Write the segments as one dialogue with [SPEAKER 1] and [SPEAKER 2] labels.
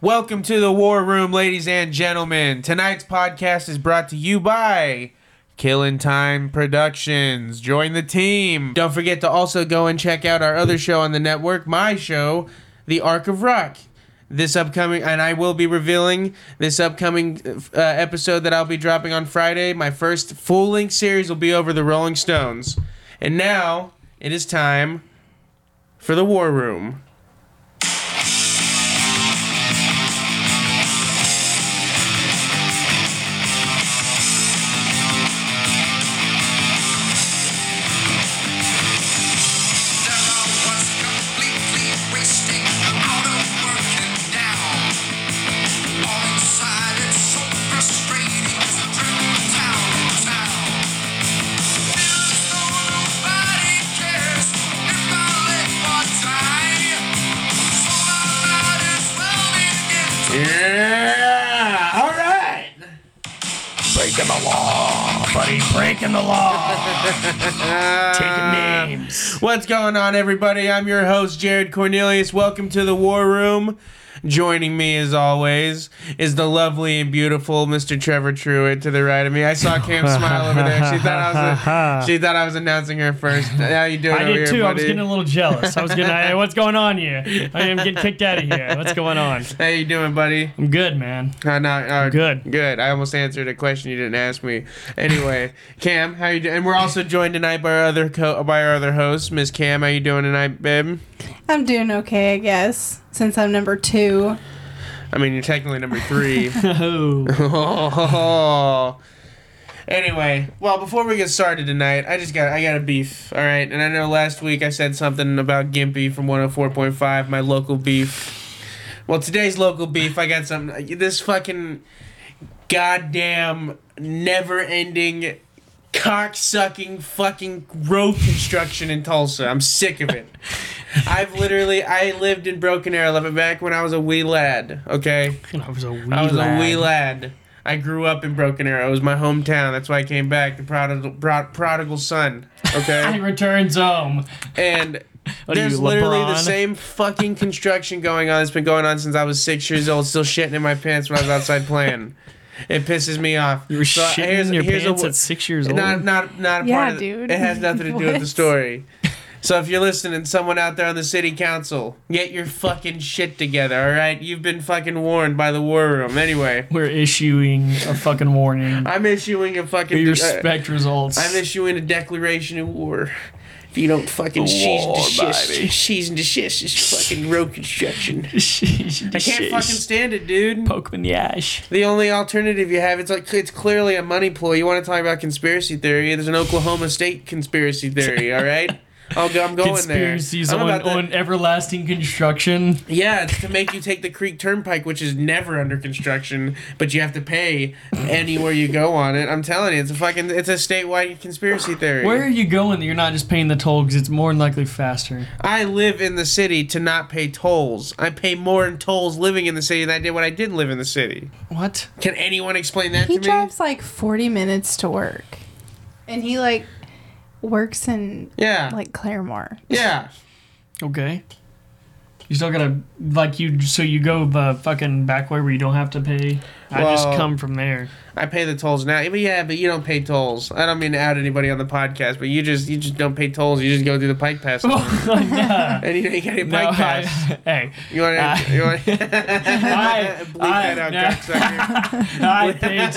[SPEAKER 1] Welcome to the War Room, ladies and gentlemen. Tonight's podcast is brought to you by Killin' Time Productions. Join the team. Don't forget to also go and check out our other show on the network, my show, The Arc of Rock. This upcoming, and I will be revealing this upcoming uh, episode that I'll be dropping on Friday. My first full length series will be over the Rolling Stones. And now it is time for the War Room. Yeah! All right!
[SPEAKER 2] Breaking the law, buddy. Breaking the law. Taking names.
[SPEAKER 1] What's going on, everybody? I'm your host, Jared Cornelius. Welcome to the War Room. Joining me, as always, is the lovely and beautiful Mr. Trevor Truitt to the right of me. I saw Cam smile over there. She thought I was she thought I was announcing her first. How you doing?
[SPEAKER 2] Uh-huh. I
[SPEAKER 1] over
[SPEAKER 2] did
[SPEAKER 1] here,
[SPEAKER 2] too. I was
[SPEAKER 1] buddy?
[SPEAKER 2] getting a little jealous. I was getting, I, what's going on here? I am getting kicked out of here. What's going on?
[SPEAKER 1] How you doing, buddy?
[SPEAKER 2] I'm good, man.
[SPEAKER 1] Uh, no, uh,
[SPEAKER 2] Good.
[SPEAKER 1] Good. I almost answered a question you didn't ask me. Anyway, Cam, how you doing? And we're also joined tonight by our other co- by our other host, Miss Cam. How you doing tonight, babe?
[SPEAKER 3] I'm doing okay, I guess, since I'm number two.
[SPEAKER 1] I mean, you're technically number three.
[SPEAKER 2] Oh,
[SPEAKER 1] Oh. Anyway, well, before we get started tonight, I just got I got a beef, all right. And I know last week I said something about Gimpy from 104.5, my local beef. Well, today's local beef, I got something. This fucking goddamn never-ending cock-sucking fucking road construction in Tulsa. I'm sick of it. I've literally I lived in Broken Arrow, living back when I was a wee lad. Okay.
[SPEAKER 2] I was a wee
[SPEAKER 1] I was
[SPEAKER 2] lad.
[SPEAKER 1] a wee lad. I grew up in Broken Arrow. It was my hometown. That's why I came back. The prodigal, prod, prodigal son.
[SPEAKER 2] He
[SPEAKER 1] Okay,
[SPEAKER 2] returns home.
[SPEAKER 1] and
[SPEAKER 2] What are
[SPEAKER 1] there's
[SPEAKER 2] you,
[SPEAKER 1] literally the
[SPEAKER 2] LeBron?
[SPEAKER 1] same fucking construction going on. It's been going on since I was six years old. Still shitting in my pants when I was outside playing. It pisses me off.
[SPEAKER 2] You were
[SPEAKER 1] So,
[SPEAKER 2] shitting
[SPEAKER 1] here's-
[SPEAKER 2] in your
[SPEAKER 1] here's a
[SPEAKER 2] pants
[SPEAKER 1] w-
[SPEAKER 2] at six years old.
[SPEAKER 1] not not not a
[SPEAKER 3] Yeah,
[SPEAKER 1] part of the-
[SPEAKER 3] dude.
[SPEAKER 1] It has nothing to do with the
[SPEAKER 3] What?
[SPEAKER 1] story. So if you're listening, someone out there on the city council, get your fucking shit together, all right? You've been fucking warned by the war room. Anyway.
[SPEAKER 2] We're issuing a fucking warning.
[SPEAKER 1] I'm issuing a fucking.
[SPEAKER 2] We
[SPEAKER 1] uh,
[SPEAKER 2] respect results.
[SPEAKER 1] I'm issuing a declaration of war. If you don't fucking cease and
[SPEAKER 2] War, baby.
[SPEAKER 1] desist, cease and desist is fucking road construction.
[SPEAKER 2] I
[SPEAKER 1] I can't fucking stand it, dude.
[SPEAKER 2] poke him in the ash.
[SPEAKER 1] The only alternative you have, it's like it's clearly a money ploy. You want to talk about conspiracy theory? There's an Oklahoma State conspiracy theory. All right. I'll go, I'm going
[SPEAKER 2] Conspiracies
[SPEAKER 1] there. I'm
[SPEAKER 2] on,
[SPEAKER 1] about to-
[SPEAKER 2] on everlasting construction.
[SPEAKER 1] Yeah, it's to make you take the Creek Turnpike, which is never under construction, but you have to pay anywhere you go on it. I'm telling you, it's a fucking, it's a statewide conspiracy theory.
[SPEAKER 2] Where are you going that you're not just paying the toll because it's more than likely faster?
[SPEAKER 1] I live in the city to not pay tolls. I pay more in tolls living in the city than I did when I didn't live in the city.
[SPEAKER 2] What?
[SPEAKER 1] Can anyone explain that
[SPEAKER 3] He
[SPEAKER 1] to
[SPEAKER 3] drives like 40 minutes to work, and he like works in
[SPEAKER 1] me? Yeah.
[SPEAKER 3] like Claremore.
[SPEAKER 1] yeah.
[SPEAKER 2] Okay. You still gotta like you so you go the fucking back way where you don't have to pay. I just
[SPEAKER 1] Well-
[SPEAKER 2] come from there.
[SPEAKER 1] I pay the tolls now. But yeah, but you don't pay tolls. I don't mean to out anybody on the podcast, but you just you just don't pay tolls. You just go through the pike pass.
[SPEAKER 2] no,
[SPEAKER 1] and you, you get a pike
[SPEAKER 2] I,
[SPEAKER 1] pass.
[SPEAKER 2] hey,
[SPEAKER 1] You want to
[SPEAKER 2] I-
[SPEAKER 1] you want bleep
[SPEAKER 2] I,
[SPEAKER 1] that out,
[SPEAKER 2] I,
[SPEAKER 1] cocksucker.
[SPEAKER 2] I pay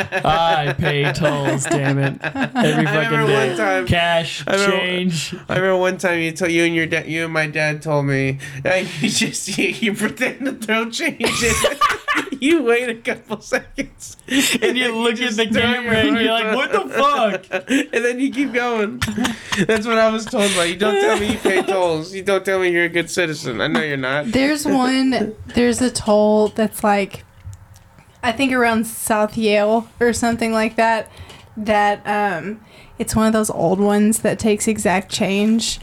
[SPEAKER 2] tolls. I pay tolls. Damn it! Every fucking
[SPEAKER 1] remember
[SPEAKER 2] day.
[SPEAKER 1] one time-
[SPEAKER 2] Cash,
[SPEAKER 1] remember-
[SPEAKER 2] change.
[SPEAKER 1] I remember one time you told you and your dad, you and my dad told me, uh, you just you, you pretend to throw change in. you wait a couple seconds,
[SPEAKER 2] And you look at
[SPEAKER 1] just
[SPEAKER 2] the
[SPEAKER 1] throw
[SPEAKER 2] camera
[SPEAKER 1] your
[SPEAKER 2] and you're
[SPEAKER 1] words
[SPEAKER 2] like, "What the fuck?"
[SPEAKER 1] and then you keep going. That's what I was told by you. Don't tell me you pay tolls. You don't tell me you're a good citizen. I know you're not.
[SPEAKER 3] There's one, there's a toll that's like, I think around South Yale or something like that. That um, it's one of those old ones that takes exact change,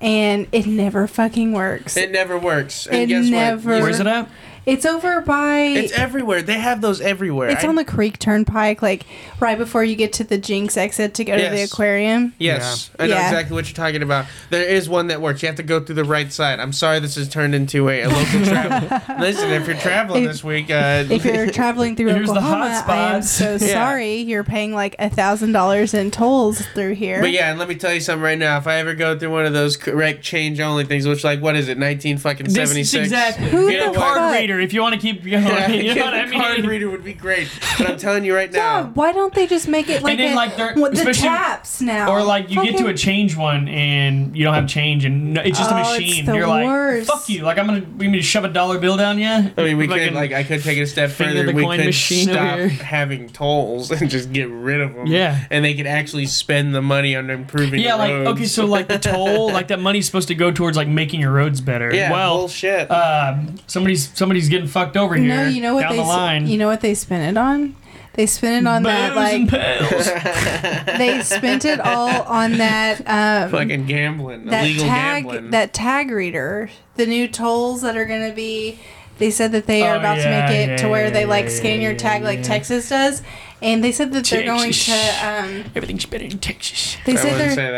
[SPEAKER 3] and it never fucking works.
[SPEAKER 1] It never works. And
[SPEAKER 3] It
[SPEAKER 1] guess
[SPEAKER 3] never-
[SPEAKER 1] what?
[SPEAKER 2] Where's it at?
[SPEAKER 3] It's over by.
[SPEAKER 1] It's everywhere. They have those everywhere.
[SPEAKER 3] It's
[SPEAKER 1] I-
[SPEAKER 3] on the Creek Turnpike, like right before you get to the Jinx exit to go to the
[SPEAKER 1] Yes.
[SPEAKER 3] aquarium.
[SPEAKER 1] Yes, I know
[SPEAKER 3] Yeah.
[SPEAKER 1] exactly what you're talking about. There is one that works. You have to go through the right side. I'm sorry this has turned into a, a local travel. Listen, if you're traveling
[SPEAKER 3] If-
[SPEAKER 1] this week, uh,
[SPEAKER 3] If you're traveling through
[SPEAKER 2] Here's the
[SPEAKER 3] Oklahoma,
[SPEAKER 2] hot
[SPEAKER 3] I am so
[SPEAKER 2] spots.
[SPEAKER 1] Yeah.
[SPEAKER 3] sorry. You're paying like a thousand dollars in tolls through here.
[SPEAKER 1] But yeah, and let me tell you something right now. If I ever go through one of those correct change only things, which like what is it, nineteen fucking
[SPEAKER 2] This
[SPEAKER 1] seventy
[SPEAKER 2] is
[SPEAKER 1] six?
[SPEAKER 2] exactly.
[SPEAKER 3] Who
[SPEAKER 1] You know what?
[SPEAKER 3] the
[SPEAKER 2] Card
[SPEAKER 3] fuck?
[SPEAKER 2] reader, if you want to keep going.
[SPEAKER 1] Yeah,
[SPEAKER 2] you know what I
[SPEAKER 1] the card
[SPEAKER 2] mean?
[SPEAKER 1] reader would be great. But I'm telling you right
[SPEAKER 3] Yeah,
[SPEAKER 1] now,
[SPEAKER 3] why don't they just make it like,
[SPEAKER 2] then,
[SPEAKER 3] a-
[SPEAKER 2] like, they're-
[SPEAKER 3] what- the
[SPEAKER 2] especially-
[SPEAKER 3] taps now?
[SPEAKER 2] Or like you get to
[SPEAKER 3] Oh, Fucking-
[SPEAKER 2] a change one and you don't have change and no, it's just
[SPEAKER 3] Oh,
[SPEAKER 2] a
[SPEAKER 3] it's
[SPEAKER 2] machine.
[SPEAKER 3] the
[SPEAKER 2] You're like,
[SPEAKER 3] worst.
[SPEAKER 2] fuck you. Like I'm gonna, we need to shove a dollar bill down you. I
[SPEAKER 1] I mean, we could like I could take it a step
[SPEAKER 2] Finger
[SPEAKER 1] further.
[SPEAKER 2] the
[SPEAKER 1] We
[SPEAKER 2] coin
[SPEAKER 1] could
[SPEAKER 2] machine over
[SPEAKER 1] stop
[SPEAKER 2] here.
[SPEAKER 1] having tolls and just get rid of them.
[SPEAKER 2] Yeah.
[SPEAKER 1] and they could actually spend the money on improving.
[SPEAKER 2] yeah,
[SPEAKER 1] the
[SPEAKER 2] like
[SPEAKER 1] roads.
[SPEAKER 2] okay, so like the toll, like that money's supposed to go towards like making your roads better.
[SPEAKER 1] yeah,
[SPEAKER 2] well,
[SPEAKER 1] bullshit.
[SPEAKER 2] um, somebody's somebody's getting fucked over here.
[SPEAKER 3] No, you know what
[SPEAKER 2] down
[SPEAKER 3] they
[SPEAKER 2] the
[SPEAKER 3] s-
[SPEAKER 2] line.
[SPEAKER 3] you know what they spend it on? They spend it on that
[SPEAKER 2] Booze and
[SPEAKER 3] like
[SPEAKER 2] pills.
[SPEAKER 3] they spent it all on that um,
[SPEAKER 1] Fucking gambling,
[SPEAKER 3] that
[SPEAKER 1] illegal
[SPEAKER 3] tag
[SPEAKER 1] gambling.
[SPEAKER 3] that tag reader. The new tolls that are going to be they said that they are
[SPEAKER 2] Oh,
[SPEAKER 3] about
[SPEAKER 2] yeah,
[SPEAKER 3] to make it to
[SPEAKER 2] yeah,
[SPEAKER 3] where they
[SPEAKER 2] yeah,
[SPEAKER 3] like
[SPEAKER 2] yeah,
[SPEAKER 3] scan your
[SPEAKER 2] yeah,
[SPEAKER 3] tag like
[SPEAKER 2] yeah.
[SPEAKER 3] Texas does. And they said that they're going
[SPEAKER 2] Texas.
[SPEAKER 3] to um,
[SPEAKER 2] Everything's better in Texas.
[SPEAKER 3] they
[SPEAKER 1] I
[SPEAKER 3] said
[SPEAKER 1] wouldn't
[SPEAKER 3] they're
[SPEAKER 1] say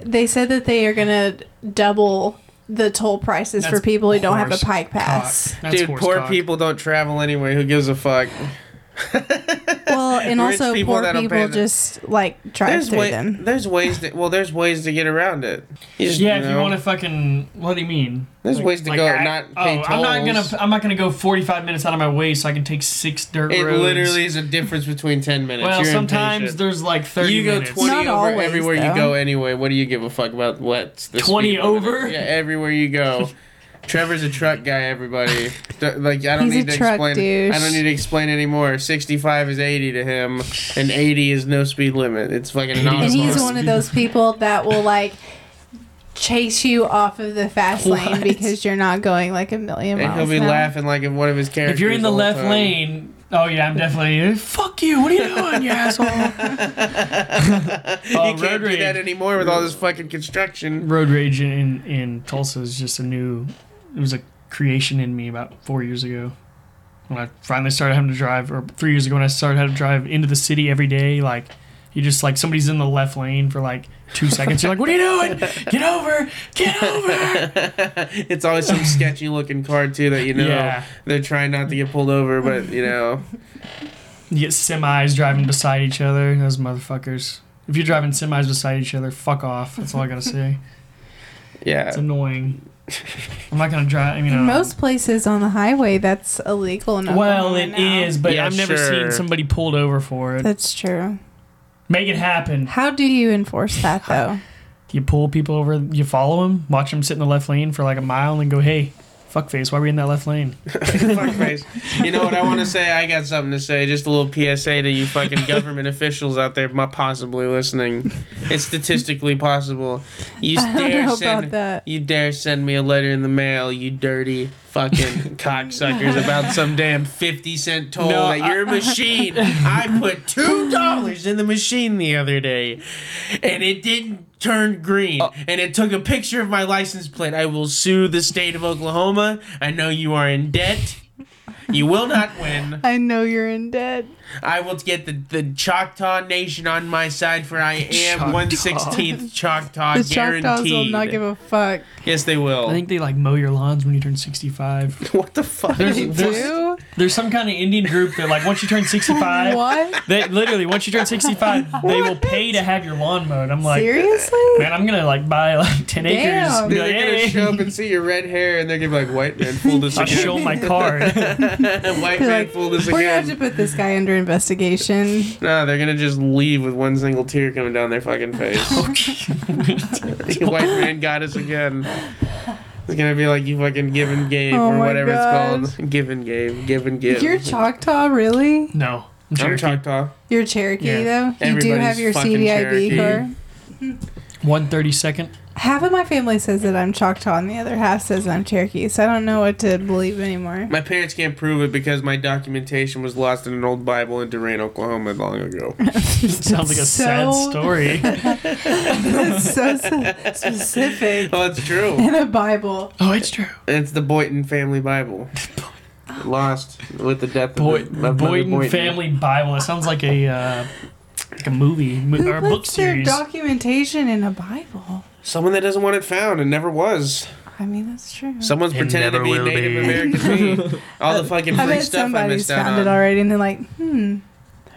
[SPEAKER 1] that.
[SPEAKER 3] They said that they are going to double the toll prices for
[SPEAKER 2] That's
[SPEAKER 3] people who don't have a
[SPEAKER 2] horse
[SPEAKER 3] pike pass.
[SPEAKER 2] Cock. That's
[SPEAKER 1] Dude,
[SPEAKER 2] horse
[SPEAKER 1] poor
[SPEAKER 2] cock.
[SPEAKER 1] people don't travel anyway. Who gives a fuck?
[SPEAKER 3] Well, and
[SPEAKER 1] Rich
[SPEAKER 3] also
[SPEAKER 1] people
[SPEAKER 3] poor
[SPEAKER 1] that'll pay
[SPEAKER 3] people
[SPEAKER 1] the-
[SPEAKER 3] just like drive
[SPEAKER 1] There's
[SPEAKER 3] through
[SPEAKER 1] way,
[SPEAKER 3] them.
[SPEAKER 1] there's ways that well, there's ways to get around it. You just,
[SPEAKER 2] Yeah, if you
[SPEAKER 1] know.
[SPEAKER 2] want to fucking, what do you mean?
[SPEAKER 1] There's ways to go, not pay
[SPEAKER 2] oh, I'm not
[SPEAKER 1] tolls.
[SPEAKER 2] gonna. I'm not gonna go 45 minutes out of my way so I can take six dirt
[SPEAKER 1] It
[SPEAKER 2] roads.
[SPEAKER 1] literally is a difference between ten minutes.
[SPEAKER 2] Well,
[SPEAKER 1] You're
[SPEAKER 2] sometimes
[SPEAKER 1] impatient.
[SPEAKER 2] there's like 30
[SPEAKER 1] you go
[SPEAKER 2] minutes.
[SPEAKER 1] twenty
[SPEAKER 3] Not
[SPEAKER 1] over
[SPEAKER 3] always,
[SPEAKER 1] everywhere you
[SPEAKER 3] though.
[SPEAKER 1] go anyway. What do you give a fuck about what's the
[SPEAKER 2] 20
[SPEAKER 1] speed limit?
[SPEAKER 2] over?
[SPEAKER 1] Yeah, everywhere you go. Trevor's a truck guy. Everybody, Th- like I don't
[SPEAKER 3] He's a
[SPEAKER 1] need to
[SPEAKER 3] truck
[SPEAKER 1] explain.
[SPEAKER 3] douche.
[SPEAKER 1] I don't need to explain anymore. Sixty-five is eighty to him, and eighty is no speed limit. It's fucking an
[SPEAKER 2] And
[SPEAKER 3] And he's
[SPEAKER 1] autobahn.
[SPEAKER 2] Awesome.
[SPEAKER 3] one of those people that will like chase you off of the fast lane
[SPEAKER 2] What?
[SPEAKER 3] because you're not going like a million miles.
[SPEAKER 1] And he'll be
[SPEAKER 3] an hour.
[SPEAKER 1] laughing like if one of his characters.
[SPEAKER 2] If you're in the
[SPEAKER 1] whole
[SPEAKER 2] left
[SPEAKER 1] time.
[SPEAKER 2] lane, oh yeah, I'm definitely. Fuck you! What are you doing, you asshole?
[SPEAKER 1] you
[SPEAKER 2] Oh, road
[SPEAKER 1] can't do
[SPEAKER 2] rage.
[SPEAKER 1] that anymore with all this fucking construction.
[SPEAKER 2] Road rage in in Tulsa is just a new. It was a creation in me about four years ago. When I finally started having to drive, or three years ago when I started having to drive into the city every day, like you just like somebody's in the left lane for like two seconds. You're like, "What are you doing? Get over! Get over!"
[SPEAKER 1] it's always some sketchy looking car too that you know
[SPEAKER 2] Yeah.
[SPEAKER 1] they're trying not to get pulled over, but you know.
[SPEAKER 2] You get semis driving beside each other. Those motherfuckers. If you're driving semis beside each other, fuck off. That's all I gotta say. It's
[SPEAKER 1] Yeah.
[SPEAKER 2] annoying. I'm not gonna drive. You know.
[SPEAKER 3] In most places on the highway, that's illegal. In
[SPEAKER 2] well,
[SPEAKER 3] Oklahoma
[SPEAKER 2] it is,
[SPEAKER 3] now.
[SPEAKER 2] but
[SPEAKER 1] Yeah,
[SPEAKER 2] I've never
[SPEAKER 1] sure.
[SPEAKER 2] seen somebody pulled over for it.
[SPEAKER 3] That's true.
[SPEAKER 2] Make it happen.
[SPEAKER 3] How do you enforce that though?
[SPEAKER 2] You pull people over. You follow them. Watch them sit in the left lane for like a mile, and then go, "Hey, fuckface, why are we in that left lane?"
[SPEAKER 1] Fuckface. You know what I want to say? I got something to say. Just a little PSA to you fucking government officials out there mo- possibly listening. It's statistically possible. You
[SPEAKER 3] I don't
[SPEAKER 1] dare
[SPEAKER 3] know
[SPEAKER 1] send
[SPEAKER 3] about that.
[SPEAKER 1] You dare send me a letter in the mail, you dirty fucking cocksuckers, about some damn 50 cent toll
[SPEAKER 2] No,
[SPEAKER 1] that your machine. I put $2 in the machine the other day and it didn't turn green and it took a picture of my license plate. I will sue the state of Oklahoma. I know you are in debt. You will not win.
[SPEAKER 3] I know you're in debt.
[SPEAKER 1] I will get the, the Choctaw Nation on my side, for I am
[SPEAKER 2] Choctaw.
[SPEAKER 1] one sixteenth Choctaw
[SPEAKER 3] The
[SPEAKER 1] guaranteed.
[SPEAKER 3] Choctaws will not give a fuck.
[SPEAKER 1] yes, they will.
[SPEAKER 2] I think they like mow your lawns when you turn 65.
[SPEAKER 1] What the fuck?
[SPEAKER 2] There's-
[SPEAKER 3] They do?
[SPEAKER 2] There's some kind of Indian group that like once you turn 65,
[SPEAKER 3] What?
[SPEAKER 2] they literally once you turn 65, they will pay to have your lawn mowed. I'm like,
[SPEAKER 3] Seriously?
[SPEAKER 2] Man, I'm gonna like buy like ten
[SPEAKER 3] Damn.
[SPEAKER 2] acres. and be
[SPEAKER 1] Dude,
[SPEAKER 2] like,
[SPEAKER 1] they're gonna
[SPEAKER 2] "Hey."
[SPEAKER 1] show up and see your red hair, and they're gonna be like, "White man fooled us
[SPEAKER 2] I'll
[SPEAKER 1] again."
[SPEAKER 2] show my card.
[SPEAKER 1] White
[SPEAKER 3] They're
[SPEAKER 1] man
[SPEAKER 3] like,
[SPEAKER 1] fooled us
[SPEAKER 3] We're gonna have
[SPEAKER 1] again.
[SPEAKER 3] to put this guy under investigation.
[SPEAKER 1] No, they're gonna just leave with one single tear coming down their fucking face. White man got us again. It's gonna be like you fucking give and give
[SPEAKER 3] Oh
[SPEAKER 1] or
[SPEAKER 3] my
[SPEAKER 1] whatever
[SPEAKER 3] God.
[SPEAKER 1] it's called. Give and give, give and give.
[SPEAKER 3] You're Choctaw, really?
[SPEAKER 2] no, I'm
[SPEAKER 1] I'm
[SPEAKER 2] Cherokee.
[SPEAKER 1] Choctaw.
[SPEAKER 3] You're Cherokee,
[SPEAKER 2] Yeah.
[SPEAKER 3] though. You do
[SPEAKER 1] Everybody's
[SPEAKER 3] have your
[SPEAKER 1] fucking
[SPEAKER 3] CDIB
[SPEAKER 1] Cherokee.
[SPEAKER 3] card.
[SPEAKER 2] One thirty second.
[SPEAKER 3] Half of my family says that I'm Choctaw, and the other half says I'm Cherokee. So I don't know what to believe anymore.
[SPEAKER 1] My parents can't prove it because my documentation was lost in an old Bible in Durant, Oklahoma, long ago.
[SPEAKER 2] Sounds like a sad
[SPEAKER 3] So-
[SPEAKER 2] story.
[SPEAKER 3] That's so s- specific.
[SPEAKER 1] oh, it's true.
[SPEAKER 3] In a Bible.
[SPEAKER 2] oh, it's true.
[SPEAKER 1] It's the Boynton Family Bible. lost with the death
[SPEAKER 2] Boy,
[SPEAKER 1] of the- of Mother
[SPEAKER 2] Boyden
[SPEAKER 1] Boyden.
[SPEAKER 2] Family Bible. It sounds like a uh, like a movie mo-
[SPEAKER 3] Who
[SPEAKER 2] or a book
[SPEAKER 3] puts their
[SPEAKER 2] series.
[SPEAKER 3] documentation in a Bible?
[SPEAKER 1] Someone that doesn't want it found and never was.
[SPEAKER 3] I mean, that's true.
[SPEAKER 1] Someone's
[SPEAKER 4] It
[SPEAKER 1] pretending to
[SPEAKER 4] never
[SPEAKER 1] be
[SPEAKER 4] will
[SPEAKER 1] Native
[SPEAKER 4] be.
[SPEAKER 1] American me. All the fucking
[SPEAKER 3] I
[SPEAKER 1] free
[SPEAKER 3] bet
[SPEAKER 1] stuff I
[SPEAKER 3] somebody's
[SPEAKER 1] missed out
[SPEAKER 3] found it
[SPEAKER 1] on.
[SPEAKER 3] already, and they're like, hmm.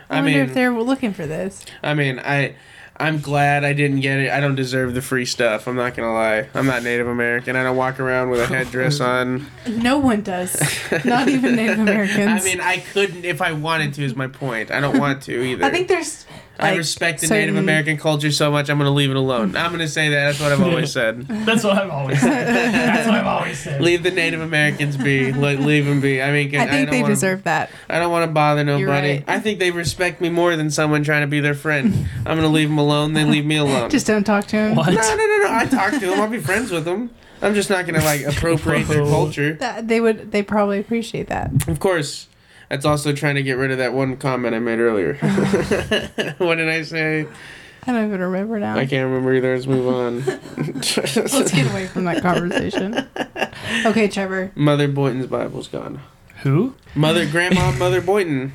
[SPEAKER 3] I,
[SPEAKER 1] I
[SPEAKER 3] wonder
[SPEAKER 1] mean-
[SPEAKER 3] if they're looking for this.
[SPEAKER 1] I mean, I I'm glad I didn't get it. I don't deserve the free stuff. I'm not gonna lie. I'm not Native American. I don't walk around with a headdress on.
[SPEAKER 3] No one does. Not even Native Americans.
[SPEAKER 1] I mean, I couldn't if I wanted to. Is my point. I don't want to either.
[SPEAKER 3] I think there's.
[SPEAKER 1] I
[SPEAKER 3] like,
[SPEAKER 1] respect the Native
[SPEAKER 3] certain-
[SPEAKER 1] American culture so much. I'm gonna leave it alone. I'm gonna say that. That's what I've always said.
[SPEAKER 2] That's what I've always said. That's what I've always said.
[SPEAKER 1] Leave the Native Americans be. Like, leave them be. I mean,
[SPEAKER 3] I think
[SPEAKER 1] don't
[SPEAKER 3] they
[SPEAKER 1] wanna-
[SPEAKER 3] deserve that.
[SPEAKER 1] I don't want to bother nobody.
[SPEAKER 3] right.
[SPEAKER 1] I think they respect me more than someone trying to be their friend. I'm gonna leave them alone. They leave me alone.
[SPEAKER 3] Just don't talk to him.
[SPEAKER 1] No,
[SPEAKER 2] What?
[SPEAKER 1] no, no, no. I talk to them. I'll be friends with them. I'm just not gonna like appropriate their
[SPEAKER 2] Whoa.
[SPEAKER 1] culture.
[SPEAKER 3] That, they would. They probably appreciate that.
[SPEAKER 1] Of course, that's also trying to get rid of that one comment I made earlier. what did I say?
[SPEAKER 3] I don't even remember now.
[SPEAKER 1] I can't remember either. Let's move on.
[SPEAKER 3] Let's get away from that conversation. Okay, Trevor.
[SPEAKER 1] Mother Boynton's Bible's gone.
[SPEAKER 2] Who?
[SPEAKER 1] Mother, Grandma, Mother Boynton,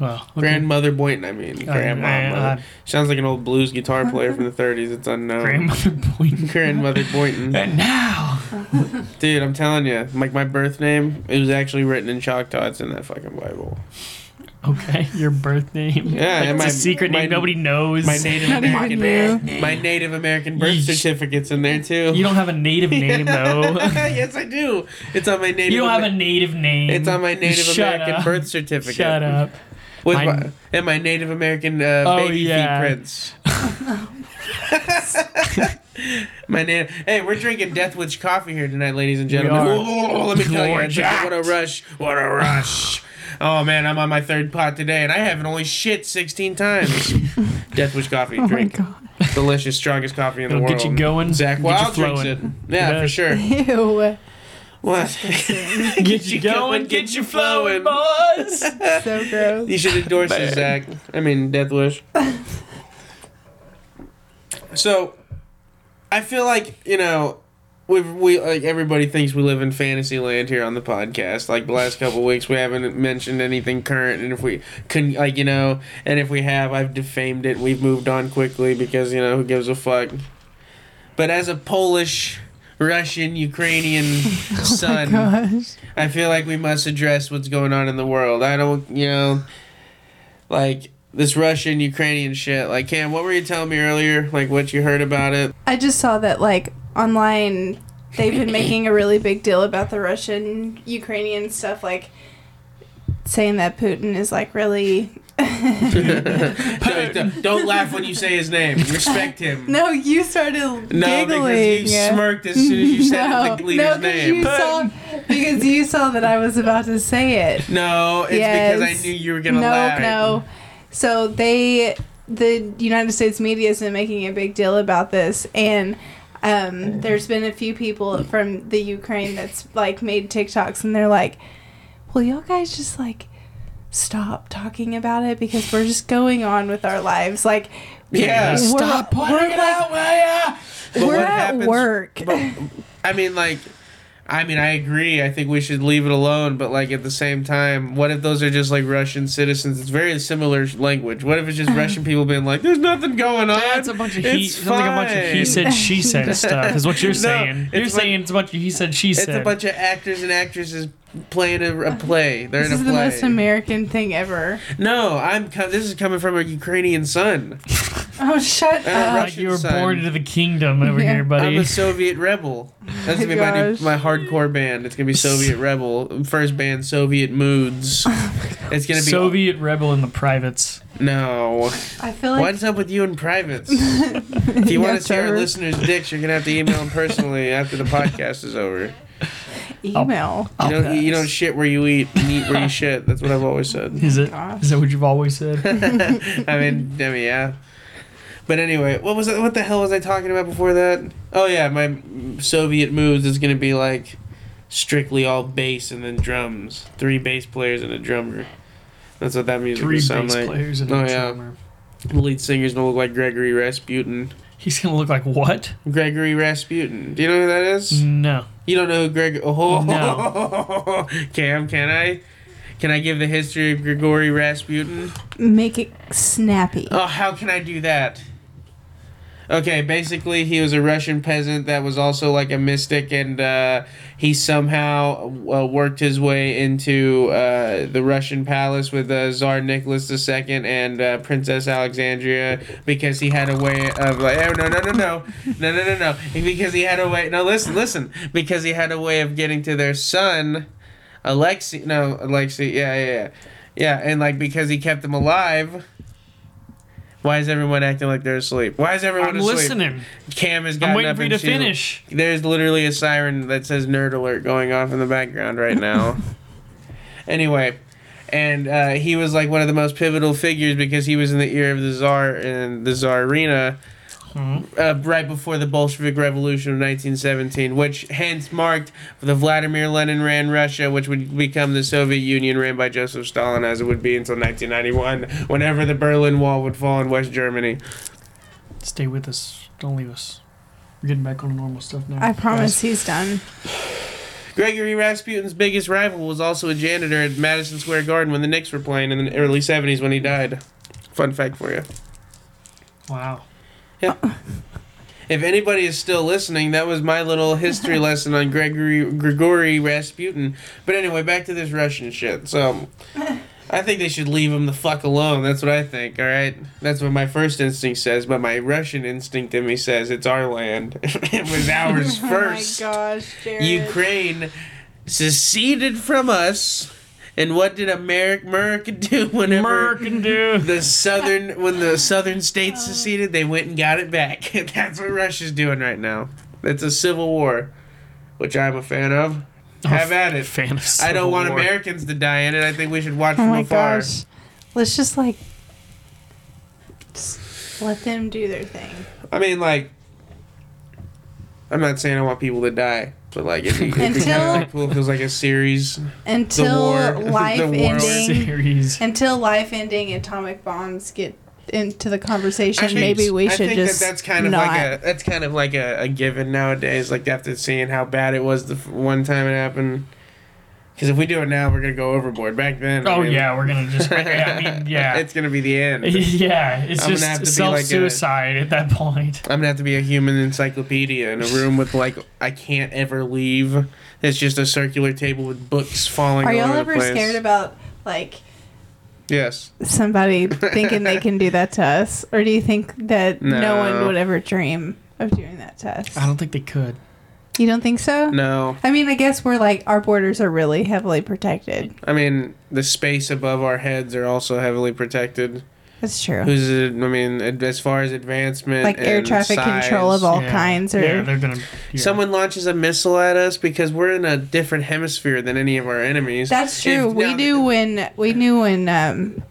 [SPEAKER 2] Well, okay.
[SPEAKER 1] Grandmother Boynton. I mean,
[SPEAKER 2] Uh,
[SPEAKER 1] Grandma.
[SPEAKER 2] uh,
[SPEAKER 1] Mother. Sounds like an old blues guitar player from the '30s. It's unknown.
[SPEAKER 2] uh, grandmother Boyden.
[SPEAKER 1] Grandmother Boynton.
[SPEAKER 2] And now,
[SPEAKER 1] Dude, I'm telling you, like my birth name, it was actually written in Choctaw. It's in that fucking Bible.
[SPEAKER 2] okay, your birth name.
[SPEAKER 1] Yeah,
[SPEAKER 2] Like,
[SPEAKER 1] and
[SPEAKER 2] it's
[SPEAKER 1] my-
[SPEAKER 2] a secret
[SPEAKER 1] my-
[SPEAKER 2] name nobody knows.
[SPEAKER 1] My Native
[SPEAKER 3] Not even
[SPEAKER 1] American,
[SPEAKER 3] you.
[SPEAKER 1] my Native American birth
[SPEAKER 2] You-
[SPEAKER 1] certificate's in there too.
[SPEAKER 2] You don't have a native name though.
[SPEAKER 1] yes, I do. It's on my Native.
[SPEAKER 2] you don't have a
[SPEAKER 1] Amer-
[SPEAKER 2] native name.
[SPEAKER 1] It's on my Native
[SPEAKER 2] Shut
[SPEAKER 1] American
[SPEAKER 2] up.
[SPEAKER 1] birth certificate.
[SPEAKER 2] Shut up.
[SPEAKER 1] With my,
[SPEAKER 2] My-
[SPEAKER 1] and my Native American uh,
[SPEAKER 2] Oh,
[SPEAKER 1] baby
[SPEAKER 2] yeah.
[SPEAKER 1] feet prints. my name. Hey, we're drinking Death Witch coffee here tonight, ladies and gentlemen.
[SPEAKER 2] are.
[SPEAKER 1] Let me tell you, I
[SPEAKER 2] We're
[SPEAKER 1] drink it. what a
[SPEAKER 2] jacked.
[SPEAKER 1] rush! What a rush! Oh man, I'm on my third pot today, and I haven't only shit 16 times. Death Wish coffee,
[SPEAKER 3] Oh
[SPEAKER 1] drink
[SPEAKER 3] my god.
[SPEAKER 1] delicious, strongest coffee in
[SPEAKER 2] It'll
[SPEAKER 1] the world.
[SPEAKER 2] get you going,
[SPEAKER 1] Zach
[SPEAKER 2] get you
[SPEAKER 1] Wild drinks
[SPEAKER 2] flowing.
[SPEAKER 1] it. Yeah,
[SPEAKER 2] It
[SPEAKER 1] for
[SPEAKER 2] does.
[SPEAKER 1] sure.
[SPEAKER 3] Ew.
[SPEAKER 1] What?
[SPEAKER 2] Get, you going, get you flowing, boys.
[SPEAKER 3] So gross.
[SPEAKER 1] You should endorse it, Zach. I mean, Death Wish. so, I feel like you know, we we like everybody thinks we live in fantasy land here on the podcast. Like the last couple weeks, we haven't mentioned anything current, and if we can, like you know, and if we have, I've defamed it. We've moved on quickly because you know who gives a fuck. But as a Polish, Russian, Ukrainian son.
[SPEAKER 3] Gosh.
[SPEAKER 1] I feel like we must address what's going on in the world. I don't, you know, like this Russian Ukrainian shit. Like, Cam, what were you telling me earlier? Like, what you heard about it?
[SPEAKER 3] I just saw that like online they've been making a really big deal about the Russian Ukrainian stuff like saying that Putin is like really
[SPEAKER 1] don't, don't- don't laugh when you say his name. Respect him.
[SPEAKER 3] No, you started
[SPEAKER 1] No,
[SPEAKER 3] giggling.
[SPEAKER 1] because you smirked as soon as you said the
[SPEAKER 3] no, no,
[SPEAKER 1] leader's
[SPEAKER 3] 'cause
[SPEAKER 1] name.
[SPEAKER 3] You saw, because you saw that I was about to say it.
[SPEAKER 1] no, it's because I
[SPEAKER 3] Yes.
[SPEAKER 1] knew you were gonna
[SPEAKER 3] no,
[SPEAKER 1] laugh.
[SPEAKER 3] No, So they, the United States media has been making a big deal about this, and um, there's been a few people from the Ukraine that's like made TikToks, and they're like, "Will y'all guys just like stop talking about it because we're just going on with our lives?" Like,
[SPEAKER 1] Yeah.
[SPEAKER 3] we're-
[SPEAKER 2] Stop
[SPEAKER 3] We're,
[SPEAKER 2] pointing it
[SPEAKER 3] like,
[SPEAKER 2] out, uh, will
[SPEAKER 1] But
[SPEAKER 3] we're
[SPEAKER 1] what
[SPEAKER 3] at
[SPEAKER 1] happens-
[SPEAKER 3] work.
[SPEAKER 1] but- I mean, like, I mean, I agree. I think we should leave it alone. But like at the same time, what if those are just like Russian citizens? It's very similar language. What if it's just Russian people being like, "There's nothing going on."
[SPEAKER 2] That's a bunch of he.
[SPEAKER 1] It's
[SPEAKER 2] Sounds like a bunch of
[SPEAKER 1] fine."
[SPEAKER 2] he said, she said stuff. Is what you're
[SPEAKER 1] No,
[SPEAKER 2] saying. You're
[SPEAKER 1] it's
[SPEAKER 2] saying it's a bunch of he said, she
[SPEAKER 1] It's
[SPEAKER 2] said.
[SPEAKER 1] a bunch of actors and actresses playing a, a play. They're
[SPEAKER 3] this
[SPEAKER 1] in a
[SPEAKER 3] is the
[SPEAKER 1] play.
[SPEAKER 3] most American thing ever.
[SPEAKER 1] no, I'm. Co- this is coming from a Ukrainian son.
[SPEAKER 3] Oh, shut
[SPEAKER 1] Uh,
[SPEAKER 3] up.
[SPEAKER 2] like
[SPEAKER 1] Russian
[SPEAKER 2] you were
[SPEAKER 1] son.
[SPEAKER 2] born into the kingdom over
[SPEAKER 3] Yeah.
[SPEAKER 2] here, buddy.
[SPEAKER 1] I'm a Soviet rebel. That's gonna be my, new,
[SPEAKER 3] Gosh.
[SPEAKER 1] my hardcore band. It's gonna be Soviet rebel. First band, Soviet moods. It's gonna be
[SPEAKER 2] Soviet rebel in the privates.
[SPEAKER 3] Oh
[SPEAKER 1] No.
[SPEAKER 3] I feel like
[SPEAKER 1] What's up with you and privates? if you want
[SPEAKER 3] Yeah,
[SPEAKER 1] to see our
[SPEAKER 3] Trevor.
[SPEAKER 1] listeners' dicks, you're gonna have to email them personally after the podcast is over.
[SPEAKER 3] email.
[SPEAKER 1] You don't, you
[SPEAKER 2] pass.
[SPEAKER 1] don't shit where you eat, and eat where you shit. That's what I've always said.
[SPEAKER 2] Is it?
[SPEAKER 3] Gosh.
[SPEAKER 2] Is that what you've always said?
[SPEAKER 1] I mean, I mean, yeah. But anyway, what was it? What the hell was I talking about before that? Oh yeah, my Soviet moods is gonna be like strictly all bass and then drums, three bass players and a drummer. That's what that music
[SPEAKER 2] Three
[SPEAKER 1] would
[SPEAKER 2] bass
[SPEAKER 1] sound like.
[SPEAKER 2] players and
[SPEAKER 1] Oh,
[SPEAKER 2] a
[SPEAKER 1] yeah.
[SPEAKER 2] drummer.
[SPEAKER 1] The lead singer's gonna look like Gregory Rasputin.
[SPEAKER 2] He's gonna look like what?
[SPEAKER 1] Gregory Rasputin. Do you know who that is?
[SPEAKER 2] No.
[SPEAKER 1] You don't know who Greg? Oh,
[SPEAKER 2] Mm-hmm. No.
[SPEAKER 1] Cam, can I? Can I give the history of Grigori Rasputin?
[SPEAKER 3] Make it snappy.
[SPEAKER 1] Oh, how can I do that? Okay, basically, he was a Russian peasant that was also like a mystic, and uh, he somehow uh, worked his way into uh, the Russian palace with uh, Tsar Nicholas II and uh, Princess Alexandria because he had a way of like, oh, no, no, no, no, no, no, no, no, because he had a way. No, listen, listen, because he had a way of getting to their son, Alexei. No, Alexei. Yeah, yeah, yeah, yeah, and like because he kept them alive. Why is everyone acting like they're asleep? Why is everyone
[SPEAKER 2] I'm
[SPEAKER 1] asleep?
[SPEAKER 2] listening.
[SPEAKER 1] Cam has gotten
[SPEAKER 2] I'm waiting
[SPEAKER 1] up
[SPEAKER 2] for you to
[SPEAKER 1] and she-
[SPEAKER 2] finish.
[SPEAKER 1] There's literally a siren that says "nerd alert" going off in the background right now. anyway, and uh, he was like one of the most pivotal figures because he was in the ear of the czar and the czarina
[SPEAKER 2] Mhm.
[SPEAKER 1] uh, right before the Bolshevik Revolution of 1917, which hence marked the Vladimir Lenin ran Russia, which would become the Soviet Union ran by Joseph Stalin, as it would be until 1991, whenever the Berlin Wall would fall in West Germany.
[SPEAKER 2] Stay with us. Don't leave us. We're getting back on normal stuff now.
[SPEAKER 1] Oh
[SPEAKER 3] I promise he's done.
[SPEAKER 1] Gregory Rasputin's biggest rival was also a janitor at Madison Square Garden when the Knicks were playing in the early 70s when he died. Fun fact for you.
[SPEAKER 2] Wow.
[SPEAKER 1] If anybody is still listening, that was my little history lesson on Gregory Grigory Rasputin. But anyway, back to this Russian shit. So, I think they should leave him the fuck alone. That's what I think. All right, that's what my first instinct says, but my Russian instinct in me says it's our land. it was ours first.
[SPEAKER 3] Oh my gosh, Jared.
[SPEAKER 1] Ukraine seceded from us, and what did America, America do whenever?
[SPEAKER 2] American dude.
[SPEAKER 1] the southern when the southern states seceded, they went and got it back. That's what Russia's doing right now. It's a civil war, which I'm a fan of. Have at it.
[SPEAKER 2] Fan
[SPEAKER 1] I
[SPEAKER 2] of Oh, Civil
[SPEAKER 1] don't want
[SPEAKER 2] War.
[SPEAKER 1] Americans to die in it. I think we should watch
[SPEAKER 3] Oh
[SPEAKER 1] from
[SPEAKER 3] my
[SPEAKER 1] afar.
[SPEAKER 3] gosh. Let's just like just let them do their thing.
[SPEAKER 1] I mean, like, I'm not saying I want people to die, but like, if you, if you kinda,
[SPEAKER 3] Until-
[SPEAKER 1] like, cool, it feels like a series.
[SPEAKER 3] Until
[SPEAKER 1] war- the
[SPEAKER 3] life
[SPEAKER 1] war
[SPEAKER 3] ending
[SPEAKER 2] Series.
[SPEAKER 3] until life ending atomic bombs get into the conversation,
[SPEAKER 1] I think-
[SPEAKER 3] maybe we
[SPEAKER 1] I
[SPEAKER 3] should
[SPEAKER 1] think
[SPEAKER 3] just
[SPEAKER 1] that that's kind of
[SPEAKER 3] not.
[SPEAKER 1] like a that's kind of like a, a given nowadays. Like after seeing how bad it was the f- one time it happened, because if we do it now, we're gonna go overboard. Back then, I
[SPEAKER 2] Oh
[SPEAKER 1] mean,
[SPEAKER 2] yeah, we're gonna just. I mean, yeah.
[SPEAKER 1] it's gonna be the end.
[SPEAKER 2] yeah, it's
[SPEAKER 1] I'm gonna have to
[SPEAKER 2] just
[SPEAKER 1] be like a-
[SPEAKER 2] self-suicide at that point.
[SPEAKER 1] I'm gonna have to be a human encyclopedia in a room with like I can't ever leave. It's just a circular table with books falling.
[SPEAKER 3] Are
[SPEAKER 1] all
[SPEAKER 3] y'all
[SPEAKER 1] over the
[SPEAKER 3] ever
[SPEAKER 1] place.
[SPEAKER 3] scared about like
[SPEAKER 1] Yes.
[SPEAKER 3] somebody thinking they can do that to us? Or do you think that no,
[SPEAKER 1] No.
[SPEAKER 3] one would ever dream of doing that to us?
[SPEAKER 2] I don't think they could.
[SPEAKER 3] You don't think so?
[SPEAKER 1] No.
[SPEAKER 3] I mean, I guess we're like our borders are really heavily protected.
[SPEAKER 1] I mean, the space above our heads are also heavily protected.
[SPEAKER 3] That's true.
[SPEAKER 1] Who's it? I mean, ad- as far as advancement,
[SPEAKER 3] like air
[SPEAKER 1] and
[SPEAKER 3] traffic control
[SPEAKER 1] size,
[SPEAKER 3] of all
[SPEAKER 2] Yeah.
[SPEAKER 3] kinds, or
[SPEAKER 2] yeah, they're gonna. yeah.
[SPEAKER 1] Someone launches a missile at us because we're in a different hemisphere than any of our enemies.
[SPEAKER 3] that's true.
[SPEAKER 1] If-
[SPEAKER 3] we
[SPEAKER 1] now-
[SPEAKER 3] knew when we knew when um,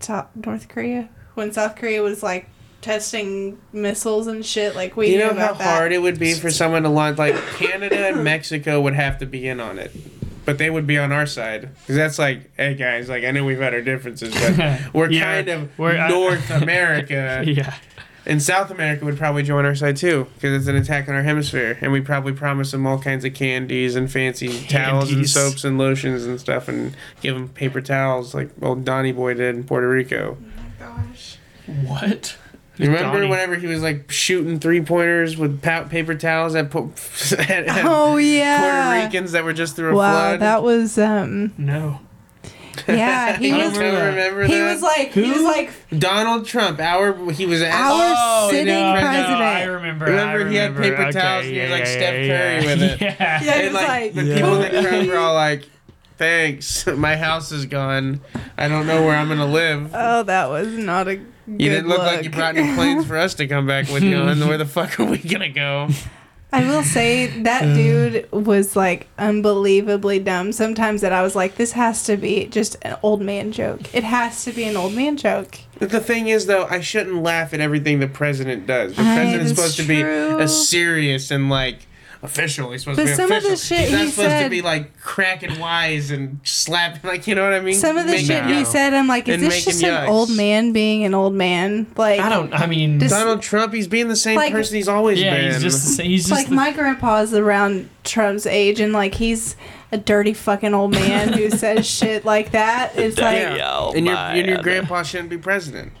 [SPEAKER 3] South, North Korea when South Korea was like testing missiles and shit. Like we
[SPEAKER 1] You
[SPEAKER 3] knew
[SPEAKER 1] know how
[SPEAKER 3] about that.
[SPEAKER 1] hard it would be for someone to launch. Like Canada and Mexico would have to be in on it, but they would be on our side because that's like, hey guys, like I know we've had our differences, but we're
[SPEAKER 2] Yeah,
[SPEAKER 1] kind of
[SPEAKER 2] we're- I-
[SPEAKER 1] North America.
[SPEAKER 2] Yeah.
[SPEAKER 1] And South America would probably join our side too, because it's an attack on our hemisphere, and we probably promise them all kinds of candies and fancy towels and
[SPEAKER 2] Candies.
[SPEAKER 1] soaps and lotions and stuff, and give them paper towels like old Donny Boy did in Puerto Rico.
[SPEAKER 3] Oh my gosh.
[SPEAKER 2] What?
[SPEAKER 1] You remember
[SPEAKER 2] Donnie.
[SPEAKER 1] whenever he was like shooting three pointers with pa- paper towels at, po- at, at
[SPEAKER 3] Oh
[SPEAKER 1] Puerto
[SPEAKER 3] yeah.
[SPEAKER 1] Ricans that were just through a
[SPEAKER 3] Wow,
[SPEAKER 1] flood?
[SPEAKER 3] that was um.
[SPEAKER 2] No.
[SPEAKER 3] Yeah, he
[SPEAKER 1] You
[SPEAKER 3] was.
[SPEAKER 1] don't remember
[SPEAKER 3] He
[SPEAKER 1] that?
[SPEAKER 3] was like he was
[SPEAKER 2] Who?
[SPEAKER 3] like
[SPEAKER 1] Donald Trump. Our he was asked.
[SPEAKER 3] Our
[SPEAKER 2] Oh,
[SPEAKER 3] sitting president.
[SPEAKER 2] I remember.
[SPEAKER 1] Remember
[SPEAKER 2] I
[SPEAKER 1] he had
[SPEAKER 2] remember.
[SPEAKER 1] paper
[SPEAKER 2] okay,
[SPEAKER 1] towels and he
[SPEAKER 2] yeah,
[SPEAKER 1] was like
[SPEAKER 2] yeah,
[SPEAKER 1] Steph
[SPEAKER 2] yeah,
[SPEAKER 1] Curry
[SPEAKER 2] yeah.
[SPEAKER 1] with it.
[SPEAKER 2] Yeah.
[SPEAKER 3] Yeah.
[SPEAKER 1] and
[SPEAKER 3] was
[SPEAKER 1] like,
[SPEAKER 3] like,
[SPEAKER 1] the people in the
[SPEAKER 3] Yeah.
[SPEAKER 1] crowd were all like, "Thanks, my house is gone. I don't know where I'm gonna live."
[SPEAKER 3] oh that was not a. Good
[SPEAKER 1] you didn't look,
[SPEAKER 3] look
[SPEAKER 1] like you brought any planes for us to come back with you, and where the fuck are we gonna go?
[SPEAKER 3] I will say that dude was like unbelievably dumb sometimes that I was like, this has to be just an old man joke. It has to be an old man joke.
[SPEAKER 1] But the thing is, though, I shouldn't laugh at everything the president does. The
[SPEAKER 3] I-
[SPEAKER 1] president's
[SPEAKER 3] that's
[SPEAKER 1] supposed to be
[SPEAKER 3] true.
[SPEAKER 1] a serious and like official. He's supposed
[SPEAKER 3] But
[SPEAKER 1] to be
[SPEAKER 3] some of
[SPEAKER 1] official.
[SPEAKER 3] the shit
[SPEAKER 1] He's not
[SPEAKER 3] he
[SPEAKER 1] supposed to
[SPEAKER 3] said-
[SPEAKER 1] be like cracking wise and slap, like you know what I mean.
[SPEAKER 3] Some of the
[SPEAKER 1] Make
[SPEAKER 3] shit
[SPEAKER 1] it
[SPEAKER 3] he
[SPEAKER 1] go.
[SPEAKER 3] said, I'm like, is
[SPEAKER 1] And
[SPEAKER 3] this
[SPEAKER 1] make
[SPEAKER 3] just
[SPEAKER 1] him
[SPEAKER 3] an
[SPEAKER 1] yikes.
[SPEAKER 3] old man being an old man? Like,
[SPEAKER 2] I don't. I mean,
[SPEAKER 3] Does-
[SPEAKER 1] Donald Trump, he's being the same
[SPEAKER 3] Like-
[SPEAKER 1] person he's always
[SPEAKER 2] yeah,
[SPEAKER 1] been.
[SPEAKER 2] he's just the same- he's
[SPEAKER 3] it's
[SPEAKER 2] just
[SPEAKER 3] like
[SPEAKER 2] the-
[SPEAKER 3] my grandpa's around Trump's age, and like he's a dirty fucking old man who says shit like that. It's like
[SPEAKER 1] Yeah.
[SPEAKER 4] Oh
[SPEAKER 1] and your
[SPEAKER 4] my
[SPEAKER 1] and your
[SPEAKER 4] God.
[SPEAKER 1] grandpa shouldn't be president.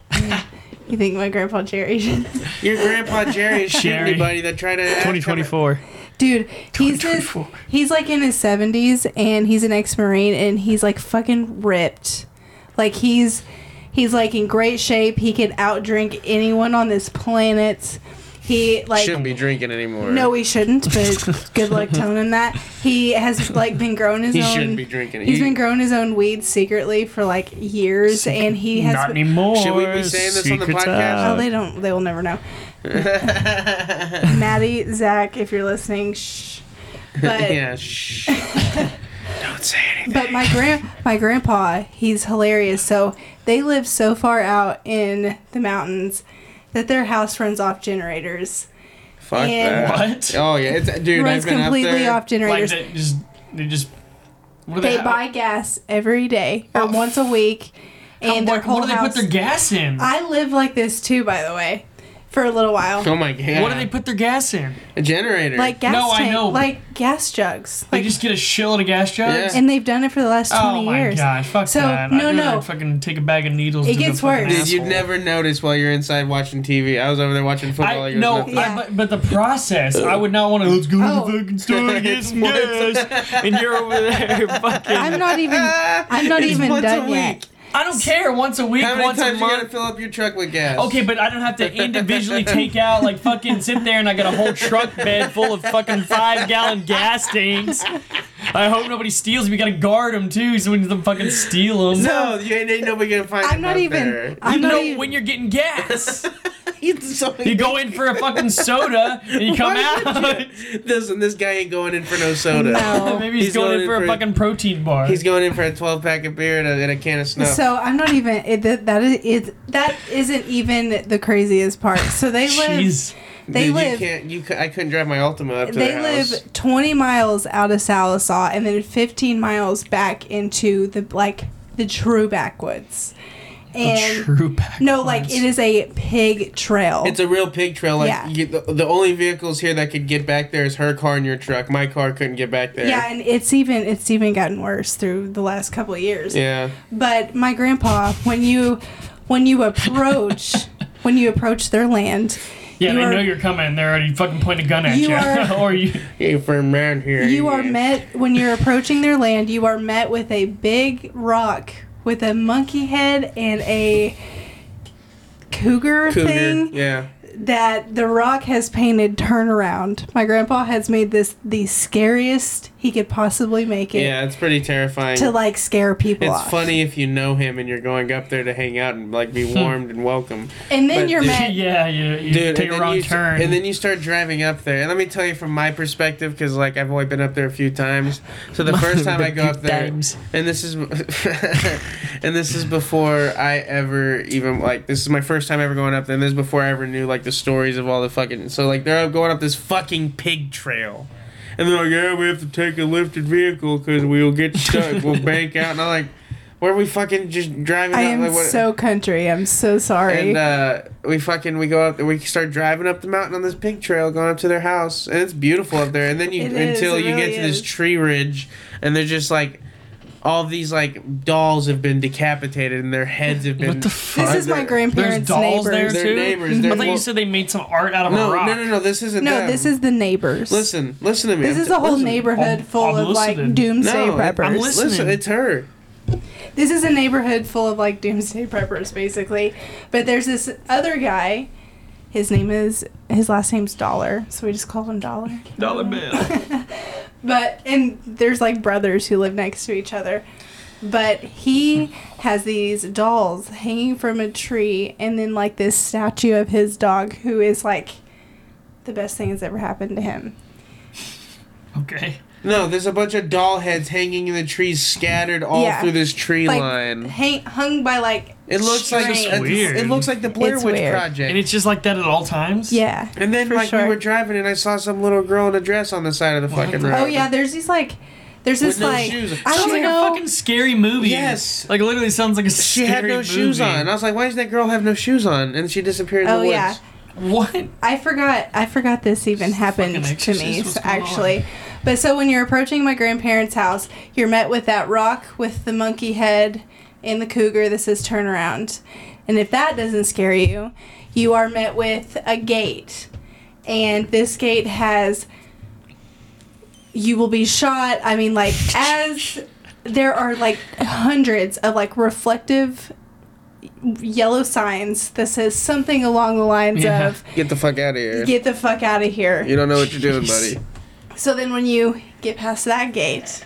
[SPEAKER 3] you think my grandpa Jerry, should-
[SPEAKER 1] Your grandpa Jerry is shooting
[SPEAKER 2] Jerry.
[SPEAKER 1] anybody that tried to ask him-
[SPEAKER 2] 2024.
[SPEAKER 3] dude, he's this,
[SPEAKER 2] 2024.
[SPEAKER 3] he's like in his seventies, and he's an ex-marine, and he's like fucking ripped, like he's he's like in great shape. He could outdrink anyone on this planet. He like
[SPEAKER 1] shouldn't be drinking anymore.
[SPEAKER 3] No, he shouldn't. But good luck telling him that. He has like been growing his
[SPEAKER 1] he
[SPEAKER 3] own.
[SPEAKER 1] shouldn't be drinking.
[SPEAKER 3] He's
[SPEAKER 1] He-
[SPEAKER 3] been growing his own weed secretly for like years, and he has.
[SPEAKER 2] Not
[SPEAKER 3] been-
[SPEAKER 2] anymore.
[SPEAKER 1] Should we be saying this on the
[SPEAKER 2] Secrets
[SPEAKER 1] podcast?
[SPEAKER 3] Oh,
[SPEAKER 2] out.
[SPEAKER 3] they don't. They will never know. Maddie, Zach, if you're listening, shh. But
[SPEAKER 1] yeah, shh. Don't say anything.
[SPEAKER 3] but my grand my grandpa, he's hilarious. So they live so far out in the mountains that their house runs off generators.
[SPEAKER 1] Fuck
[SPEAKER 3] And-
[SPEAKER 1] that.
[SPEAKER 2] What?
[SPEAKER 1] Oh yeah, it's, dude,
[SPEAKER 3] runs
[SPEAKER 1] I've been up
[SPEAKER 3] completely
[SPEAKER 1] there.
[SPEAKER 3] off
[SPEAKER 2] Like
[SPEAKER 3] generators.
[SPEAKER 2] they just they just what do
[SPEAKER 3] they
[SPEAKER 2] ha-
[SPEAKER 3] buy gas every day or
[SPEAKER 2] Oh,
[SPEAKER 3] once a week,
[SPEAKER 2] how-
[SPEAKER 3] and their
[SPEAKER 2] what,
[SPEAKER 3] whole
[SPEAKER 2] what do they
[SPEAKER 3] house.
[SPEAKER 2] put their gas in?
[SPEAKER 3] I lived like this too, by the way, for a little while.
[SPEAKER 1] Oh my god.
[SPEAKER 2] What do they put their gas in?
[SPEAKER 1] A generator.
[SPEAKER 3] Like gas
[SPEAKER 2] No, I
[SPEAKER 3] tank,
[SPEAKER 2] know, but-
[SPEAKER 3] like gas jugs,
[SPEAKER 2] They
[SPEAKER 3] like,
[SPEAKER 2] just get a shitload of gas jugs.
[SPEAKER 1] Yeah.
[SPEAKER 3] and they've done it for the last
[SPEAKER 2] Oh
[SPEAKER 3] twenty
[SPEAKER 2] my
[SPEAKER 3] years.
[SPEAKER 2] god! Fuck
[SPEAKER 3] So,
[SPEAKER 2] that!
[SPEAKER 3] no,
[SPEAKER 2] I'd
[SPEAKER 3] no.
[SPEAKER 2] rather Fucking take a bag of needles.
[SPEAKER 3] It
[SPEAKER 2] to
[SPEAKER 3] gets
[SPEAKER 2] the fucking
[SPEAKER 3] worse.
[SPEAKER 1] Dude,
[SPEAKER 2] asshole.
[SPEAKER 1] you'd never notice while you're inside watching TV. I was over there watching football.
[SPEAKER 2] I
[SPEAKER 1] you're
[SPEAKER 2] no,
[SPEAKER 1] nothing.
[SPEAKER 3] Yeah.
[SPEAKER 2] I, but, but the process. I would not want to. Let's go
[SPEAKER 3] Oh.
[SPEAKER 2] to the fucking store to get some gas, and you're over there fucking.
[SPEAKER 3] I'm not even. I'm not
[SPEAKER 1] It's
[SPEAKER 3] even
[SPEAKER 1] once a
[SPEAKER 3] done yet.
[SPEAKER 2] I don't care. Once a week,
[SPEAKER 1] Ah! How many
[SPEAKER 2] once a
[SPEAKER 1] times you gotta
[SPEAKER 2] month.
[SPEAKER 1] fill up your truck with gas?
[SPEAKER 2] Okay, but I don't have to individually take out like fucking sit there and I got a whole truck bed full of fucking five gallon gas tanks. I hope nobody steals. We gotta guard them too, so we need to fucking steal them.
[SPEAKER 1] No, you ain't, ain't nobody gonna find.
[SPEAKER 3] I'm
[SPEAKER 1] it
[SPEAKER 3] not
[SPEAKER 1] out
[SPEAKER 3] even.
[SPEAKER 1] There.
[SPEAKER 3] I'm
[SPEAKER 2] you
[SPEAKER 3] not
[SPEAKER 2] know
[SPEAKER 3] even.
[SPEAKER 2] when you're getting gas.
[SPEAKER 1] It's so-
[SPEAKER 2] You go in for a fucking soda and you come
[SPEAKER 1] Why would
[SPEAKER 2] out.
[SPEAKER 1] you- Listen, this guy ain't going in for no soda.
[SPEAKER 3] No.
[SPEAKER 2] Maybe he's,
[SPEAKER 1] He's
[SPEAKER 2] going, in for a fucking protein bar.
[SPEAKER 1] He's going in for a 12 pack of beer and a, and a can of snuff.
[SPEAKER 3] So I'm not even. It, that, that is. It, that isn't even the craziest part. So they live.
[SPEAKER 2] Jeez.
[SPEAKER 3] They
[SPEAKER 1] Dude, You
[SPEAKER 3] live.
[SPEAKER 1] can't, you, cou- I couldn't drive my Ultima up to
[SPEAKER 3] They
[SPEAKER 1] their
[SPEAKER 3] live
[SPEAKER 1] house.
[SPEAKER 3] 20 miles out of Salisaw and then 15 miles back into the like the true backwoods. And
[SPEAKER 2] True backwards.
[SPEAKER 3] no, like it is a pig trail.
[SPEAKER 1] It's a real pig trail. Like
[SPEAKER 3] Yeah.
[SPEAKER 1] you, the, the only vehicles here that could get back there is her car and your truck. My car couldn't get back there.
[SPEAKER 3] yeah, and it's even it's even gotten worse through the last couple of years.
[SPEAKER 1] Yeah.
[SPEAKER 3] But my grandpa, when you when you approach when you approach their land,
[SPEAKER 2] Yeah,
[SPEAKER 3] you
[SPEAKER 2] they
[SPEAKER 3] are-
[SPEAKER 2] know you're coming. They're already fucking pointing a gun at
[SPEAKER 3] You
[SPEAKER 2] you.
[SPEAKER 3] are-
[SPEAKER 2] or you.
[SPEAKER 1] Hey, from around here.
[SPEAKER 3] You are
[SPEAKER 1] yeah.
[SPEAKER 3] met when you're approaching their land. You are met with a big rock with a monkey head and a cougar,
[SPEAKER 1] Cougar.
[SPEAKER 3] thing
[SPEAKER 1] Yeah.
[SPEAKER 3] that the rock has painted turnaround. My grandpa has made this the scariest he could possibly make it
[SPEAKER 1] Yeah, it's pretty terrifying.
[SPEAKER 3] to like scare people
[SPEAKER 1] it's
[SPEAKER 3] off.
[SPEAKER 1] funny if you know him and you're going up there to hang out and like be
[SPEAKER 2] Hmm.
[SPEAKER 1] warmed and welcome.
[SPEAKER 3] And then
[SPEAKER 1] but
[SPEAKER 3] you're
[SPEAKER 1] dude-
[SPEAKER 3] met.
[SPEAKER 2] yeah, you, you take
[SPEAKER 1] and
[SPEAKER 2] a
[SPEAKER 1] then
[SPEAKER 2] wrong
[SPEAKER 1] you,
[SPEAKER 2] turn.
[SPEAKER 1] And then you start driving up there. And let me tell you from my perspective, because like I've only been up there a few times. So the first time I go up there,
[SPEAKER 2] Times.
[SPEAKER 1] and this is, and this is before I ever even like this is my first time ever going up there. And this is before I ever knew like the stories of all the fucking. So like they're going up this fucking pig trail. And they're like, yeah, we have to take a lifted vehicle because we'll get stuck. we'll bank out. And I'm like, where are we fucking just driving?
[SPEAKER 3] I
[SPEAKER 1] up?
[SPEAKER 3] am
[SPEAKER 1] like, what-
[SPEAKER 3] so country. I'm so sorry.
[SPEAKER 1] and uh, we fucking we go up we start driving up the mountain on this pig trail going up to their house and it's beautiful up there and then you
[SPEAKER 3] It is,
[SPEAKER 1] until
[SPEAKER 3] it
[SPEAKER 1] you get
[SPEAKER 3] really
[SPEAKER 1] to
[SPEAKER 3] is.
[SPEAKER 1] this tree ridge and they're just like all these like dolls have been decapitated and their heads have been
[SPEAKER 2] What the fuck?
[SPEAKER 3] this is my grandparents'
[SPEAKER 2] dolls there?
[SPEAKER 3] neighbors.
[SPEAKER 1] their
[SPEAKER 2] too?
[SPEAKER 1] neighbors
[SPEAKER 2] I
[SPEAKER 1] they're,
[SPEAKER 2] thought you
[SPEAKER 1] well-
[SPEAKER 2] said they made some art out of a
[SPEAKER 1] no
[SPEAKER 2] rock.
[SPEAKER 1] no no no this isn't
[SPEAKER 3] No,
[SPEAKER 1] them.
[SPEAKER 3] this is the neighbors.
[SPEAKER 1] listen listen to me
[SPEAKER 3] This
[SPEAKER 1] I'm
[SPEAKER 3] is
[SPEAKER 1] t-
[SPEAKER 3] a whole
[SPEAKER 1] listen.
[SPEAKER 3] neighborhood
[SPEAKER 2] I'm-
[SPEAKER 3] full
[SPEAKER 2] I'm
[SPEAKER 3] of like
[SPEAKER 2] listening.
[SPEAKER 3] doomsday
[SPEAKER 1] no,
[SPEAKER 3] preppers.
[SPEAKER 1] I'm
[SPEAKER 2] listening.
[SPEAKER 1] Listen, it's her.
[SPEAKER 3] this is a neighborhood full of like doomsday preppers basically. But there's this other guy. His name is his last name's Dollar, so we just call him Dollar.
[SPEAKER 2] Dollar bill.
[SPEAKER 3] But and there's like brothers who live next to each other. But he has these dolls hanging from a tree and then like this statue of his dog who is like the best thing that's ever happened to him.
[SPEAKER 2] Okay.
[SPEAKER 1] No, there's a bunch of doll heads hanging in the trees, scattered all
[SPEAKER 3] Yeah.
[SPEAKER 1] through this tree
[SPEAKER 3] Like
[SPEAKER 1] line.
[SPEAKER 3] hang, hung by like
[SPEAKER 1] It looks like
[SPEAKER 3] Strange.
[SPEAKER 1] it's-
[SPEAKER 2] Weird.
[SPEAKER 1] it looks like the Blair
[SPEAKER 3] It's
[SPEAKER 1] Witch
[SPEAKER 3] weird.
[SPEAKER 1] Project.
[SPEAKER 2] And it's just like that at all times?
[SPEAKER 3] yeah.
[SPEAKER 1] And then
[SPEAKER 3] For
[SPEAKER 1] like
[SPEAKER 3] sure.
[SPEAKER 1] we were driving and I saw some little girl in a dress on the side of the
[SPEAKER 2] What
[SPEAKER 1] fucking
[SPEAKER 2] the-
[SPEAKER 1] road.
[SPEAKER 3] Oh yeah, Oh, there's these like There's
[SPEAKER 1] With
[SPEAKER 3] this
[SPEAKER 1] no
[SPEAKER 3] like
[SPEAKER 1] shoes.
[SPEAKER 3] I
[SPEAKER 2] Sounds
[SPEAKER 3] don't
[SPEAKER 2] like
[SPEAKER 3] know.
[SPEAKER 2] a fucking scary movie.
[SPEAKER 1] Yes.
[SPEAKER 2] Like literally sounds like a
[SPEAKER 1] She
[SPEAKER 2] scary
[SPEAKER 1] had no
[SPEAKER 2] movie.
[SPEAKER 1] shoes on. And I was like, why does that girl have no shoes on? And she disappeared in the
[SPEAKER 3] oh
[SPEAKER 1] woods.
[SPEAKER 3] yeah,
[SPEAKER 2] What?
[SPEAKER 3] I forgot. I forgot this even happened
[SPEAKER 2] fucking
[SPEAKER 3] to me
[SPEAKER 2] Exorcist, what's going
[SPEAKER 3] actually. But so when you're approaching my grandparents' house, you're met with that rock with the monkey head and the cougar that says turn around. And if that doesn't scare you, you are met with a gate. And this gate has you will be shot. I mean like as there are like hundreds of like reflective yellow signs that says something along the lines
[SPEAKER 2] Yeah.
[SPEAKER 3] of
[SPEAKER 1] Get the fuck out of here.
[SPEAKER 3] Get the fuck out of here.
[SPEAKER 1] you don't know what you're doing,
[SPEAKER 2] Jeez.
[SPEAKER 1] buddy.
[SPEAKER 3] So then when you get past that gate,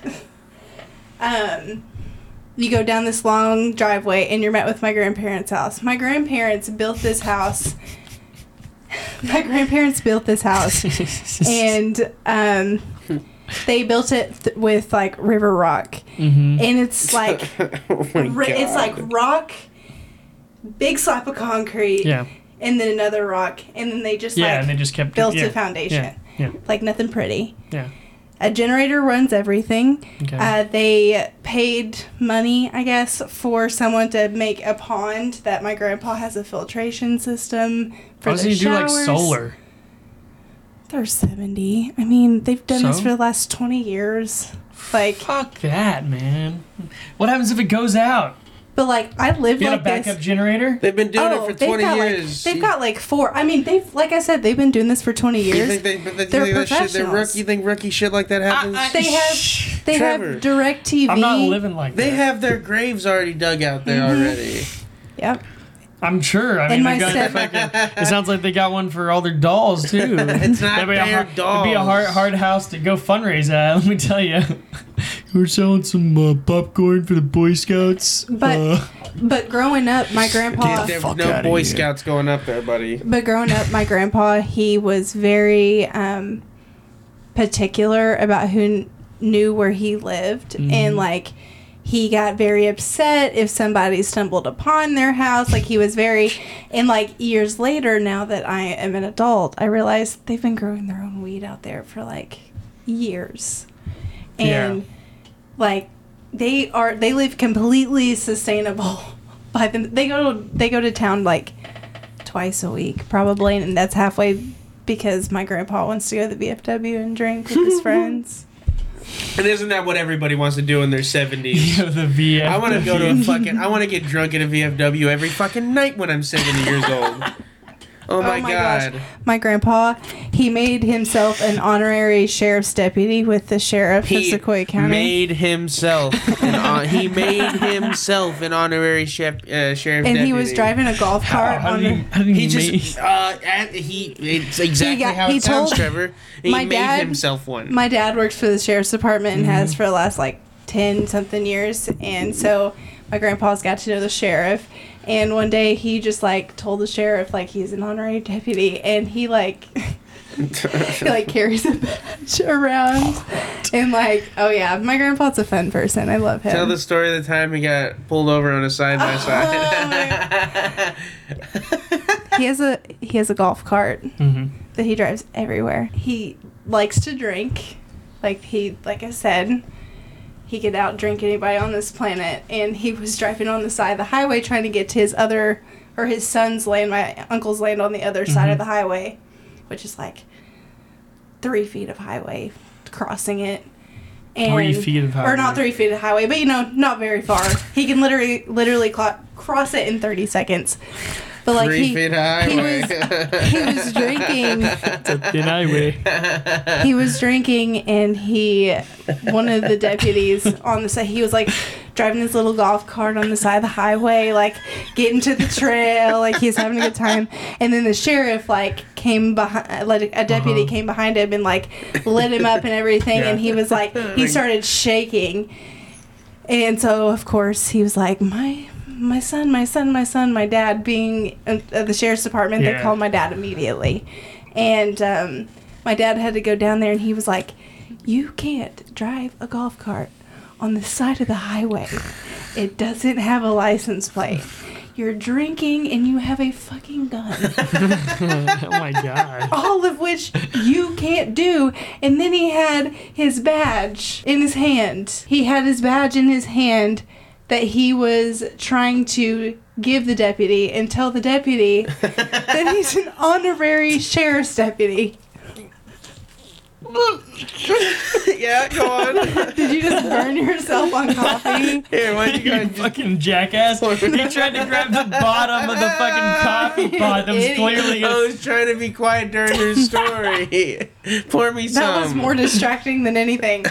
[SPEAKER 3] um, you go down this long driveway and you're met with my grandparents' house. My grandparents built this house. my grandparents built this house and um, they built it th- with like river rock.
[SPEAKER 2] hmm
[SPEAKER 3] And it's like
[SPEAKER 1] oh my
[SPEAKER 3] ri- it's like
[SPEAKER 1] God.
[SPEAKER 3] rock, big slap of concrete,
[SPEAKER 2] Yeah.
[SPEAKER 3] and then another rock, and then they just
[SPEAKER 2] Yeah,
[SPEAKER 3] like
[SPEAKER 2] and they just kept
[SPEAKER 3] built
[SPEAKER 2] yeah,
[SPEAKER 3] a foundation.
[SPEAKER 2] Yeah. Yeah.
[SPEAKER 3] Like nothing pretty.
[SPEAKER 2] Yeah.
[SPEAKER 3] A generator runs everything.
[SPEAKER 2] Okay.
[SPEAKER 3] Uh, they paid money, I guess, for someone to make a pond that my grandpa has a filtration system for
[SPEAKER 2] Why doesn't
[SPEAKER 3] the
[SPEAKER 2] he do like
[SPEAKER 3] showers.
[SPEAKER 2] solar?
[SPEAKER 3] They're seventy. I mean, they've done this
[SPEAKER 2] So?
[SPEAKER 3] for the last twenty years. Like,
[SPEAKER 2] Fuck that, man. What happens if it goes out?
[SPEAKER 3] but like I lived
[SPEAKER 2] You got
[SPEAKER 3] like
[SPEAKER 2] a backup
[SPEAKER 3] this.
[SPEAKER 2] generator?
[SPEAKER 1] They've been doing it for 20
[SPEAKER 3] Oh, got
[SPEAKER 1] years.
[SPEAKER 3] like they've got like four. I mean, they've like I said, they've been doing this for twenty
[SPEAKER 1] you
[SPEAKER 3] years.
[SPEAKER 1] think they, but they, you
[SPEAKER 3] They're
[SPEAKER 1] think that shit, they're
[SPEAKER 3] professionals.
[SPEAKER 1] rookie, you think rookie shit like that happens?
[SPEAKER 2] I- I-
[SPEAKER 3] they
[SPEAKER 2] Shh.
[SPEAKER 3] have they
[SPEAKER 1] Trevor.
[SPEAKER 3] have direct TV.
[SPEAKER 2] I'm not living like
[SPEAKER 1] they
[SPEAKER 2] that.
[SPEAKER 1] have their graves already dug out there
[SPEAKER 3] Mm-hmm.
[SPEAKER 1] already.
[SPEAKER 3] Yep.
[SPEAKER 2] I'm sure. I
[SPEAKER 3] In
[SPEAKER 2] mean,
[SPEAKER 3] my
[SPEAKER 2] they got
[SPEAKER 3] set-
[SPEAKER 2] fucking, it sounds like they got one for all their dolls too.
[SPEAKER 1] It's not
[SPEAKER 2] That'd be
[SPEAKER 1] their
[SPEAKER 2] a hard, It'd be a
[SPEAKER 1] dolls.
[SPEAKER 2] hard, hard house to go fundraise at. Let me tell you. We're selling some uh, popcorn for the Boy Scouts.
[SPEAKER 3] But-
[SPEAKER 2] Uh,
[SPEAKER 3] But growing up, my grandpa.
[SPEAKER 1] Dude, there
[SPEAKER 2] fuck
[SPEAKER 1] no
[SPEAKER 2] outta
[SPEAKER 1] Boy
[SPEAKER 2] here.
[SPEAKER 1] Scouts going up there, buddy.
[SPEAKER 3] But growing up, my grandpa he was very um, particular about who kn- knew where he lived, and like he got very upset if somebody stumbled upon their house. Like he was very, and like years later, now that I am an adult, I realize they've been growing their own weed out there for like years, and
[SPEAKER 2] Yeah.
[SPEAKER 3] like they are they live completely sustainable by them. They go they go to town like twice a week probably and that's halfway because my grandpa wants to go to the BFW and drink with his friends.
[SPEAKER 1] And isn't that what everybody wants to do in their 70s?
[SPEAKER 2] you know, the VF.
[SPEAKER 1] I want to go to a fucking. I want to get drunk at a VFW every fucking night when I'm 70 years old. Oh my, god!
[SPEAKER 3] My grandpa, he made himself an honorary sheriff's deputy with the sheriff of
[SPEAKER 1] He
[SPEAKER 3] Sequoia County.
[SPEAKER 1] made himself. An hon- he made himself an honorary chef, uh, sheriff.
[SPEAKER 3] and he was
[SPEAKER 1] deputy.
[SPEAKER 3] driving a golf
[SPEAKER 2] How,
[SPEAKER 3] cart
[SPEAKER 2] how
[SPEAKER 3] on
[SPEAKER 2] do you,
[SPEAKER 3] the,
[SPEAKER 2] how do you
[SPEAKER 1] He
[SPEAKER 2] make-
[SPEAKER 1] just uh, at- he. It's exactly
[SPEAKER 3] got-
[SPEAKER 1] how
[SPEAKER 3] he
[SPEAKER 1] it sounds,
[SPEAKER 3] told-
[SPEAKER 1] Trevor. He
[SPEAKER 3] my
[SPEAKER 1] made
[SPEAKER 3] dad-
[SPEAKER 1] himself one.
[SPEAKER 3] My dad works for the sheriff's department and has for the last like 10 something years. And so my grandpa's got to know the sheriff. And one day he just like told the sheriff like he's an honorary deputy and he like he like carries a badge around and like oh yeah my grandpa's a fun person I love him
[SPEAKER 1] Tell the story of the time he got pulled over on a side by side.
[SPEAKER 3] Oh, he has a he has a golf cart
[SPEAKER 2] Mhm.
[SPEAKER 3] that he drives everywhere. He likes to drink. Like he like I said, he could out drink anybody on this planet and he was driving on the side of the highway trying to get to his other or his son's land, my uncle's land on the other side of
[SPEAKER 2] Mm-hmm.
[SPEAKER 3] the highway, which is like three feet of highway crossing it. And,
[SPEAKER 2] Three feet of
[SPEAKER 3] Or
[SPEAKER 2] highway.
[SPEAKER 3] not three feet of highway, but you know, not very far. he can literally literally clo- cross it in thirty seconds. But like
[SPEAKER 1] Three
[SPEAKER 3] he,
[SPEAKER 1] feet highway.
[SPEAKER 3] he was drinking.
[SPEAKER 2] Then I will.
[SPEAKER 3] He was drinking, and he, one of the deputies on the side, he was like driving his little golf cart on the side of the highway, like getting to the trail, like he's having a good time. And then the sheriff like came behind, like a deputy
[SPEAKER 2] Uh-huh.
[SPEAKER 3] came behind him and like lit him up and everything,
[SPEAKER 2] Yeah.
[SPEAKER 3] and he was like he started shaking. And so, of course, he was like, "My, my son, my son, my son, my dad." Being at the sheriff's department,
[SPEAKER 2] Yeah.
[SPEAKER 3] they called my dad immediately, and um, my dad had to go down there, and he was like, "You can't drive a golf cart on the side of the highway. It doesn't have a license plate. you're drinking, and you have a fucking gun.
[SPEAKER 2] oh my god.
[SPEAKER 3] All of which you can't do. And then he had his badge in his hand. He had his badge in his hand that he was trying to give the deputy and tell the deputy that he's an honorary sheriff's deputy.
[SPEAKER 1] yeah, go on.
[SPEAKER 3] Did you just burn yourself on coffee?
[SPEAKER 1] Here, why don't you
[SPEAKER 2] You
[SPEAKER 1] guys just
[SPEAKER 2] fucking jackass. He tried to grab the bottom of the fucking coffee pot that was
[SPEAKER 3] Idiot.
[SPEAKER 2] clearly
[SPEAKER 1] I
[SPEAKER 2] a
[SPEAKER 1] was trying to be quiet during your story. Pour me some.
[SPEAKER 3] That was more distracting than anything.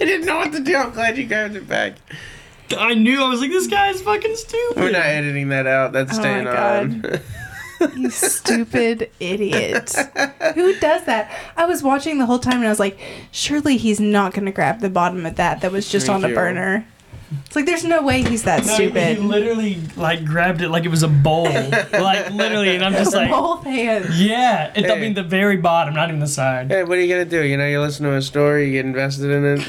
[SPEAKER 1] I didn't know what to do. I'm glad you grabbed it back.
[SPEAKER 2] I knew. I was like, this guy's fucking stupid.
[SPEAKER 1] We're not editing that out. That's
[SPEAKER 3] Oh my
[SPEAKER 1] staying on.
[SPEAKER 3] You stupid idiot. Who does that? I was watching the whole time and I was like, surely he's not going to grab the bottom of that that was just
[SPEAKER 1] Me
[SPEAKER 3] on a
[SPEAKER 1] too.
[SPEAKER 3] burner. It's like, there's no way he's that
[SPEAKER 2] No, He
[SPEAKER 3] stupid.
[SPEAKER 2] literally like grabbed it like it was a bowl, like literally, and I'm just like,
[SPEAKER 3] Both hands.
[SPEAKER 2] yeah. It, I
[SPEAKER 1] Hey.
[SPEAKER 2] mean, the very bottom, not even the side.
[SPEAKER 1] Hey, what are you gonna do? You know, you listen to a story, you get invested in it,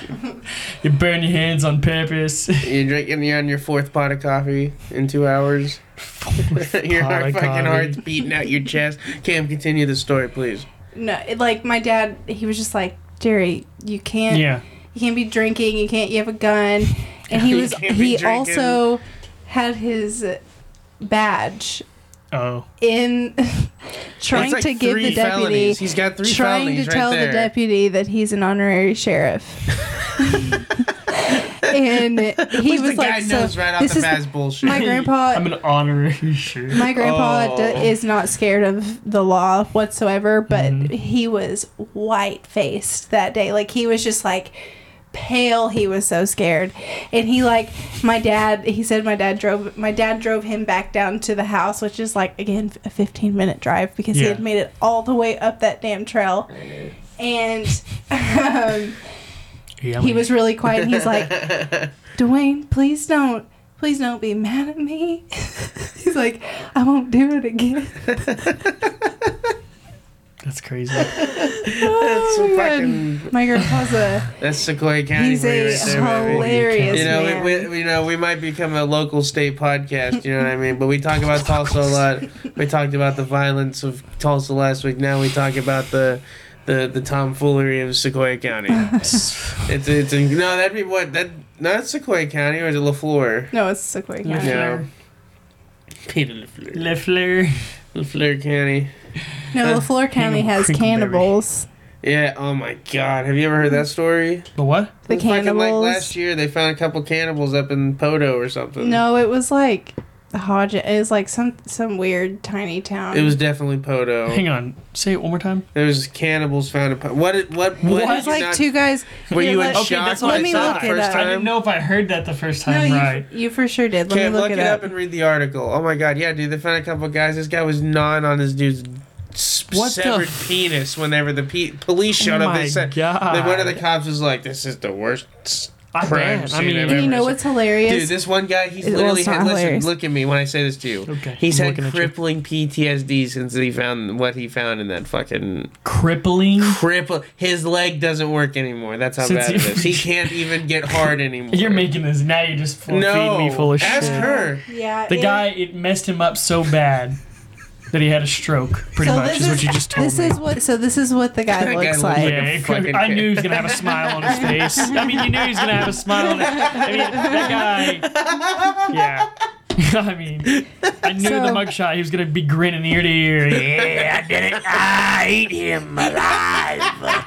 [SPEAKER 2] You burn your hands on purpose.
[SPEAKER 1] you drink and you're on your fourth pot of coffee in two hours. your
[SPEAKER 2] pot
[SPEAKER 1] heart, fucking
[SPEAKER 2] of coffee.
[SPEAKER 1] heart's beating out your chest. Cam, continue the story, please.
[SPEAKER 3] No, it, like my dad, he was just like, Jerry, you can't,
[SPEAKER 2] yeah.
[SPEAKER 3] you can't be drinking. You can't. You have a gun. And he
[SPEAKER 1] You
[SPEAKER 3] was.
[SPEAKER 1] can't be
[SPEAKER 3] He
[SPEAKER 1] drinking.
[SPEAKER 3] also had his badge
[SPEAKER 2] Oh.
[SPEAKER 3] in trying
[SPEAKER 1] It's like
[SPEAKER 3] to give
[SPEAKER 1] three
[SPEAKER 3] the deputy
[SPEAKER 1] felonies. He's got three
[SPEAKER 3] trying to
[SPEAKER 1] felonies right
[SPEAKER 3] tell
[SPEAKER 1] there.
[SPEAKER 3] the deputy that he's an honorary sheriff. and he
[SPEAKER 1] Which
[SPEAKER 3] was
[SPEAKER 1] the
[SPEAKER 3] like,
[SPEAKER 1] guy
[SPEAKER 3] so
[SPEAKER 1] knows right off
[SPEAKER 3] this
[SPEAKER 1] the
[SPEAKER 3] is
[SPEAKER 1] bat is bullshit.
[SPEAKER 3] my grandpa-
[SPEAKER 2] I'm an honorary shirt.
[SPEAKER 3] my grandpa d-
[SPEAKER 1] Oh.
[SPEAKER 3] is not scared of the law whatsoever, but
[SPEAKER 2] Mhm.
[SPEAKER 3] he was white faced that day. Like he was just like pale. He was so scared, and he like my dad. He said my dad drove my dad drove him back down to the house, which is like again a fifteen minute drive because he
[SPEAKER 2] Yeah.
[SPEAKER 3] had made it all the way up that damn trail, and. Um,
[SPEAKER 2] Yeah,
[SPEAKER 3] he was really quiet and he's like dwayne please don't please don't be mad at me he's like i won't do it again
[SPEAKER 2] That's crazy.
[SPEAKER 1] that's
[SPEAKER 3] Oh,
[SPEAKER 1] so
[SPEAKER 3] my God.
[SPEAKER 1] fucking.
[SPEAKER 3] my grandpa's a
[SPEAKER 1] That's Sequoia County.
[SPEAKER 3] he's
[SPEAKER 1] for you
[SPEAKER 3] a
[SPEAKER 1] right there, baby.
[SPEAKER 3] hilarious
[SPEAKER 1] You know,
[SPEAKER 3] man
[SPEAKER 1] we, we, you know, we might become a local state podcast. You know what I mean? But we talk about Tulsa a lot. We talked about the violence of Tulsa last week. Now we talk about the the, the tomfoolery of Sequoia County. It's it's no, that'd be what that not Sequoia County or is it Lafleur?
[SPEAKER 3] no it's so quick
[SPEAKER 1] Yeah.
[SPEAKER 3] yeah.
[SPEAKER 1] Peter Lafleur.
[SPEAKER 2] Lefler.
[SPEAKER 1] Lafleur County.
[SPEAKER 3] no lafleur county has
[SPEAKER 2] Crinkleberry.
[SPEAKER 3] cannibals
[SPEAKER 1] Yeah. Oh my God. Have you ever heard that story?
[SPEAKER 2] But what?
[SPEAKER 3] the
[SPEAKER 1] Fucking,
[SPEAKER 3] cannibals
[SPEAKER 1] Like last year, they found a couple cannibals up in Poto or something.
[SPEAKER 3] no it was like hodge it was like some some weird tiny town
[SPEAKER 1] It was definitely Poto.
[SPEAKER 2] Hang on. Say it one more time.
[SPEAKER 1] There's cannibals found in. Po- What? did- What? What?
[SPEAKER 3] it
[SPEAKER 1] did
[SPEAKER 3] was
[SPEAKER 1] you
[SPEAKER 3] like
[SPEAKER 1] not-
[SPEAKER 3] two guys
[SPEAKER 1] Were
[SPEAKER 3] Here,
[SPEAKER 1] you in
[SPEAKER 3] let-
[SPEAKER 2] Okay,
[SPEAKER 1] shock
[SPEAKER 2] that's
[SPEAKER 1] when
[SPEAKER 2] what
[SPEAKER 1] I
[SPEAKER 3] Let me
[SPEAKER 1] saw
[SPEAKER 3] look
[SPEAKER 1] it
[SPEAKER 3] it
[SPEAKER 1] first
[SPEAKER 3] up.
[SPEAKER 2] I
[SPEAKER 1] time?
[SPEAKER 2] didn't know if I heard that the first
[SPEAKER 3] no
[SPEAKER 2] time
[SPEAKER 3] you,
[SPEAKER 2] right.
[SPEAKER 3] you for sure did let
[SPEAKER 1] Can't
[SPEAKER 3] me look, it up,
[SPEAKER 1] and read the article. Oh my god, yeah, dude, they found a couple guys. This guy was gnawing on this dude's s-
[SPEAKER 2] What the
[SPEAKER 1] severed
[SPEAKER 2] f-
[SPEAKER 1] penis whenever the pe- police showed
[SPEAKER 2] Oh
[SPEAKER 1] up. They
[SPEAKER 2] my
[SPEAKER 1] said,
[SPEAKER 2] God.
[SPEAKER 1] They, one of the cops was like, "This is the worst s-
[SPEAKER 2] I
[SPEAKER 1] crime
[SPEAKER 2] bet. I
[SPEAKER 1] scene
[SPEAKER 2] mean-
[SPEAKER 1] I've
[SPEAKER 2] And
[SPEAKER 3] And
[SPEAKER 1] ever
[SPEAKER 3] you know
[SPEAKER 1] seen."
[SPEAKER 3] what's hilarious?
[SPEAKER 1] Dude, this one guy, he's
[SPEAKER 3] It- well,
[SPEAKER 1] literally
[SPEAKER 3] it's not
[SPEAKER 1] had, listen,
[SPEAKER 3] hilarious.
[SPEAKER 1] look at me when I say this to you.
[SPEAKER 2] Okay,
[SPEAKER 1] He's
[SPEAKER 2] I'm
[SPEAKER 1] had
[SPEAKER 2] looking at you.
[SPEAKER 1] crippling PTSD since he found what he found in that fucking
[SPEAKER 2] Crippling.
[SPEAKER 1] cripple. His leg doesn't work anymore. That's how
[SPEAKER 2] Since
[SPEAKER 1] bad it
[SPEAKER 2] he-
[SPEAKER 1] is. He can't even get hard anymore.
[SPEAKER 2] You're making this now. You're just full,
[SPEAKER 1] no.
[SPEAKER 2] feeding me full of
[SPEAKER 1] ask
[SPEAKER 2] shit.
[SPEAKER 1] her.
[SPEAKER 3] yeah.
[SPEAKER 2] The
[SPEAKER 3] it-
[SPEAKER 2] guy, it messed him up so bad that he had a stroke. Pretty
[SPEAKER 3] So
[SPEAKER 2] much
[SPEAKER 3] this
[SPEAKER 2] is, what
[SPEAKER 3] is-
[SPEAKER 2] you just told
[SPEAKER 3] This
[SPEAKER 2] me.
[SPEAKER 3] is what. So this is what the guy
[SPEAKER 1] That guy
[SPEAKER 3] looks
[SPEAKER 1] looks
[SPEAKER 3] like.
[SPEAKER 1] like-
[SPEAKER 2] yeah,
[SPEAKER 1] a
[SPEAKER 2] it
[SPEAKER 1] fucking
[SPEAKER 2] could- I
[SPEAKER 1] kid.
[SPEAKER 2] knew he was gonna have a smile on his face. I mean, you knew he was gonna have a smile. On his, I mean, that guy. Yeah. I mean, I knew
[SPEAKER 3] So-
[SPEAKER 2] the mugshot. He was gonna be grinning ear to ear. Yeah, I did it. I ate him alive.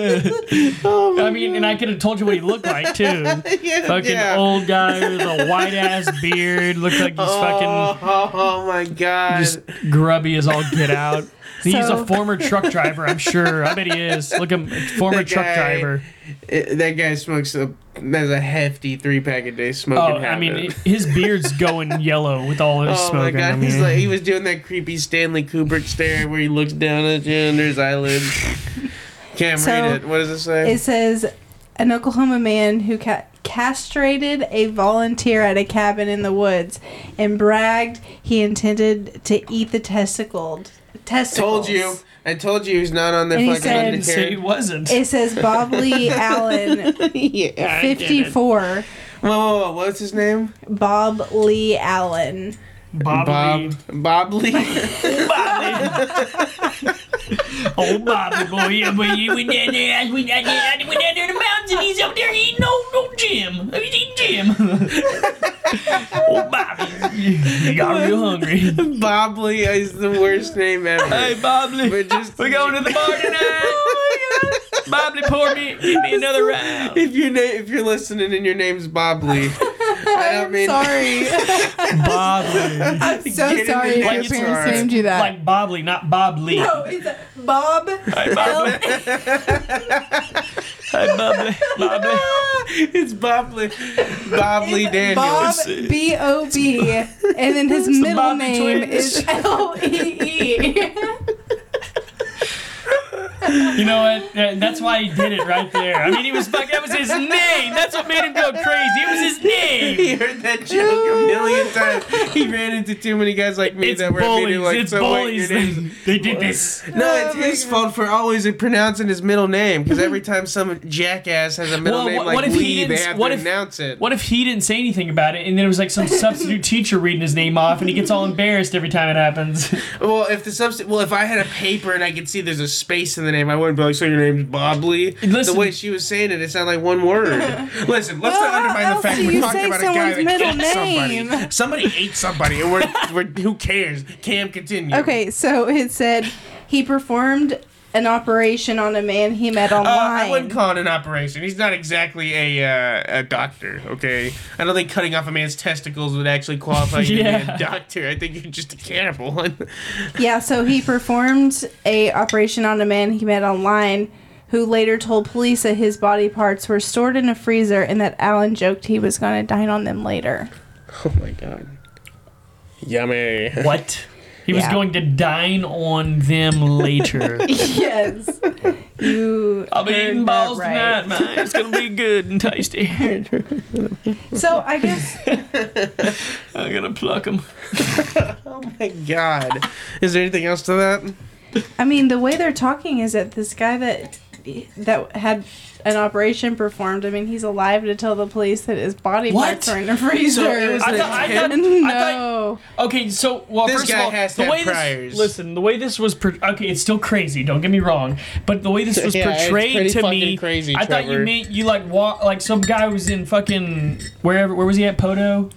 [SPEAKER 2] I mean, and I could have told you what he looked like too.
[SPEAKER 1] Oh, Yeah,
[SPEAKER 2] Fucking
[SPEAKER 1] yeah.
[SPEAKER 2] old guy with a white ass beard. Looked like he's fucking.
[SPEAKER 1] Oh, oh, oh my god.
[SPEAKER 2] just grubby as all get out. He's
[SPEAKER 3] So-
[SPEAKER 2] a former truck driver, I'm sure. I bet he is. Look him, former
[SPEAKER 1] That
[SPEAKER 2] truck
[SPEAKER 1] guy-
[SPEAKER 2] driver.
[SPEAKER 1] It- that guy smokes a that's a hefty three pack a day
[SPEAKER 2] Oh,
[SPEAKER 1] smoking.
[SPEAKER 2] I mean,
[SPEAKER 1] habit.
[SPEAKER 2] his beard's going yellow with all his
[SPEAKER 1] Oh my
[SPEAKER 2] smoking. I
[SPEAKER 1] god,
[SPEAKER 2] mean,
[SPEAKER 1] he's like he was doing that creepy Stanley Kubrick stare where he looks down at you under his eyelids. Can't
[SPEAKER 3] So,
[SPEAKER 1] read it. What does it say?
[SPEAKER 3] It says, an Oklahoma man who ca- castrated a volunteer at a cabin in the woods, and bragged he intended to eat the testicle. Testicles.
[SPEAKER 1] Told you. I told you he's not on their
[SPEAKER 3] And he
[SPEAKER 1] fucking
[SPEAKER 3] said-
[SPEAKER 2] I didn't say he
[SPEAKER 1] undercarriage.
[SPEAKER 2] wasn't.
[SPEAKER 3] It says Bob Lee Allen,
[SPEAKER 1] yeah, I get it.
[SPEAKER 3] 54.
[SPEAKER 1] Whoa, whoa, whoa, what's his name?
[SPEAKER 3] Bob Lee Allen.
[SPEAKER 2] Bob, Lee.
[SPEAKER 1] Bob Lee.
[SPEAKER 2] Oh, Bobby boy, yeah, boy, you went down there, I went down there, I went down there in the mountains, and he's up there eating no, no Jim. He's eating Jim. oh, Bobby, you got real hungry.
[SPEAKER 1] Bob Lee is the worst name ever.
[SPEAKER 2] Hey, Bobbly,
[SPEAKER 1] We're just-
[SPEAKER 2] we're going to the bar tonight. Bobbly, pour me, give me another round.
[SPEAKER 1] If you na- if you're listening and your name's Bob Lee, I don't
[SPEAKER 3] I'm
[SPEAKER 1] mean
[SPEAKER 3] sorry.
[SPEAKER 2] Bobbly,
[SPEAKER 3] I'm so
[SPEAKER 1] Get in
[SPEAKER 3] sorry
[SPEAKER 1] the
[SPEAKER 3] if your
[SPEAKER 1] dance
[SPEAKER 3] parents
[SPEAKER 1] card.
[SPEAKER 3] named you that.
[SPEAKER 2] like Bobbly, not Bob Lee.
[SPEAKER 3] no, it's a Bob.
[SPEAKER 2] Hey, Bobbly, hey, Bobbly, Bobbly.
[SPEAKER 1] it's Bob Lee. Bob Lee Daniels.
[SPEAKER 3] Bob B O B, and then his
[SPEAKER 2] the
[SPEAKER 3] middle
[SPEAKER 2] Bobby
[SPEAKER 3] name
[SPEAKER 2] twins.
[SPEAKER 3] is L E E.
[SPEAKER 2] You know what? That- That's why he did it right there. I mean, he was fucking. That was his name. That's what made him go crazy. It was his name.
[SPEAKER 1] He heard that joke a million times. He ran into too many guys like me
[SPEAKER 2] It's
[SPEAKER 1] that were
[SPEAKER 2] bullies.
[SPEAKER 1] immediately like,
[SPEAKER 2] it's
[SPEAKER 1] so what,
[SPEAKER 2] bullies.
[SPEAKER 1] your
[SPEAKER 2] They,
[SPEAKER 1] name's-
[SPEAKER 2] they did this.
[SPEAKER 1] No, it's his fault for always pronouncing his middle name because every time some jackass has a middle
[SPEAKER 2] Well,
[SPEAKER 1] name
[SPEAKER 2] what-
[SPEAKER 1] like
[SPEAKER 2] what if he
[SPEAKER 1] Lee, they
[SPEAKER 2] didn't-
[SPEAKER 1] have
[SPEAKER 2] what
[SPEAKER 1] to
[SPEAKER 2] if-
[SPEAKER 1] announce it.
[SPEAKER 2] What if he didn't say anything about it, and then it was like some substitute teacher reading his name off, and he gets all embarrassed every time it happens?
[SPEAKER 1] Well, if the substitute, well, if I had a paper and I could see there's a space in the name, I wouldn't be like, "So your name's Bob Lee."
[SPEAKER 2] Listen-
[SPEAKER 1] the way she was saying it, it sounded like one word. Listen, let's
[SPEAKER 3] Well,
[SPEAKER 1] not undermine
[SPEAKER 3] how
[SPEAKER 1] the fact
[SPEAKER 3] else do
[SPEAKER 1] we're
[SPEAKER 3] you
[SPEAKER 1] talking
[SPEAKER 3] say
[SPEAKER 1] about a guy that
[SPEAKER 3] someone's
[SPEAKER 1] killed
[SPEAKER 3] middle
[SPEAKER 1] somebody.
[SPEAKER 3] name?
[SPEAKER 1] Somebody ate somebody, and we're, we're who cares? Cam, continue.
[SPEAKER 3] Okay, so it said he performed an operation on a man he met
[SPEAKER 2] Oh,
[SPEAKER 3] online.
[SPEAKER 1] Uh, I wouldn't call it an operation. He's not exactly a uh, a doctor, okay? I don't think cutting off a man's testicles would actually qualify you to be
[SPEAKER 2] Yeah.
[SPEAKER 1] a doctor. I think you're just a cannibal. Oh
[SPEAKER 3] yeah, so he performed a operation on a man he met online who later told police that his body parts were stored in a freezer and that Alan joked he was going to dine on them later.
[SPEAKER 1] oh my god. Yummy.
[SPEAKER 2] What? He was
[SPEAKER 3] Yeah.
[SPEAKER 2] going to dine on them later.
[SPEAKER 3] yes. You
[SPEAKER 2] I'll be
[SPEAKER 3] heard
[SPEAKER 2] eating
[SPEAKER 3] that
[SPEAKER 2] balls
[SPEAKER 3] right.
[SPEAKER 2] tonight, man. It's gonna be good and tasty.
[SPEAKER 3] So I guess
[SPEAKER 2] I'm gonna pluck them.
[SPEAKER 1] Oh my god. Is there anything else to that?
[SPEAKER 3] I mean the way they're talking is that this guy that that had an operation performed. I mean, he's alive to tell the police that his body
[SPEAKER 2] What?
[SPEAKER 3] parts are in a freezer.
[SPEAKER 1] was
[SPEAKER 2] I
[SPEAKER 1] an
[SPEAKER 2] thought- I thought-
[SPEAKER 3] no.
[SPEAKER 2] I thought- Okay, so well,
[SPEAKER 1] This
[SPEAKER 2] first of
[SPEAKER 1] guy
[SPEAKER 2] all,
[SPEAKER 1] has to
[SPEAKER 2] the
[SPEAKER 1] have
[SPEAKER 2] way
[SPEAKER 1] priors.
[SPEAKER 2] this listen, the way this was per- okay, it's still crazy. Don't get me wrong, but the way this was
[SPEAKER 1] Yeah, it's
[SPEAKER 2] portrayed
[SPEAKER 1] pretty
[SPEAKER 2] to
[SPEAKER 1] fucking
[SPEAKER 2] me,
[SPEAKER 1] crazy,
[SPEAKER 2] I thought you
[SPEAKER 1] Trevor.
[SPEAKER 2] meant you like walk like some guy was in fucking wherever. Where was he at? Poto,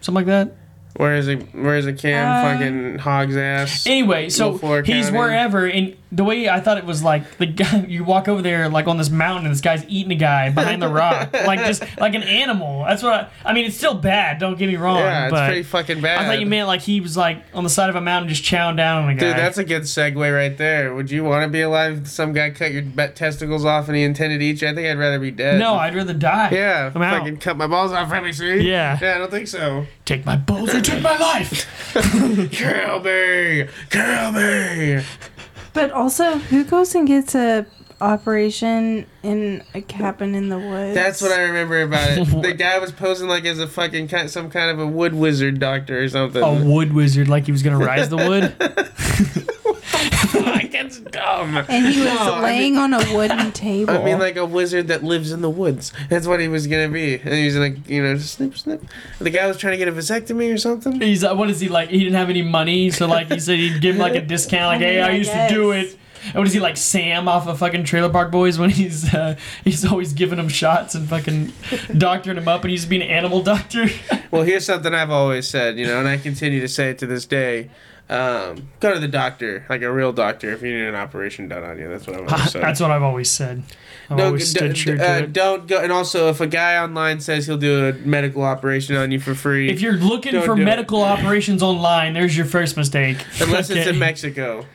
[SPEAKER 2] something like that.
[SPEAKER 1] Where is it where is it Cam
[SPEAKER 2] Uh,
[SPEAKER 3] Um,
[SPEAKER 1] fucking hog's ass?
[SPEAKER 2] Anyway, so
[SPEAKER 1] LaFleur
[SPEAKER 2] he's
[SPEAKER 1] County.
[SPEAKER 2] wherever, and the way I thought it was like the guy you walk over there like on this mountain, and this guy's eating a guy behind the rock, like just like an animal. That's what I, I mean. It's still bad. Don't get me wrong.
[SPEAKER 1] yeah, it's
[SPEAKER 2] but
[SPEAKER 1] pretty fucking bad.
[SPEAKER 2] I thought you meant like he was like on the side of a mountain just chowing down on a guy.
[SPEAKER 1] Dude, that's a good segue right there. Would you want to be alive? if Some guy cut your be- testicles off and he intended to eat you. I think I'd rather be dead.
[SPEAKER 2] No, I'd rather die.
[SPEAKER 1] Yeah,
[SPEAKER 2] I'm out.
[SPEAKER 1] fucking cut my balls off. Let me see.
[SPEAKER 2] Yeah.
[SPEAKER 1] yeah, I don't think so.
[SPEAKER 2] Take my balls or take my life.
[SPEAKER 1] Kill me, kill me.
[SPEAKER 3] But also, who goes and gets a operation in a cabin in the woods?
[SPEAKER 1] That's what I remember about it. the guy was posing like as a fucking ki- some kind of a wood wizard doctor or something.
[SPEAKER 2] A wood wizard, like he was gonna rise the wood.
[SPEAKER 1] I that's dumb.
[SPEAKER 3] And he was
[SPEAKER 1] No, I
[SPEAKER 3] laying on a wooden table.
[SPEAKER 1] I mean, like a wizard that lives in the woods. That's what he was gonna be. And he was like, you know, just snip, snip. The guy was trying to get a vasectomy or something.
[SPEAKER 2] He's like, what is he like? He didn't have any money, so like he said he'd give him like a discount. Like,
[SPEAKER 3] I
[SPEAKER 2] hey,
[SPEAKER 3] mean,
[SPEAKER 2] I
[SPEAKER 3] I
[SPEAKER 2] used to do
[SPEAKER 3] guess.
[SPEAKER 2] it. And what is he like, Sam off of fucking Trailer Park Boys when he's uh, he's always giving him shots and fucking doctoring him up, and he's being an animal doctor.
[SPEAKER 1] Well, here's something I've always said, you know, and I continue to say it to this day. Um, go to the doctor, like a real doctor, if you need an operation done on you. That's what I've always said.
[SPEAKER 2] That's what I've always said. I've
[SPEAKER 1] Don't-
[SPEAKER 2] always stood
[SPEAKER 1] d-
[SPEAKER 2] true
[SPEAKER 1] d- uh,
[SPEAKER 2] to it.
[SPEAKER 1] don't go. And also, if a guy online says he'll do a medical operation on you for free,
[SPEAKER 2] If you're looking
[SPEAKER 1] Don't
[SPEAKER 2] for
[SPEAKER 1] do it.
[SPEAKER 2] medical operations online, there's your first mistake.
[SPEAKER 1] unless it's in Oh.
[SPEAKER 2] Okay.
[SPEAKER 1] Mexico,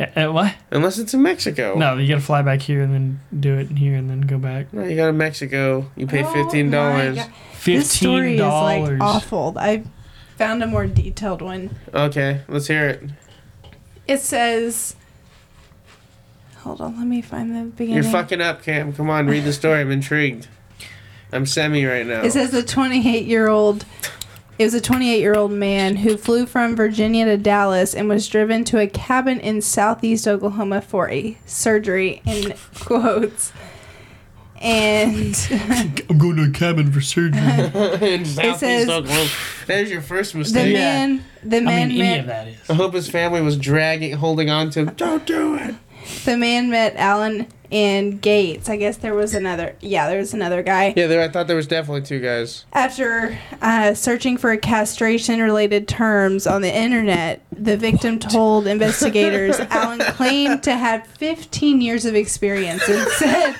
[SPEAKER 2] Uh, uh, what?
[SPEAKER 1] unless it's in Mexico,
[SPEAKER 2] No, you gotta fly back here and then do it here and then go back.
[SPEAKER 1] No, you go to Mexico, you pay
[SPEAKER 3] Oh
[SPEAKER 1] fifteen dollars.
[SPEAKER 3] my God. This
[SPEAKER 2] Fifteen
[SPEAKER 3] story is like
[SPEAKER 2] dollars.
[SPEAKER 3] awful. I found a more detailed one.
[SPEAKER 1] Okay, let's hear it.
[SPEAKER 3] It says, "Hold on, let me find the beginning."
[SPEAKER 1] You're fucking up, Cam. Come on, read the story. I'm intrigued. I'm semi right now.
[SPEAKER 3] It says the 28 year old It was a 28 year old man who flew from Virginia to Dallas and was driven to a cabin in southeast Oklahoma for a surgery, in quotes. And
[SPEAKER 2] I'm going to a cabin for surgery.
[SPEAKER 1] in Southeast
[SPEAKER 3] says-
[SPEAKER 1] Oklahoma. There's your first
[SPEAKER 3] the
[SPEAKER 1] mistake.
[SPEAKER 3] man, the
[SPEAKER 2] I
[SPEAKER 3] man,
[SPEAKER 2] mean, any
[SPEAKER 3] met,
[SPEAKER 2] of that is.
[SPEAKER 1] I hope his family was dragging, holding on to. Don't do it.
[SPEAKER 3] the man met Allen and Gates. I guess there was another. Yeah, there was another guy.
[SPEAKER 1] Yeah, there. I thought there was definitely two guys.
[SPEAKER 3] After uh, searching for castration related terms on the internet, the victim told investigators Allen claimed to have 15 years of experience and said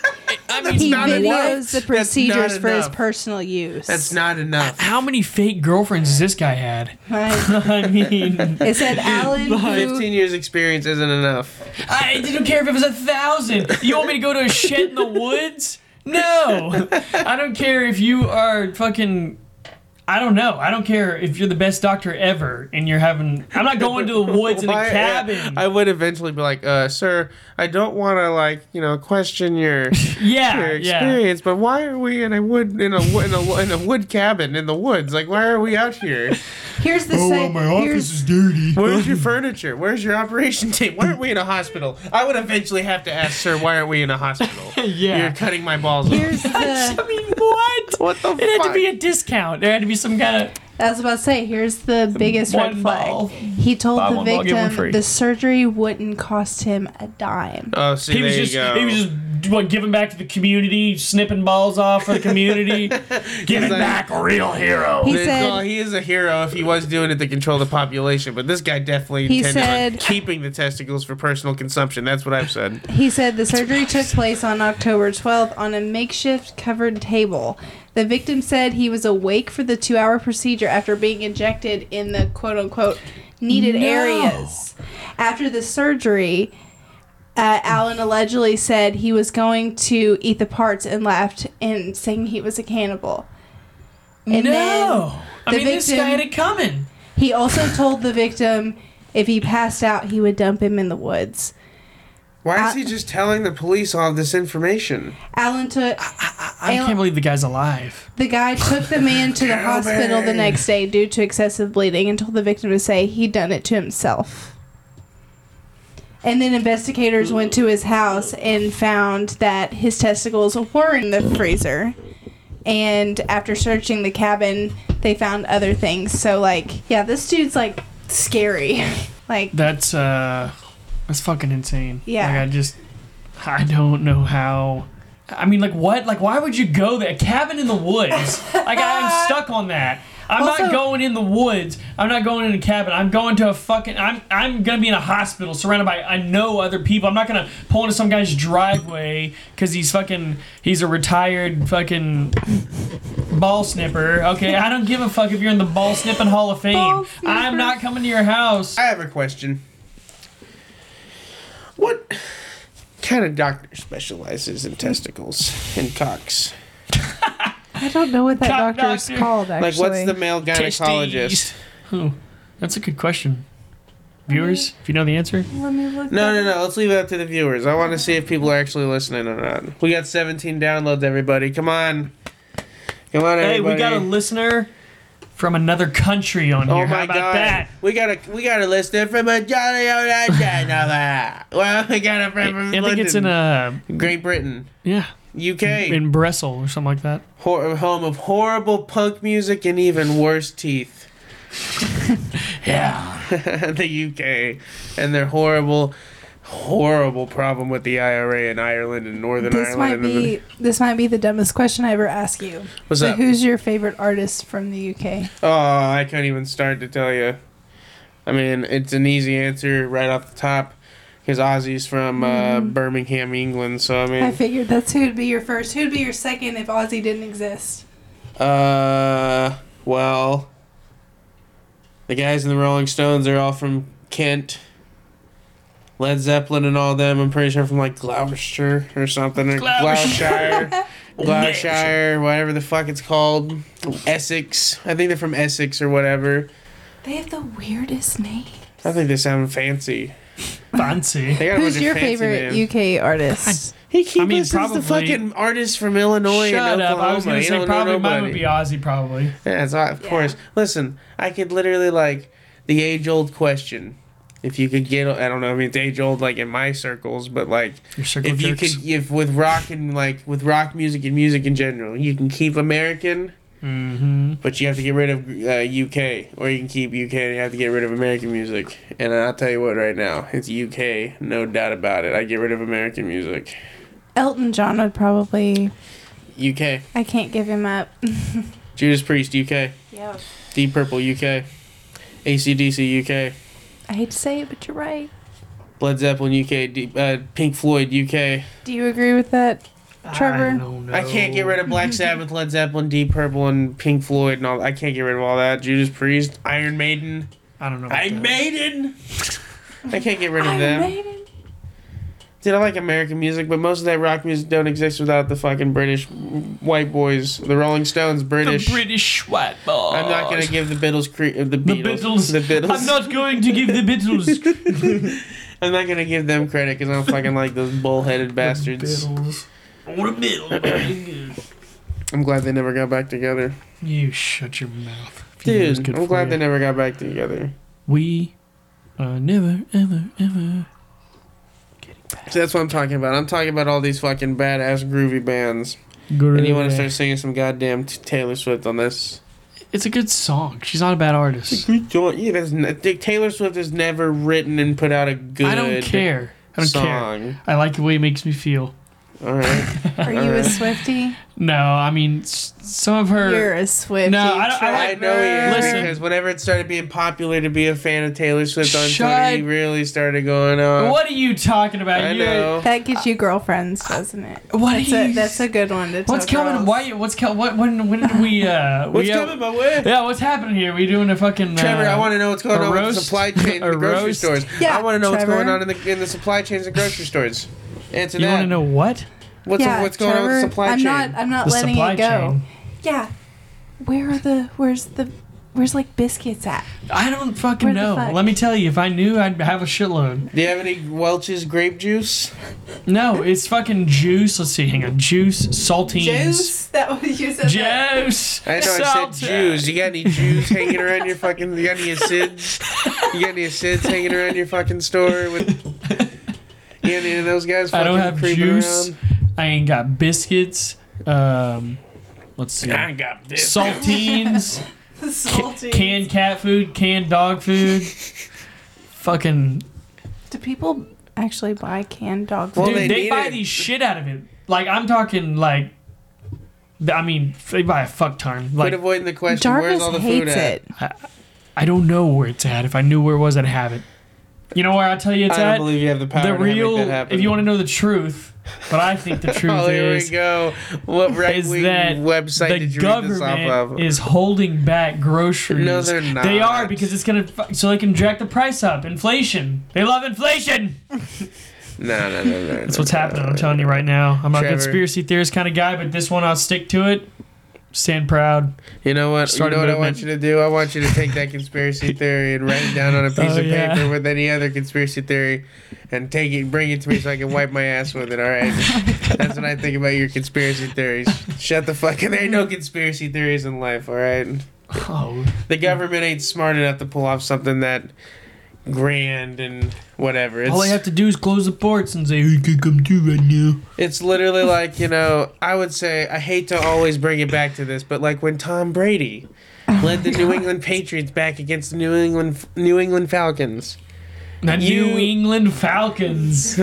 [SPEAKER 2] I
[SPEAKER 3] he
[SPEAKER 1] not enough.
[SPEAKER 3] videos the
[SPEAKER 1] That's
[SPEAKER 3] procedures
[SPEAKER 1] not
[SPEAKER 3] for his
[SPEAKER 1] enough.
[SPEAKER 3] personal use.
[SPEAKER 1] That's not enough.
[SPEAKER 2] how many fake girlfriends has this guy had?
[SPEAKER 3] Right.
[SPEAKER 2] I mean,
[SPEAKER 3] It said Allen, who,
[SPEAKER 1] Fifteen years experience isn't enough.
[SPEAKER 2] I didn't care if it was a thousand. You want me to go to a shed in the woods? No. I don't care if you are fucking. I don't know. I don't care if you're the best doctor ever and you're having. I'm not going to the woods in a
[SPEAKER 1] Why-
[SPEAKER 2] cabin.
[SPEAKER 1] I would eventually be like, uh, sir, I don't want to like you know question your
[SPEAKER 2] yeah,
[SPEAKER 1] your
[SPEAKER 2] yeah.
[SPEAKER 1] experience, but why are we in a wood in a wo- in a in a wood cabin in the woods? Like, why are we out here?
[SPEAKER 3] here's
[SPEAKER 2] Oh,
[SPEAKER 3] the site. here's,
[SPEAKER 2] dirty.
[SPEAKER 1] Where's your furniture? Where's your operation tape? Why aren't we in a hospital? I would eventually have to ask, sir, why aren't we in a hospital? You're
[SPEAKER 2] yeah.
[SPEAKER 1] cutting my balls off.
[SPEAKER 3] here's the.
[SPEAKER 2] I mean, what?
[SPEAKER 1] What the
[SPEAKER 2] It had
[SPEAKER 1] fuck?
[SPEAKER 2] to be a discount. There had to be some kind of.
[SPEAKER 3] I was about to say, here's the biggest red
[SPEAKER 2] One
[SPEAKER 3] flag.
[SPEAKER 2] ball.
[SPEAKER 3] He told
[SPEAKER 2] Buy
[SPEAKER 3] the
[SPEAKER 2] one ball, get one free.
[SPEAKER 3] victim the surgery wouldn't cost him a dime.
[SPEAKER 1] oh, see,
[SPEAKER 2] He
[SPEAKER 1] there
[SPEAKER 2] was just.
[SPEAKER 1] you go.
[SPEAKER 2] He was just what, giving back to the community, snipping balls off for the community, giving
[SPEAKER 1] like-
[SPEAKER 2] back a real hero.
[SPEAKER 3] He
[SPEAKER 1] They-
[SPEAKER 3] said-
[SPEAKER 1] well, he is a hero if he was doing it to control the population, but this guy definitely
[SPEAKER 3] He
[SPEAKER 1] intended on
[SPEAKER 3] said-
[SPEAKER 1] keeping the testicles for personal consumption. That's what I've said.
[SPEAKER 3] He said the surgery took place on October 12th on a makeshift covered table. The victim said he was awake for the two hour procedure after being injected in the quote unquote needed areas. After the surgery, uh, Alan allegedly said he was going to eat the parts and left, and saying he was a cannibal. And then
[SPEAKER 2] no. I
[SPEAKER 3] the
[SPEAKER 2] mean, this
[SPEAKER 3] victim-
[SPEAKER 2] guy had it coming.
[SPEAKER 3] he also told the victim if he passed out, he would dump him in the woods.
[SPEAKER 1] Why is
[SPEAKER 3] I-
[SPEAKER 1] he just telling the police all this information?
[SPEAKER 3] Alan took.
[SPEAKER 2] I
[SPEAKER 3] Alan-
[SPEAKER 2] can't believe the guy's alive.
[SPEAKER 3] The guy took the man to the
[SPEAKER 1] Kill
[SPEAKER 3] hospital
[SPEAKER 1] me.
[SPEAKER 3] the next day due to excessive bleeding and told the victim to say he done it to himself. And then investigators went to his house and found that his testicles were in the freezer. And after searching the cabin, they found other things. So like, yeah, this dude's like scary. like,
[SPEAKER 2] That's uh, that's fucking insane.
[SPEAKER 3] Yeah.
[SPEAKER 2] Like I just, I don't know how. I mean, like what? Like why would you go there? A cabin in the woods. like I'm stuck on that. I'm
[SPEAKER 3] Also-
[SPEAKER 2] not going in the woods. I'm not going in a cabin. I'm going to a fucking. I'm I'm gonna be in a hospital surrounded by I know other people. I'm not gonna pull into some guy's driveway because he's fucking. He's a retired fucking ball snipper. Okay, I don't give a fuck if you're in the ball snipping hall of
[SPEAKER 3] Ball
[SPEAKER 2] fame. I'm not coming to your house.
[SPEAKER 1] I have a question. What kind of doctor specializes in testicles and cocks?
[SPEAKER 3] I don't know what that
[SPEAKER 2] Cock
[SPEAKER 3] doctor is
[SPEAKER 2] doctor.
[SPEAKER 3] called actually.
[SPEAKER 1] Like, what's the male gynecologist?
[SPEAKER 2] Testes. Oh, that's a good question. Viewers, if you know the answer,
[SPEAKER 3] Let me look.
[SPEAKER 1] No,
[SPEAKER 3] that
[SPEAKER 1] no,
[SPEAKER 3] up.
[SPEAKER 1] no. Let's leave it up to the viewers. I want to see if people are actually listening or not. We got 17 downloads, everybody. Come on. Come on,
[SPEAKER 2] hey, we
[SPEAKER 1] everybody.
[SPEAKER 2] got a listener from another country on here.
[SPEAKER 1] Oh
[SPEAKER 2] How
[SPEAKER 1] my
[SPEAKER 2] about
[SPEAKER 1] god.
[SPEAKER 2] that?
[SPEAKER 1] We got a we got a listener from a Johnny Orange. Well, we got a
[SPEAKER 2] I,
[SPEAKER 1] friend from
[SPEAKER 2] I think it's in
[SPEAKER 1] London.
[SPEAKER 2] a
[SPEAKER 1] Great Britain.
[SPEAKER 2] yeah,
[SPEAKER 1] UK.
[SPEAKER 2] in Bressel or something like that.
[SPEAKER 1] Hor- home of horrible punk music and even worse teeth.
[SPEAKER 2] Yeah,
[SPEAKER 1] the UK and their horrible, horrible problem with the IRA in Ireland and Northern
[SPEAKER 3] This might
[SPEAKER 1] Ireland. and
[SPEAKER 3] be this might be the dumbest question I ever ask you.
[SPEAKER 1] What's
[SPEAKER 3] so
[SPEAKER 1] up?
[SPEAKER 3] who's your favorite artist from the UK?
[SPEAKER 1] oh, I can't even start to tell you. I mean, it's an easy answer right off the top because Ozzy's from uh, Birmingham, England. So I mean,
[SPEAKER 3] Mm-hmm. I figured that's who'd be your first. Who'd be your second if Ozzy didn't exist?
[SPEAKER 1] Uh, well, the guys in the Rolling Stones are all from Kent. Led Zeppelin and all them, I'm pretty sure from like Gloucester or something, or
[SPEAKER 2] Gloucester.
[SPEAKER 1] Gloucester, Gloucester, whatever the fuck it's called, Essex. I think they're from Essex or whatever.
[SPEAKER 3] They have the weirdest name.
[SPEAKER 1] I think they sound fancy.
[SPEAKER 2] fancy.
[SPEAKER 1] They got a bunch
[SPEAKER 3] Who's
[SPEAKER 1] of
[SPEAKER 3] your
[SPEAKER 1] fancy
[SPEAKER 3] favorite
[SPEAKER 1] names.
[SPEAKER 3] UK artist?
[SPEAKER 1] He keeps
[SPEAKER 2] I mean,
[SPEAKER 1] listens
[SPEAKER 2] probably-
[SPEAKER 1] to fucking artists from Illinois
[SPEAKER 2] Shut
[SPEAKER 1] and
[SPEAKER 2] up.
[SPEAKER 1] Oklahoma.
[SPEAKER 2] I was going
[SPEAKER 1] He
[SPEAKER 2] to
[SPEAKER 1] don't
[SPEAKER 2] say
[SPEAKER 1] know
[SPEAKER 2] probably mine
[SPEAKER 1] nobody.
[SPEAKER 2] would be Ozzy, probably.
[SPEAKER 1] Yeah, it's not, of
[SPEAKER 3] Yeah.
[SPEAKER 1] course. Listen, I could literally like the age old question. If you could get, I don't know, I mean, it's age old like in my circles, but like
[SPEAKER 2] Your circle
[SPEAKER 1] if you
[SPEAKER 2] jerks.
[SPEAKER 1] could, if with rock and like with rock music and music in general, you can keep American,
[SPEAKER 2] mm-hmm.
[SPEAKER 1] but you have to get rid of uh, UK, or you can keep UK and you have to get rid of American music. And I'll tell you what, right now it's UK, no doubt about it. I get rid of American music,
[SPEAKER 3] Elton John would probably.
[SPEAKER 1] UK,
[SPEAKER 3] I can't give him up.
[SPEAKER 1] Judas Priest, UK,
[SPEAKER 3] Yeah.
[SPEAKER 1] Deep Purple, UK, ACDC, UK.
[SPEAKER 3] I hate to say it, but you're right.
[SPEAKER 1] Led Zeppelin UK, D- uh, Pink Floyd UK.
[SPEAKER 3] Do you agree with that? Trevor?
[SPEAKER 2] I don't know.
[SPEAKER 1] I can't get rid of Black Sabbath, Led Zeppelin, Deep Purple, and Pink Floyd, and all. I can't get rid of all that. Judas Priest, Iron Maiden,
[SPEAKER 2] I don't know. about
[SPEAKER 1] Iron
[SPEAKER 2] that.
[SPEAKER 1] Maiden. I can't get rid of
[SPEAKER 3] Iron
[SPEAKER 1] them.
[SPEAKER 3] Maiden?
[SPEAKER 1] Dude, I like American music, but most of that rock music don't exist without the fucking British white boys. The Rolling Stones, British.
[SPEAKER 2] The British white boys.
[SPEAKER 1] I'm not gonna give the Beatles. Cre- uh, the
[SPEAKER 2] the
[SPEAKER 1] Beatles.
[SPEAKER 2] Beatles.
[SPEAKER 1] The Beatles.
[SPEAKER 2] I'm not going to give the Beatles.
[SPEAKER 1] I'm not gonna give them credit because I don't fucking like those bullheaded bastards.
[SPEAKER 2] The Beatles. I want a Beatles.
[SPEAKER 1] I'm glad they never got back together.
[SPEAKER 2] you shut your mouth. If you knew it was
[SPEAKER 1] Dude,
[SPEAKER 2] good
[SPEAKER 1] I'm
[SPEAKER 2] for
[SPEAKER 1] glad
[SPEAKER 2] you.
[SPEAKER 1] they never got back together.
[SPEAKER 2] We are never, ever, ever getting back.
[SPEAKER 1] So that's what I'm talking about. I'm talking about all these fucking badass groovy bands. And you want to start singing some goddamn t- Taylor Swift on this?
[SPEAKER 2] It's a good song. She's not a bad artist.
[SPEAKER 1] Yeah, that's n- Dick- Taylor Swift has never written and put out a good
[SPEAKER 2] I don't care. I don't care.
[SPEAKER 1] song.
[SPEAKER 2] I like the way it makes me feel.
[SPEAKER 1] All right.
[SPEAKER 3] Are you a
[SPEAKER 1] Alright.
[SPEAKER 3] Swifty?
[SPEAKER 2] No, I mean s- some of her.
[SPEAKER 3] You're a Swifty.
[SPEAKER 2] No, I don't- I
[SPEAKER 1] I know he is
[SPEAKER 2] Listen.
[SPEAKER 1] because whenever it started being popular to be a fan of Taylor Swift on
[SPEAKER 2] Shut-
[SPEAKER 1] Twitter, he really started going on.
[SPEAKER 2] what are you talking about?
[SPEAKER 1] Uh, I
[SPEAKER 2] You-
[SPEAKER 1] know.
[SPEAKER 3] That gets you girlfriends, doesn't it?
[SPEAKER 2] What
[SPEAKER 3] That's
[SPEAKER 2] are
[SPEAKER 3] a,
[SPEAKER 2] you-
[SPEAKER 3] that's a good one to
[SPEAKER 2] What's
[SPEAKER 3] tell
[SPEAKER 2] coming?
[SPEAKER 3] girls.
[SPEAKER 2] Why? What's coming? What? When? When did we? Uh,
[SPEAKER 1] What's
[SPEAKER 2] we, uh,
[SPEAKER 1] coming my way?
[SPEAKER 2] Yeah, what's happening here? We doing a fucking.
[SPEAKER 1] Trevor,
[SPEAKER 2] uh,
[SPEAKER 1] I want to know what's going
[SPEAKER 2] a
[SPEAKER 1] on with the
[SPEAKER 2] roast?
[SPEAKER 1] supply chain in
[SPEAKER 2] A
[SPEAKER 1] the grocery
[SPEAKER 2] roast?
[SPEAKER 1] stores.
[SPEAKER 3] Yeah,
[SPEAKER 1] I want to know
[SPEAKER 3] Trevor.
[SPEAKER 1] what's going on in the in the supply chains and grocery stores. Answer
[SPEAKER 2] You
[SPEAKER 1] that.
[SPEAKER 2] want to know what?
[SPEAKER 1] what's
[SPEAKER 3] yeah,
[SPEAKER 1] what's going on with the
[SPEAKER 3] Trevor,
[SPEAKER 1] supply
[SPEAKER 3] I'm
[SPEAKER 1] chain?
[SPEAKER 3] not. I'm not
[SPEAKER 2] The
[SPEAKER 3] letting
[SPEAKER 2] supply
[SPEAKER 3] it go.
[SPEAKER 2] chain.
[SPEAKER 3] Yeah. Where are the? Where's the? Where's like biscuits at?
[SPEAKER 2] I don't fucking
[SPEAKER 3] Where the
[SPEAKER 2] know.
[SPEAKER 3] fuck?
[SPEAKER 2] Let me tell you, if I knew, I'd have a shitload.
[SPEAKER 1] Do you have any Welch's grape juice?
[SPEAKER 2] No, it's fucking juice. Let's see. Hang on, juice, saltines,
[SPEAKER 3] That was you said. that.
[SPEAKER 2] juice.
[SPEAKER 1] I know I said
[SPEAKER 2] saltines.
[SPEAKER 1] Jews. You got any Jews hanging around your fucking? You got any acids? You got any acids hanging around your fucking store with? You got any of those guys
[SPEAKER 2] I
[SPEAKER 1] fucking
[SPEAKER 2] don't have
[SPEAKER 1] creeping
[SPEAKER 2] juice.
[SPEAKER 1] around?
[SPEAKER 2] I ain't got biscuits. Um, let's see.
[SPEAKER 1] I got this.
[SPEAKER 2] Saltines,
[SPEAKER 3] Salty.
[SPEAKER 2] canned cat food, canned dog food. fucking
[SPEAKER 3] Do people actually buy canned dog
[SPEAKER 1] Well,
[SPEAKER 3] food?
[SPEAKER 2] Dude,
[SPEAKER 1] they
[SPEAKER 2] they,
[SPEAKER 1] need
[SPEAKER 2] buy
[SPEAKER 1] it.
[SPEAKER 2] the shit out of it. Like I'm talking like, th- I mean, they buy a fuck ton.
[SPEAKER 1] Quit
[SPEAKER 2] Like
[SPEAKER 1] avoiding the question. Where's
[SPEAKER 3] Jarvis
[SPEAKER 1] all the food
[SPEAKER 3] hates
[SPEAKER 1] at?
[SPEAKER 3] it.
[SPEAKER 2] I don't know where it's at. If I knew where it was, I'd have it. You know where I tell you it's
[SPEAKER 1] I don't
[SPEAKER 2] at?
[SPEAKER 1] believe you have the power
[SPEAKER 2] The
[SPEAKER 1] to
[SPEAKER 2] real.
[SPEAKER 1] make that happen.
[SPEAKER 2] If you want to know the truth, but I think the truth
[SPEAKER 1] Oh, here we
[SPEAKER 2] is
[SPEAKER 1] go. What right
[SPEAKER 2] is
[SPEAKER 1] wing
[SPEAKER 2] that
[SPEAKER 1] website
[SPEAKER 2] the
[SPEAKER 1] did you read this off of?
[SPEAKER 2] government is holding back groceries.
[SPEAKER 1] No, they're not.
[SPEAKER 2] They are because it's gonna fu- so they can jack the price up. Inflation. They love inflation.
[SPEAKER 1] no, no, no, no.
[SPEAKER 2] That's what's happening. I'm telling you right now. I'm not a
[SPEAKER 1] Trevor.
[SPEAKER 2] conspiracy theorist kind of guy, but this one I'll stick to it. Stand proud.
[SPEAKER 1] You know what?
[SPEAKER 2] Start
[SPEAKER 1] you
[SPEAKER 2] a
[SPEAKER 1] know what I want you
[SPEAKER 2] movement.
[SPEAKER 1] to do? I want you to take that conspiracy theory and write it down on a piece
[SPEAKER 2] Oh,
[SPEAKER 1] of
[SPEAKER 2] yeah.
[SPEAKER 1] paper with any other conspiracy theory, and take it, bring it to me so I can wipe my ass with it. All right. That's what I think about your conspiracy theories. Shut the fuck. There ain't no conspiracy theories in life. All right.
[SPEAKER 2] Oh,
[SPEAKER 1] The government ain't smart enough to pull off something that grand and whatever. It's,
[SPEAKER 2] all they have to do is close the ports and say, "You can come too right now."
[SPEAKER 1] It's literally like, you know, I would say, I hate to always bring it back to this, but like when Tom Brady led the New England Patriots back against the New England New England Falcons.
[SPEAKER 2] The
[SPEAKER 1] You-
[SPEAKER 2] New England Falcons,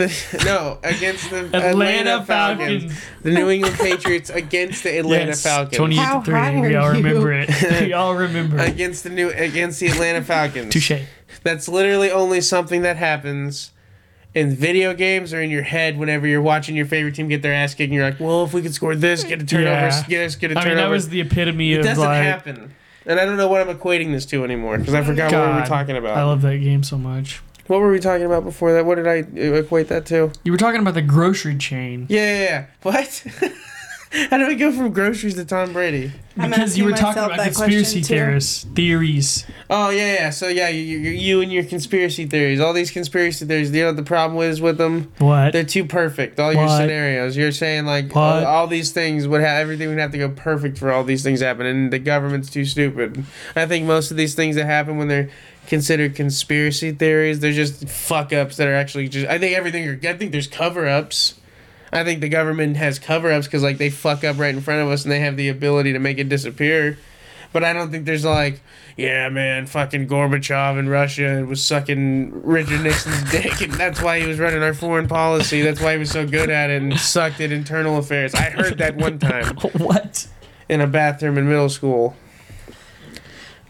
[SPEAKER 1] no, against the
[SPEAKER 2] Atlanta,
[SPEAKER 1] Atlanta, Falcons.
[SPEAKER 2] Falcons.
[SPEAKER 1] The New England Patriots against the Atlanta
[SPEAKER 2] Yes,
[SPEAKER 1] Falcons.
[SPEAKER 2] 28
[SPEAKER 3] How
[SPEAKER 2] to
[SPEAKER 3] high
[SPEAKER 2] 30. We
[SPEAKER 3] are
[SPEAKER 2] all
[SPEAKER 3] you?
[SPEAKER 2] remember it. We all remember it.
[SPEAKER 1] against the new against the Atlanta Falcons.
[SPEAKER 2] Touche.
[SPEAKER 1] That's literally only something that happens in video games or in your head whenever you're watching your favorite team get their ass kicked and you're like, "Well, if we could score this, get a turnover,
[SPEAKER 2] Yeah.
[SPEAKER 1] get us get a
[SPEAKER 2] I
[SPEAKER 1] turnover."
[SPEAKER 2] mean, that was the epitome
[SPEAKER 1] It
[SPEAKER 2] of
[SPEAKER 1] doesn't
[SPEAKER 2] like.
[SPEAKER 1] happen. And I don't know what I'm equating this to anymore because I forgot what we were
[SPEAKER 2] God,
[SPEAKER 1] talking about.
[SPEAKER 2] I love that game so much.
[SPEAKER 1] what were we talking about before that? What did I uh, equate that to?
[SPEAKER 2] You were talking about the grocery chain.
[SPEAKER 1] Yeah, yeah, yeah. What? How do I go from groceries to Tom Brady?
[SPEAKER 3] I'm
[SPEAKER 2] because you
[SPEAKER 3] asking
[SPEAKER 2] were talking
[SPEAKER 3] myself
[SPEAKER 2] about
[SPEAKER 3] that
[SPEAKER 2] conspiracy
[SPEAKER 3] question, too.
[SPEAKER 2] theorists, theories.
[SPEAKER 1] Oh yeah, yeah. So yeah, you, you, you and your conspiracy theories. All these conspiracy theories. You know what the problem is with them?
[SPEAKER 2] What?
[SPEAKER 1] They're too perfect. All your
[SPEAKER 2] What?
[SPEAKER 1] scenarios. You're saying like all,
[SPEAKER 2] What?
[SPEAKER 1] all these things would have everything would have to go perfect for all these things to happen, and the government's too stupid. I think most of these things that happen when they're considered conspiracy theories, they're just fuck ups that are actually just. I think everything. Are, I think there's cover ups. I think the government has cover ups because like they fuck up right in front of us, and they have the ability to make it disappear. But I don't think there's like, yeah, man, fucking Gorbachev in Russia was sucking Richard Nixon's dick, and that's why he was running our foreign policy. That's why he was so good at it and sucked at internal affairs. I heard that one time
[SPEAKER 2] what?
[SPEAKER 1] in a bathroom in middle school.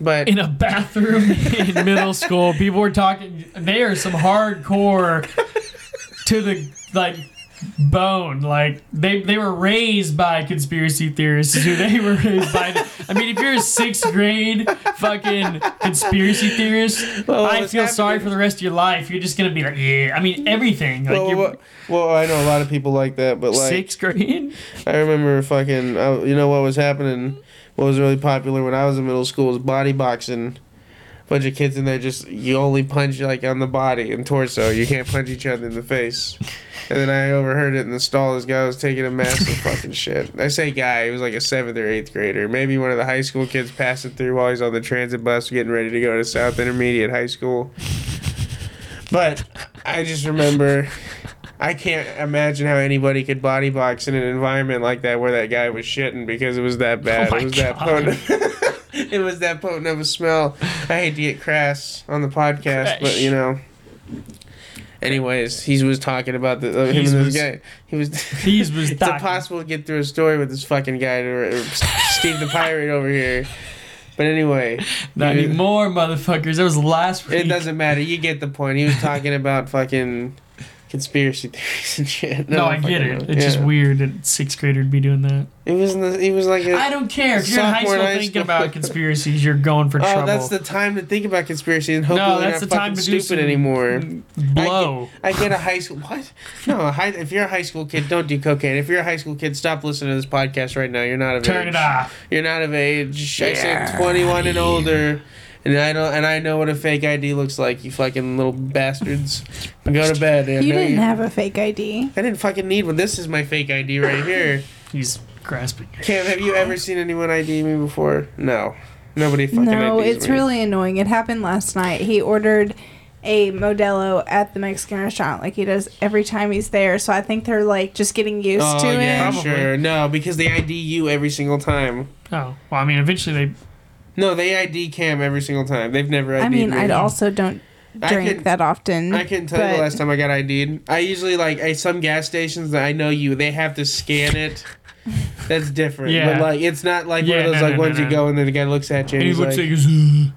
[SPEAKER 1] But
[SPEAKER 2] In a bathroom in middle school, people were talking. They are some hardcore to the like bone. Like they they were raised by conspiracy theorists. Who they were raised by. I mean, if you're a sixth grade fucking conspiracy theorist,
[SPEAKER 1] Well,
[SPEAKER 2] I
[SPEAKER 1] what's
[SPEAKER 2] feel sorry
[SPEAKER 1] happening-
[SPEAKER 2] for the rest of your life. You're just gonna be like, yeah. I mean, everything. Like
[SPEAKER 1] well,
[SPEAKER 2] you're
[SPEAKER 1] well, well, I know a lot of people like that, but like
[SPEAKER 2] sixth grade.
[SPEAKER 1] I remember fucking, uh, you know what was happening? What was really popular when I was in middle school was body boxing. Bunch of kids in there just you only punch like on the body and torso. You can't punch each other in the face. And then I overheard it in the stall. This guy was taking a massive fucking shit. I say guy, he was like a seventh or eighth grader, maybe one of the high school kids passing through while he's on the transit bus getting ready to go to South Intermediate High School. But I just remember I can't imagine how anybody could body box in an environment like that where that guy was shitting because it was that bad.
[SPEAKER 2] Oh my
[SPEAKER 1] it was that
[SPEAKER 2] God.
[SPEAKER 1] potent. it was that potent of a smell. I hate to get crass on the podcast, but
[SPEAKER 2] Crash.
[SPEAKER 1] you know. Anyways, he was talking about the uh, him
[SPEAKER 2] He's
[SPEAKER 1] and this
[SPEAKER 2] was-
[SPEAKER 1] guy. He was.
[SPEAKER 2] These was
[SPEAKER 1] it's
[SPEAKER 2] talking.
[SPEAKER 1] impossible to get through a story with this fucking guy, to, uh, Steve the pirate over here. But anyway,
[SPEAKER 2] Not
[SPEAKER 1] he was-
[SPEAKER 2] anymore, motherfuckers. That was last week.
[SPEAKER 1] it doesn't matter. You get the point. He was talking about fucking conspiracy theories and shit.
[SPEAKER 2] No, I
[SPEAKER 1] fucking
[SPEAKER 2] get
[SPEAKER 1] know.
[SPEAKER 2] it. It's just
[SPEAKER 1] Yeah.
[SPEAKER 2] weird that a sixth grader would be doing that.
[SPEAKER 1] It was. in the- It was like.
[SPEAKER 2] I
[SPEAKER 1] A,
[SPEAKER 2] don't care. If you're in high
[SPEAKER 1] Sophomore
[SPEAKER 2] school
[SPEAKER 1] in high
[SPEAKER 2] thinking
[SPEAKER 1] school.
[SPEAKER 2] about conspiracies, you're going for
[SPEAKER 1] oh,
[SPEAKER 2] trouble.
[SPEAKER 1] that's the time to think about conspiracy and hopefully
[SPEAKER 2] no,
[SPEAKER 1] we're
[SPEAKER 2] that's the
[SPEAKER 1] not
[SPEAKER 2] time
[SPEAKER 1] fucking
[SPEAKER 2] to do
[SPEAKER 1] stupid
[SPEAKER 2] some
[SPEAKER 1] anymore.
[SPEAKER 2] Blow.
[SPEAKER 1] I get a high school. What? No, a high, if you're a high school kid, don't do cocaine. If you're a high school kid, stop listening to this podcast right now. You're not of
[SPEAKER 2] Turn
[SPEAKER 1] age.
[SPEAKER 2] it off.
[SPEAKER 1] You're not of age. I said
[SPEAKER 2] Yeah.
[SPEAKER 1] 21 and older. And I don't. And I know what a fake ID looks like. You fucking little bastards. Go to bed. and
[SPEAKER 3] You
[SPEAKER 1] now
[SPEAKER 3] didn't have a fake ID.
[SPEAKER 1] I didn't fucking need one. This is my fake ID right here.
[SPEAKER 2] He's grasping.
[SPEAKER 1] Cam, have you ever seen anyone ID me before? No. Nobody fucking
[SPEAKER 3] No,
[SPEAKER 1] IDs
[SPEAKER 3] it's
[SPEAKER 1] me.
[SPEAKER 3] really annoying. It happened last night. He ordered a Modelo at the Mexican restaurant like he does every time he's there. So I think they're like just getting used
[SPEAKER 1] Oh,
[SPEAKER 3] to
[SPEAKER 1] yeah,
[SPEAKER 3] it.
[SPEAKER 2] Probably.
[SPEAKER 1] sure. No, because they ID you every single time.
[SPEAKER 2] Oh, well, I mean, eventually they.
[SPEAKER 1] No, they ID Cam every single time. They've never ID'd
[SPEAKER 3] I mean,
[SPEAKER 1] me.
[SPEAKER 3] I also don't
[SPEAKER 1] I
[SPEAKER 3] drink
[SPEAKER 1] couldn't-
[SPEAKER 3] that often.
[SPEAKER 1] I couldn't tell you
[SPEAKER 3] but-
[SPEAKER 1] the last time I got ID'd. I usually like at some gas stations that I know you, they have to scan it. That's different.
[SPEAKER 2] Yeah.
[SPEAKER 1] But like it's not like one
[SPEAKER 2] Yeah,
[SPEAKER 1] of those
[SPEAKER 2] no,
[SPEAKER 1] like
[SPEAKER 2] no, no,
[SPEAKER 1] ones you
[SPEAKER 2] no.
[SPEAKER 1] go and then the guy looks at you and,
[SPEAKER 2] And he
[SPEAKER 1] he's like,
[SPEAKER 2] looks like, he's, "Ugh."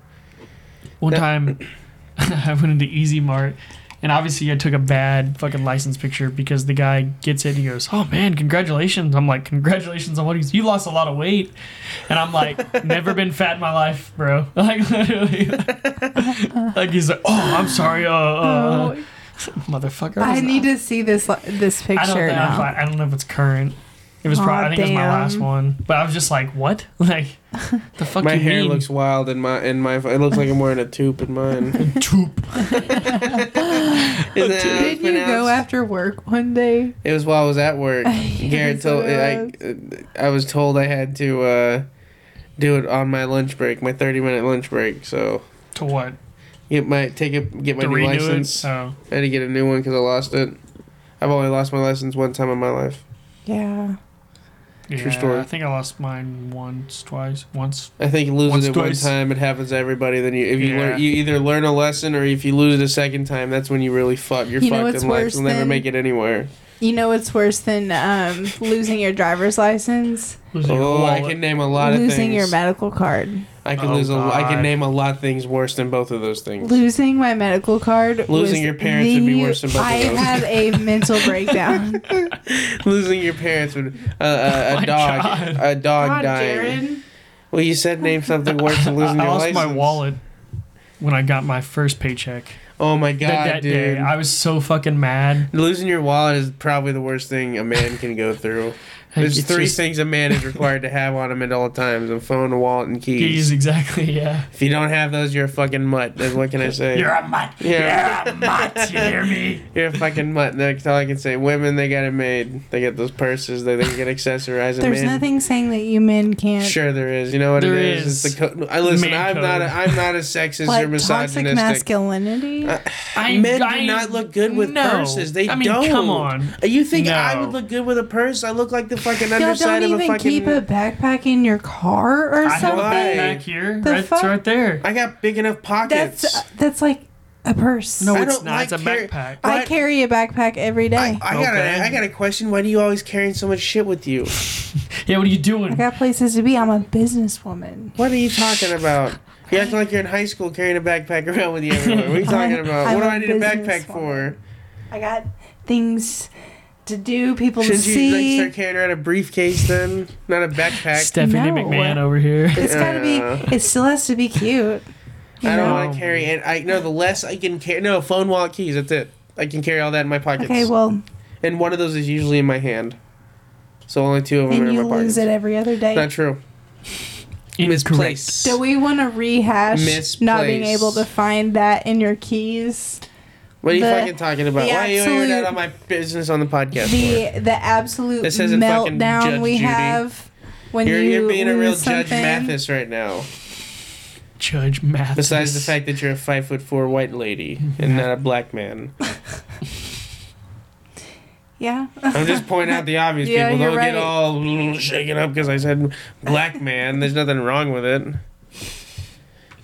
[SPEAKER 2] one time, I went into Easy Mart, and obviously I took a bad fucking license picture because the guy gets it. And he goes, "Oh man, congratulations!" I'm like, "Congratulations on what he's you lost a lot of weight," and I'm like, "Never been fat in my life, bro." Like literally, like he's like, "Oh, I'm sorry, uh, uh
[SPEAKER 3] Oh,
[SPEAKER 2] motherfucker."
[SPEAKER 3] I
[SPEAKER 2] was
[SPEAKER 3] need
[SPEAKER 2] not-
[SPEAKER 3] to see this li- this
[SPEAKER 2] I don't,
[SPEAKER 3] picture
[SPEAKER 2] know if
[SPEAKER 3] now.
[SPEAKER 2] I, I don't know if it's current. It was
[SPEAKER 3] Aw,
[SPEAKER 2] probably I think it was my last
[SPEAKER 3] damn.
[SPEAKER 2] one, but I was just like, "What?" Like, the fuck
[SPEAKER 1] My
[SPEAKER 2] you
[SPEAKER 1] hair
[SPEAKER 2] mean?
[SPEAKER 1] looks wild in my in my it looks like I'm wearing a tube in mine.
[SPEAKER 2] Toop.
[SPEAKER 1] Isn't that how it's
[SPEAKER 3] Did you go
[SPEAKER 1] pronounced?
[SPEAKER 3] after work one day?
[SPEAKER 1] It was while I was at work. Garrett
[SPEAKER 3] Yes, it
[SPEAKER 1] told I, I was told I had to uh, do it on my lunch break, my thirty minute lunch break. So
[SPEAKER 2] To what?
[SPEAKER 1] get my take a get my
[SPEAKER 2] to
[SPEAKER 1] new
[SPEAKER 2] redo
[SPEAKER 1] license.
[SPEAKER 2] it. Oh,
[SPEAKER 1] I had to get a new one because I lost it. I've only lost my license one time in my life.
[SPEAKER 3] Yeah.
[SPEAKER 2] yeah,
[SPEAKER 1] story.
[SPEAKER 2] I think I lost mine once, twice, once.
[SPEAKER 1] I think losing
[SPEAKER 2] Once,
[SPEAKER 1] it
[SPEAKER 2] twice.
[SPEAKER 1] one time it happens to everybody. Then you if you
[SPEAKER 2] Yeah.
[SPEAKER 1] learn you either learn a lesson or if you lose it a second time, that's when you really fuck. You're
[SPEAKER 3] You know
[SPEAKER 1] fucked
[SPEAKER 3] what's
[SPEAKER 1] in life.
[SPEAKER 3] worse
[SPEAKER 1] You'll never
[SPEAKER 3] than-
[SPEAKER 1] make it anywhere.
[SPEAKER 3] You know what's worse than um, losing your driver's license?
[SPEAKER 2] Losing your
[SPEAKER 1] Oh, I
[SPEAKER 2] wallet.
[SPEAKER 1] can name a lot of
[SPEAKER 3] losing
[SPEAKER 1] things.
[SPEAKER 3] your medical card.
[SPEAKER 1] I can
[SPEAKER 2] Oh,
[SPEAKER 1] lose. A, I can
[SPEAKER 2] God.
[SPEAKER 1] name a lot of things worse than both of those things.
[SPEAKER 3] Losing my medical card.
[SPEAKER 1] Losing
[SPEAKER 3] was
[SPEAKER 1] your parents would be worse than both of
[SPEAKER 3] I
[SPEAKER 1] those.
[SPEAKER 3] had a mental breakdown.
[SPEAKER 1] Losing your parents would uh, uh,
[SPEAKER 2] Oh
[SPEAKER 1] a
[SPEAKER 2] my
[SPEAKER 1] dog
[SPEAKER 2] God.
[SPEAKER 1] a dog
[SPEAKER 3] God,
[SPEAKER 1] dying.
[SPEAKER 3] Jared.
[SPEAKER 1] Well, you said name something worse than losing
[SPEAKER 2] I, I
[SPEAKER 1] your
[SPEAKER 2] lost
[SPEAKER 1] license.
[SPEAKER 2] my wallet when I got my first paycheck.
[SPEAKER 1] Oh my god,
[SPEAKER 2] Th- that
[SPEAKER 1] dude!
[SPEAKER 2] day, I was so fucking mad.
[SPEAKER 1] losing your wallet is probably the worst thing a man can go through.
[SPEAKER 2] Like,
[SPEAKER 1] There's three
[SPEAKER 2] just-
[SPEAKER 1] things a man is required to have on him at all times: a phone, a wallet, and keys.
[SPEAKER 2] Keys, exactly. Yeah.
[SPEAKER 1] If you don't have those, you're a fucking mutt. That's what can I say?
[SPEAKER 2] You're a mutt.
[SPEAKER 1] Yeah.
[SPEAKER 2] You're a mutt. You hear me?
[SPEAKER 1] You're a fucking mutt. That's all I can say. Women, they got it made. They get those purses. They, they get accessorized.
[SPEAKER 3] There's
[SPEAKER 1] man,
[SPEAKER 3] nothing saying that you men can't.
[SPEAKER 1] Sure, there is. You know what
[SPEAKER 2] There
[SPEAKER 1] it is?
[SPEAKER 2] is.
[SPEAKER 1] It's the co- I listen.
[SPEAKER 2] Man
[SPEAKER 1] I'm not. A,
[SPEAKER 2] code.
[SPEAKER 1] I'm not a sexist or
[SPEAKER 3] Like toxic
[SPEAKER 1] misogynistic.
[SPEAKER 3] masculinity.
[SPEAKER 1] Uh, Men do not look good with
[SPEAKER 2] no.
[SPEAKER 1] purses. They
[SPEAKER 2] I mean,
[SPEAKER 1] don't.
[SPEAKER 2] Come on.
[SPEAKER 1] You think I
[SPEAKER 2] No.
[SPEAKER 1] would look good with a purse? I look like the fucking
[SPEAKER 3] Y'all
[SPEAKER 1] underside
[SPEAKER 3] don't
[SPEAKER 1] of a
[SPEAKER 3] even
[SPEAKER 1] fucking.
[SPEAKER 3] keep a backpack in your car or
[SPEAKER 2] I have a
[SPEAKER 3] something.
[SPEAKER 1] Why?
[SPEAKER 2] backpack here.
[SPEAKER 3] The
[SPEAKER 2] right,
[SPEAKER 3] fuck?
[SPEAKER 2] It's right there.
[SPEAKER 1] I got big enough pockets.
[SPEAKER 3] That's uh, that's like a purse.
[SPEAKER 2] No,
[SPEAKER 1] I
[SPEAKER 2] it's
[SPEAKER 1] don't
[SPEAKER 2] not.
[SPEAKER 1] like
[SPEAKER 2] it's a
[SPEAKER 1] carry-
[SPEAKER 2] backpack.
[SPEAKER 1] I-
[SPEAKER 3] I carry a backpack every day.
[SPEAKER 1] I,
[SPEAKER 3] I,
[SPEAKER 1] I got
[SPEAKER 2] Okay.
[SPEAKER 1] a, I got a question. Why do you always carrying so much shit with you?
[SPEAKER 2] yeah, what are you doing?
[SPEAKER 3] got places to be. I'm a businesswoman.
[SPEAKER 1] What are you talking about? You acting like you're in high school carrying a backpack around with you everywhere. What are you talking
[SPEAKER 3] I'm-
[SPEAKER 1] about?
[SPEAKER 3] I'm
[SPEAKER 1] what do I
[SPEAKER 3] a
[SPEAKER 1] need a backpack
[SPEAKER 3] business
[SPEAKER 1] for?
[SPEAKER 3] I got things to do, people
[SPEAKER 1] Shouldn't
[SPEAKER 3] to
[SPEAKER 1] you like
[SPEAKER 3] see.
[SPEAKER 1] start carrying around a briefcase then? Not a backpack.
[SPEAKER 2] Stephanie
[SPEAKER 3] No.
[SPEAKER 2] McMahon over here.
[SPEAKER 3] it's gotta
[SPEAKER 1] Yeah.
[SPEAKER 3] be. It still has to be cute. You
[SPEAKER 1] I don't
[SPEAKER 3] know?
[SPEAKER 1] want to carry it. I no. The less I can carry, no phone, wallet, keys. That's it. I can carry all that in my pockets.
[SPEAKER 3] Okay, well,
[SPEAKER 1] and one of those is usually in my hand. So only two of them
[SPEAKER 3] and
[SPEAKER 1] are in my
[SPEAKER 3] you
[SPEAKER 1] pockets.
[SPEAKER 3] lose it every other day.
[SPEAKER 1] Not true.
[SPEAKER 2] Incorrect.
[SPEAKER 1] Misplaced.
[SPEAKER 3] Do we want to rehash not being
[SPEAKER 1] Misplaced.
[SPEAKER 3] able to find that in your keys?
[SPEAKER 1] What are you
[SPEAKER 3] The-
[SPEAKER 1] fucking talking about?
[SPEAKER 3] the
[SPEAKER 1] Why are you airing out
[SPEAKER 3] absolute-
[SPEAKER 1] on my business on the podcast? for?
[SPEAKER 3] the the absolute
[SPEAKER 1] This isn't fucking Judge
[SPEAKER 3] meltdown we
[SPEAKER 1] Judy.
[SPEAKER 3] have when
[SPEAKER 1] You're,
[SPEAKER 3] you
[SPEAKER 1] you're being a real
[SPEAKER 3] lose
[SPEAKER 1] Judge
[SPEAKER 3] something.
[SPEAKER 1] Mathis right now.
[SPEAKER 2] Judge Mathis.
[SPEAKER 1] Besides the fact that you're a five foot four white lady and not a black man.
[SPEAKER 3] Yeah.
[SPEAKER 1] I'm just pointing out the obvious.
[SPEAKER 3] Yeah,
[SPEAKER 1] People
[SPEAKER 3] you're
[SPEAKER 1] don't get
[SPEAKER 3] right.
[SPEAKER 1] all shaken up because I said black man. There's nothing wrong with it.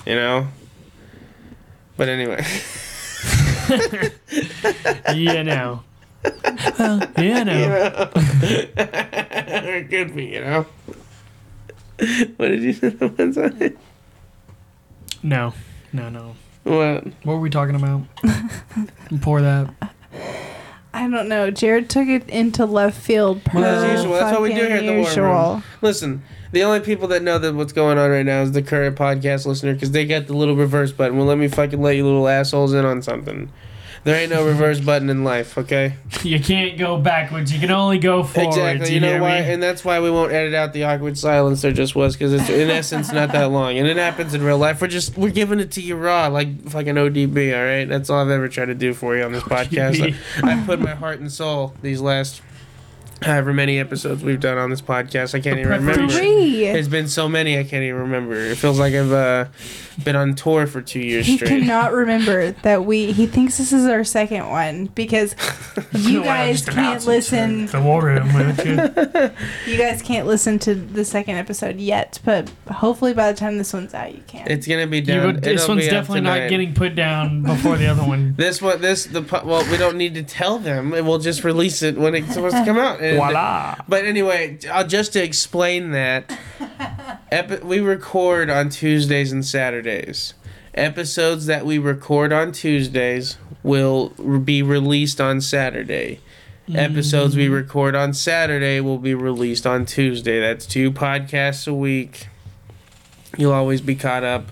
[SPEAKER 1] You know? But anyway.
[SPEAKER 2] yeah, no. yeah, no.
[SPEAKER 1] it could be, you know? What did you say that one time?
[SPEAKER 2] No, no, no.
[SPEAKER 1] What?
[SPEAKER 2] What were we talking about? Pour that.
[SPEAKER 3] I don't know. Jared took it into left field. Per
[SPEAKER 2] Well, as
[SPEAKER 1] usual. That's what we do
[SPEAKER 3] fucking
[SPEAKER 1] here at the War
[SPEAKER 3] usual.
[SPEAKER 1] Listen, the only people that know that what's going on right now is the current podcast listener because they got the little reverse button. Well, let me fucking let you little assholes in on something. There ain't no reverse button in life, okay?
[SPEAKER 2] You can't go backwards. You can only go forwards.
[SPEAKER 1] exactly. You know
[SPEAKER 2] hear
[SPEAKER 1] why?
[SPEAKER 2] me?
[SPEAKER 1] And that's why we won't edit out the awkward silence there just was because it's in essence not that long, and it happens in real life. We're just we're giving it to you raw, like fucking ODB. All right, that's all I've ever tried to do for you on this podcast.
[SPEAKER 2] ODB.
[SPEAKER 1] I, have put my heart and soul these last however many episodes we've done on this podcast. I can't even remember.
[SPEAKER 2] preparation.
[SPEAKER 3] Three.
[SPEAKER 1] There's been so many I can't even remember. It feels like I've uh, been on tour for two years
[SPEAKER 3] He
[SPEAKER 1] straight.
[SPEAKER 3] cannot remember that we. He thinks this is our second one because you
[SPEAKER 2] Well, I'm
[SPEAKER 3] guys
[SPEAKER 2] just
[SPEAKER 3] can't
[SPEAKER 2] announcing
[SPEAKER 3] listen.
[SPEAKER 2] The war room. won't you?
[SPEAKER 3] You guys can't listen to the second episode yet, but hopefully by the time this one's out, you can.
[SPEAKER 1] It's gonna be
[SPEAKER 2] You
[SPEAKER 1] down.
[SPEAKER 2] would- this
[SPEAKER 1] it'll
[SPEAKER 2] one's
[SPEAKER 1] be up
[SPEAKER 2] definitely not
[SPEAKER 1] tonight.
[SPEAKER 2] getting put down before the other one.
[SPEAKER 1] This one, this the po- well, we don't need to tell them, and we'll just release it when it's supposed to come out. And-
[SPEAKER 2] Voila.
[SPEAKER 1] But anyway, I'll just to explain that. Epi- we record on Tuesdays and Saturdays. Episodes that we record on Tuesdays will r- be released on Saturday.
[SPEAKER 2] Mm.
[SPEAKER 1] Episodes we record on Saturday will be released on Tuesday. That's two podcasts a week. You'll always be caught up.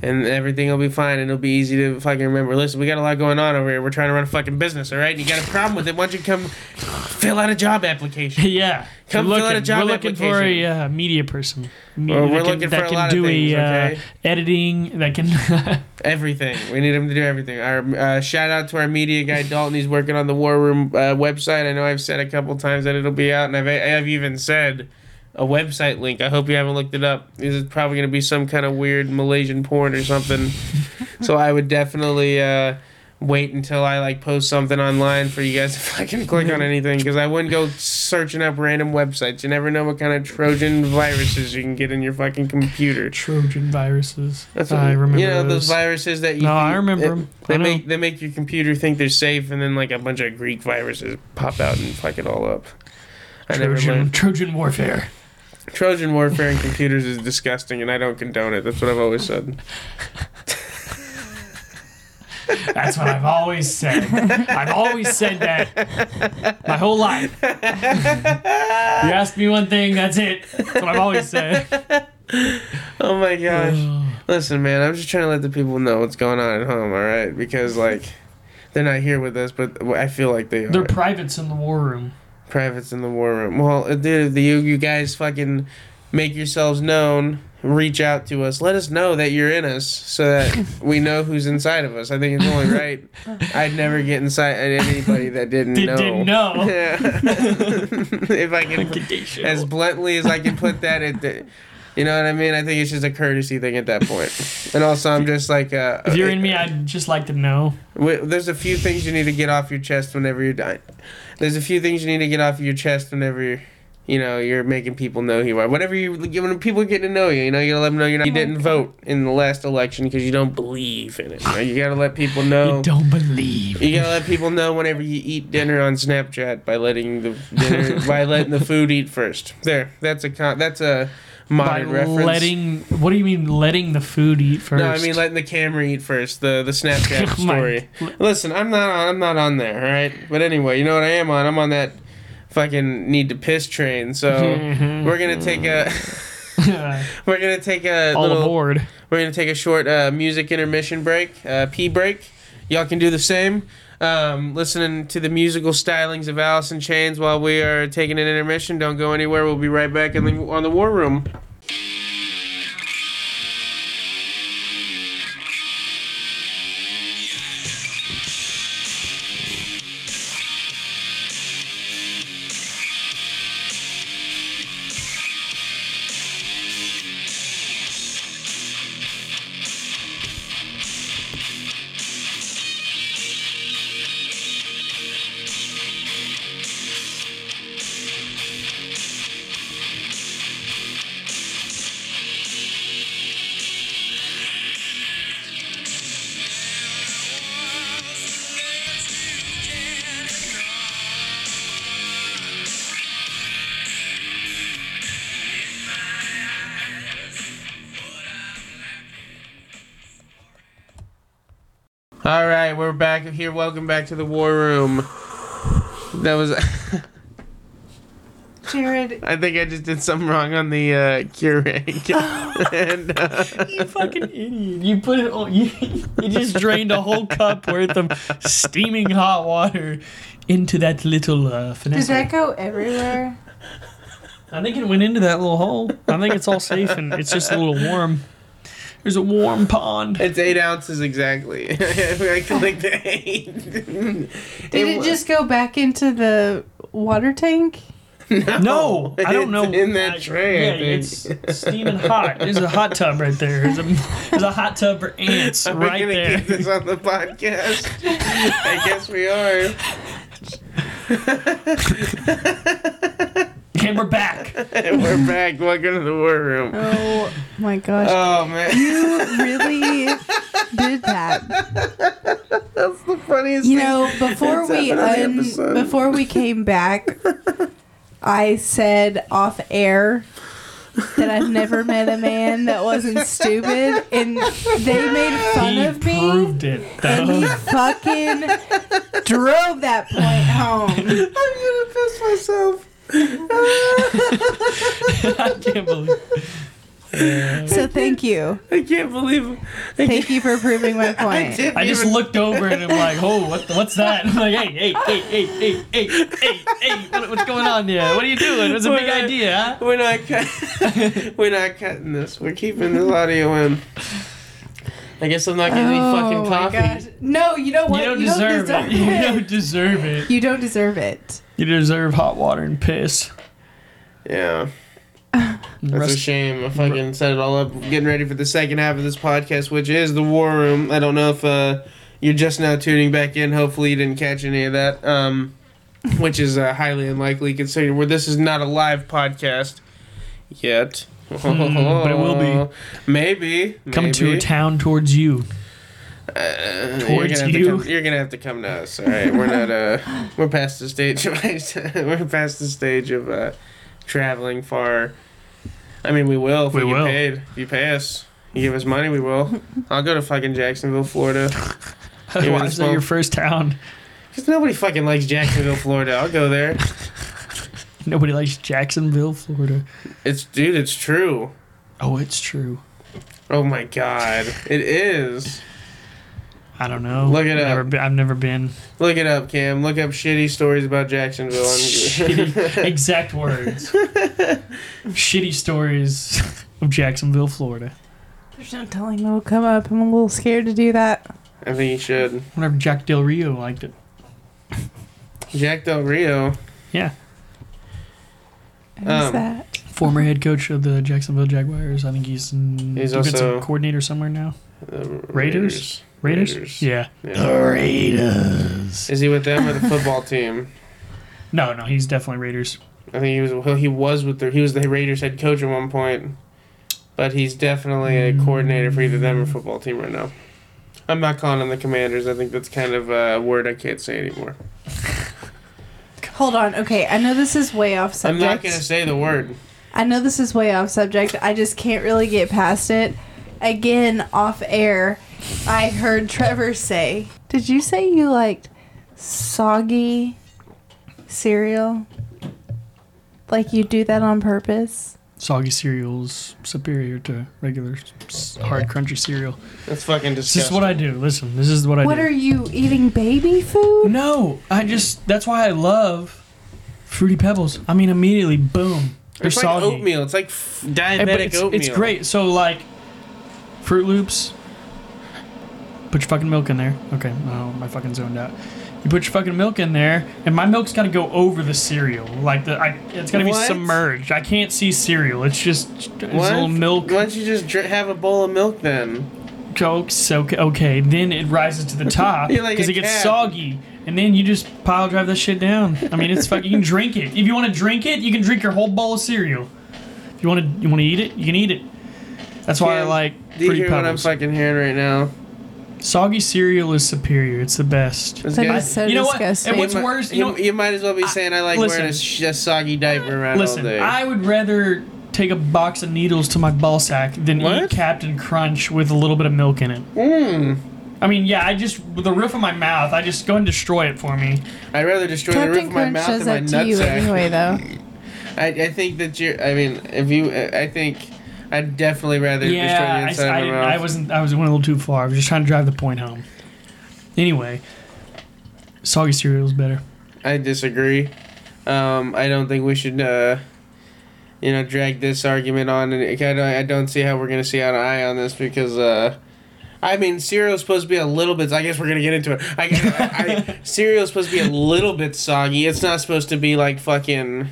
[SPEAKER 1] And everything will be fine, and it'll be easy to fucking remember. Listen, we got a lot going on over here. We're trying to run a fucking business, all right? And you got a problem with it? Why don't you come fill out a job application?
[SPEAKER 2] Yeah.
[SPEAKER 1] Come
[SPEAKER 2] we're
[SPEAKER 1] fill out a
[SPEAKER 2] looking,
[SPEAKER 1] job
[SPEAKER 2] we're looking for a
[SPEAKER 1] application.
[SPEAKER 2] uh, media person. Me-
[SPEAKER 1] Well, we're
[SPEAKER 2] that
[SPEAKER 1] looking
[SPEAKER 2] can,
[SPEAKER 1] for
[SPEAKER 2] that
[SPEAKER 1] a
[SPEAKER 2] can
[SPEAKER 1] lot of
[SPEAKER 2] do
[SPEAKER 1] things,
[SPEAKER 2] a, uh,
[SPEAKER 1] okay?
[SPEAKER 2] editing that can
[SPEAKER 1] Everything. We need him to do everything. Our uh, shout out to our media guy Dalton. He's working on the War Room uh, website. I know I've said a couple times that it'll be out, and I've I've even said a website link. I hope you haven't looked it up. This is probably going to be some kind of weird Malaysian porn or something. so I would definitely. Uh, Wait until I like post something online for you guys to fucking click on anything because I wouldn't go searching up random websites. You never know what kind of Trojan viruses you can get in your fucking computer.
[SPEAKER 2] Trojan viruses.
[SPEAKER 1] That's what,
[SPEAKER 2] I remember
[SPEAKER 1] You know those,
[SPEAKER 2] those.
[SPEAKER 1] viruses that you.
[SPEAKER 2] No, I
[SPEAKER 1] that-
[SPEAKER 2] remember them.
[SPEAKER 1] They
[SPEAKER 2] I know.
[SPEAKER 1] make they make your computer think they're safe, and then like a bunch of Greek viruses pop out and fuck it all up. I never
[SPEAKER 2] Trojan,
[SPEAKER 1] learned.
[SPEAKER 2] Trojan warfare.
[SPEAKER 1] Trojan warfare in computers is disgusting, and I don't condone it. That's what I've always said.
[SPEAKER 2] That's what I've always said. I've always said that my whole life. you ask me one thing, that's it. That's what I've always said.
[SPEAKER 1] Oh my gosh!
[SPEAKER 2] Ugh.
[SPEAKER 1] Listen, man, I'm just trying to let the people know what's going on at home. All right, because like. They're not here with us, but I feel like they are.
[SPEAKER 2] They're privates in the war room.
[SPEAKER 1] privates in the war room. Well, uh, dude, the, you, you guys fucking make yourselves known. Reach out to us. Let us know that you're in us so that we know who's inside of us. I think it's only right. I'd never get inside at anybody that didn't
[SPEAKER 2] Did-
[SPEAKER 1] know.
[SPEAKER 2] didn't know.
[SPEAKER 1] Yeah. if I can, as bluntly as I can put that, at the, you know what I mean? I think it's just a courtesy thing at that point. And also, I'm just like. Uh,
[SPEAKER 2] If you're in me, I'd just like to know.
[SPEAKER 1] Wait, there's a few things you need to get off your chest whenever you're dying. There's a few things you need to get off your chest whenever you're, you know you're making people know who you are. Whenever you when people get to know you, you know you gotta let them know you're not, you didn't vote in the last election because you don't believe in it. You, know? you gotta let people know.
[SPEAKER 2] You don't believe.
[SPEAKER 1] You gotta let people know whenever you eat dinner on Snapchat by letting the dinner, by letting the food eat first. There, that's a con, that's a
[SPEAKER 2] By
[SPEAKER 1] modern reference.
[SPEAKER 2] letting. What do you mean letting the food eat first?
[SPEAKER 1] No, I mean letting the camera eat first. The the Snapchat
[SPEAKER 2] My-
[SPEAKER 1] story. Listen, I'm not on, I'm not on there, all right? But anyway, you know what I am on? I'm on that fucking need to piss train. So uh,
[SPEAKER 2] Mm-hmm.
[SPEAKER 1] we're gonna take a we're gonna take a
[SPEAKER 2] all
[SPEAKER 1] little
[SPEAKER 2] aboard.
[SPEAKER 1] we're gonna take a short uh, music intermission break, uh, pee break. Y'all can do the same. Um, listening to the musical stylings of Alice in Chains while we are taking an intermission. Don't go anywhere. We'll be right back in the, on the War Room. All right, we're back here. Welcome back to the War Room. That was.
[SPEAKER 3] Jared,
[SPEAKER 1] I think I just did something wrong on the uh, cure egg. and, uh,
[SPEAKER 2] You fucking idiot! You put it on. You, you just drained a whole cup worth of steaming hot water into that little uh,
[SPEAKER 3] does
[SPEAKER 2] finesse.
[SPEAKER 3] that go everywhere?
[SPEAKER 2] I think it went into that little hole. I think it's all safe and it's just a little warm. There's a warm pond.
[SPEAKER 1] it's eight ounces exactly. I clicked the eight.
[SPEAKER 3] Did
[SPEAKER 1] It
[SPEAKER 3] it,
[SPEAKER 1] wa-
[SPEAKER 3] just go back into the water tank?
[SPEAKER 2] No, I don't know.
[SPEAKER 1] it's in that
[SPEAKER 2] I-
[SPEAKER 1] tray, I think.
[SPEAKER 2] it's steaming hot. There's a hot tub right there. There's a, there's a hot tub for ants
[SPEAKER 1] Are we
[SPEAKER 2] right
[SPEAKER 1] gonna
[SPEAKER 2] there.
[SPEAKER 1] get this on the podcast? I guess we are.
[SPEAKER 2] And we're back.
[SPEAKER 1] And we're back. Welcome to the War Room.
[SPEAKER 3] Oh my gosh.
[SPEAKER 1] Oh man,
[SPEAKER 3] you really did that.
[SPEAKER 1] that's the funniest.
[SPEAKER 3] You
[SPEAKER 1] thing.
[SPEAKER 3] know, before
[SPEAKER 1] It's
[SPEAKER 3] we
[SPEAKER 1] happened on
[SPEAKER 3] un-
[SPEAKER 1] the episode.
[SPEAKER 3] before we came back, I said off air that I've never met a man that wasn't stupid and they made fun
[SPEAKER 2] He
[SPEAKER 3] of me.
[SPEAKER 2] proved it.
[SPEAKER 3] and
[SPEAKER 2] Though.
[SPEAKER 3] he fucking drove that point home.
[SPEAKER 1] I'm gonna piss myself.
[SPEAKER 2] I can't believe.
[SPEAKER 3] So thank you,
[SPEAKER 1] I can't believe. I can't-
[SPEAKER 3] thank you for proving my
[SPEAKER 1] I
[SPEAKER 3] point.
[SPEAKER 1] didn't
[SPEAKER 2] I just
[SPEAKER 1] even-
[SPEAKER 2] looked over and I'm like, oh, what, what's that? I'm like, hey, hey, hey, hey, hey, hey, hey, hey, what, what's going on there? What are you doing? It's a big idea, huh?
[SPEAKER 1] We're not cut- we're not cutting this. We're keeping this audio in. I guess I'm not getting any fucking coffee.
[SPEAKER 3] Oh No, you know what?
[SPEAKER 2] You don't deserve it. You don't deserve it.
[SPEAKER 3] You don't deserve it.
[SPEAKER 2] You deserve hot water and piss.
[SPEAKER 1] Yeah,
[SPEAKER 2] And
[SPEAKER 1] that's a
[SPEAKER 2] rest-
[SPEAKER 1] shame. I fucking set it all up, getting ready for the second half of this podcast, which is the War Room. I don't know if uh, you're just now tuning back in. Hopefully, you didn't catch any of that, um, which is uh, highly unlikely considering where this is not a live podcast yet.
[SPEAKER 2] Hmm, but it will be.
[SPEAKER 1] Maybe.
[SPEAKER 2] Come to a
[SPEAKER 1] maybe.
[SPEAKER 2] town towards you.
[SPEAKER 1] Uh,
[SPEAKER 2] towards
[SPEAKER 1] you're gonna have to
[SPEAKER 2] you.
[SPEAKER 1] come- you're gonna have to come to us. All right, we're not. Uh, we're past the stage. Of, we're past the stage of uh, traveling far. I mean, we will if we,
[SPEAKER 2] We
[SPEAKER 1] get
[SPEAKER 2] will.
[SPEAKER 1] paid. If you pay us, you give us money, we will. I'll go to fucking Jacksonville, Florida. Yeah,
[SPEAKER 2] Why
[SPEAKER 1] it's
[SPEAKER 2] is that your
[SPEAKER 1] well-
[SPEAKER 2] first town?
[SPEAKER 1] Cause nobody fucking likes Jacksonville, Florida. I'll go there.
[SPEAKER 2] Nobody likes Jacksonville, Florida.
[SPEAKER 1] It's dude. It's true.
[SPEAKER 2] Oh, it's true.
[SPEAKER 1] Oh my god, it is.
[SPEAKER 2] I don't know.
[SPEAKER 1] Look it
[SPEAKER 2] I've Never
[SPEAKER 1] up.
[SPEAKER 2] been, I've never been.
[SPEAKER 1] Look it up, Cam. Look up shitty stories about Jacksonville.
[SPEAKER 2] Shitty,
[SPEAKER 1] On
[SPEAKER 2] exact words. Shitty stories of Jacksonville, Florida.
[SPEAKER 3] There's no telling what'll come up. I'm a little scared to do that.
[SPEAKER 1] I think you should.
[SPEAKER 2] Whenever Jack Del Rio liked it.
[SPEAKER 1] Jack Del Rio. Uh,
[SPEAKER 2] Yeah.
[SPEAKER 3] Who's
[SPEAKER 1] Um,
[SPEAKER 3] that?
[SPEAKER 2] Former head coach of the Jacksonville Jaguars. I think he's, an
[SPEAKER 1] He's
[SPEAKER 2] defensive
[SPEAKER 1] also-
[SPEAKER 2] coordinator somewhere now.
[SPEAKER 1] The
[SPEAKER 2] Raiders? Raiders?
[SPEAKER 1] Raiders.
[SPEAKER 2] Yeah.
[SPEAKER 1] Yeah.
[SPEAKER 2] Raiders.
[SPEAKER 1] Is he with them or the football team?
[SPEAKER 2] No, no, he's definitely Raiders.
[SPEAKER 1] I think he was. Well, he was with the. He was the Raiders head coach at one point, but he's definitely a coordinator for either them or football team right now. I'm not calling him the Commanders. I think that's kind of a word I can't say anymore.
[SPEAKER 3] Hold on. Okay, I know this is way off
[SPEAKER 1] I'm
[SPEAKER 3] subject.
[SPEAKER 1] not gonna say the word.
[SPEAKER 3] I know this is way off subject. I just can't really get past it. Again, off air, I heard Trevor say, "Did you say you liked soggy cereal? Like you do that on purpose?"
[SPEAKER 2] Soggy cereals superior to regular s- hard crunchy cereal.
[SPEAKER 1] That's fucking
[SPEAKER 2] This
[SPEAKER 1] disgusting.
[SPEAKER 2] is what I do. Listen, this is what I
[SPEAKER 3] what
[SPEAKER 2] do.
[SPEAKER 3] are you eating baby food?
[SPEAKER 2] No, I just that's why I love fruity pebbles. I mean, immediately, boom, they're
[SPEAKER 1] It's like
[SPEAKER 2] soggy.
[SPEAKER 1] oatmeal. It's like f-
[SPEAKER 2] Hey,
[SPEAKER 1] diabetic
[SPEAKER 2] but it's,
[SPEAKER 1] oatmeal.
[SPEAKER 2] it's great. So like, Fruit Loops. Put your fucking milk in there. Okay, no, my fucking zoned out. You put your fucking milk in there, and my milk's got to go over the cereal. Like the, I, it's got to be
[SPEAKER 1] What?
[SPEAKER 2] submerged. I can't see cereal. It's just it's a
[SPEAKER 1] Why
[SPEAKER 2] little
[SPEAKER 1] don't-
[SPEAKER 2] milk
[SPEAKER 1] Why don't you just dr- have a bowl of milk then?
[SPEAKER 2] Coke, so okay. Then it rises to the top
[SPEAKER 1] You're like
[SPEAKER 2] because
[SPEAKER 1] a
[SPEAKER 2] it gets
[SPEAKER 1] cat.
[SPEAKER 2] soggy, and then you just pile drive that shit down. I mean, it's fucking. You can drink it if you want to drink it. You can drink your whole bowl of cereal. If you want to, you want to eat it. You can eat it. That's why I
[SPEAKER 1] Cam,
[SPEAKER 2] like
[SPEAKER 1] Do you
[SPEAKER 2] fruity
[SPEAKER 1] hear what I'm
[SPEAKER 2] pebbles.
[SPEAKER 1] fucking hearing right now?
[SPEAKER 2] soggy cereal is superior. It's the best.
[SPEAKER 1] This
[SPEAKER 3] That
[SPEAKER 1] guy-
[SPEAKER 3] is so
[SPEAKER 2] You know what?
[SPEAKER 3] disgusting.
[SPEAKER 2] And what's
[SPEAKER 1] mi-
[SPEAKER 2] worse, you
[SPEAKER 1] You,
[SPEAKER 2] know-
[SPEAKER 1] you might as well be saying I, like
[SPEAKER 2] listen.
[SPEAKER 1] wearing a, sh- a soggy diaper around
[SPEAKER 2] Listen,
[SPEAKER 1] all day.
[SPEAKER 2] I would rather take a box of needles to my ball sack than
[SPEAKER 1] What?
[SPEAKER 2] eat Captain Crunch with a little bit of milk in it.
[SPEAKER 1] mm.
[SPEAKER 2] I mean, yeah, I just with the roof of my mouth, I just go and destroy it for me.
[SPEAKER 1] I'd rather destroy the roof
[SPEAKER 3] Captain
[SPEAKER 1] of my
[SPEAKER 3] Crunch
[SPEAKER 1] mouth
[SPEAKER 3] does
[SPEAKER 1] than my
[SPEAKER 3] that to you
[SPEAKER 1] nutsack.
[SPEAKER 3] anyway, though.
[SPEAKER 1] I, I think that you're. I mean, if you, I think I'd definitely rather
[SPEAKER 2] yeah, I,
[SPEAKER 1] destroy the inside
[SPEAKER 2] I,
[SPEAKER 1] of my
[SPEAKER 2] didn't,
[SPEAKER 1] mouth.
[SPEAKER 2] I wasn't. I was went a little too far. I was just trying to drive the point home. Anyway, soggy cereal is better.
[SPEAKER 1] I disagree. Um, I don't think we should, uh, you know, drag this argument on. And I don't, I don't see how we're gonna see eye to eye on this because, uh, I mean, cereal's supposed to be a little bit. I guess we're gonna get into it. I, I, I cereal's supposed to be a little bit soggy. It's not supposed to be like fucking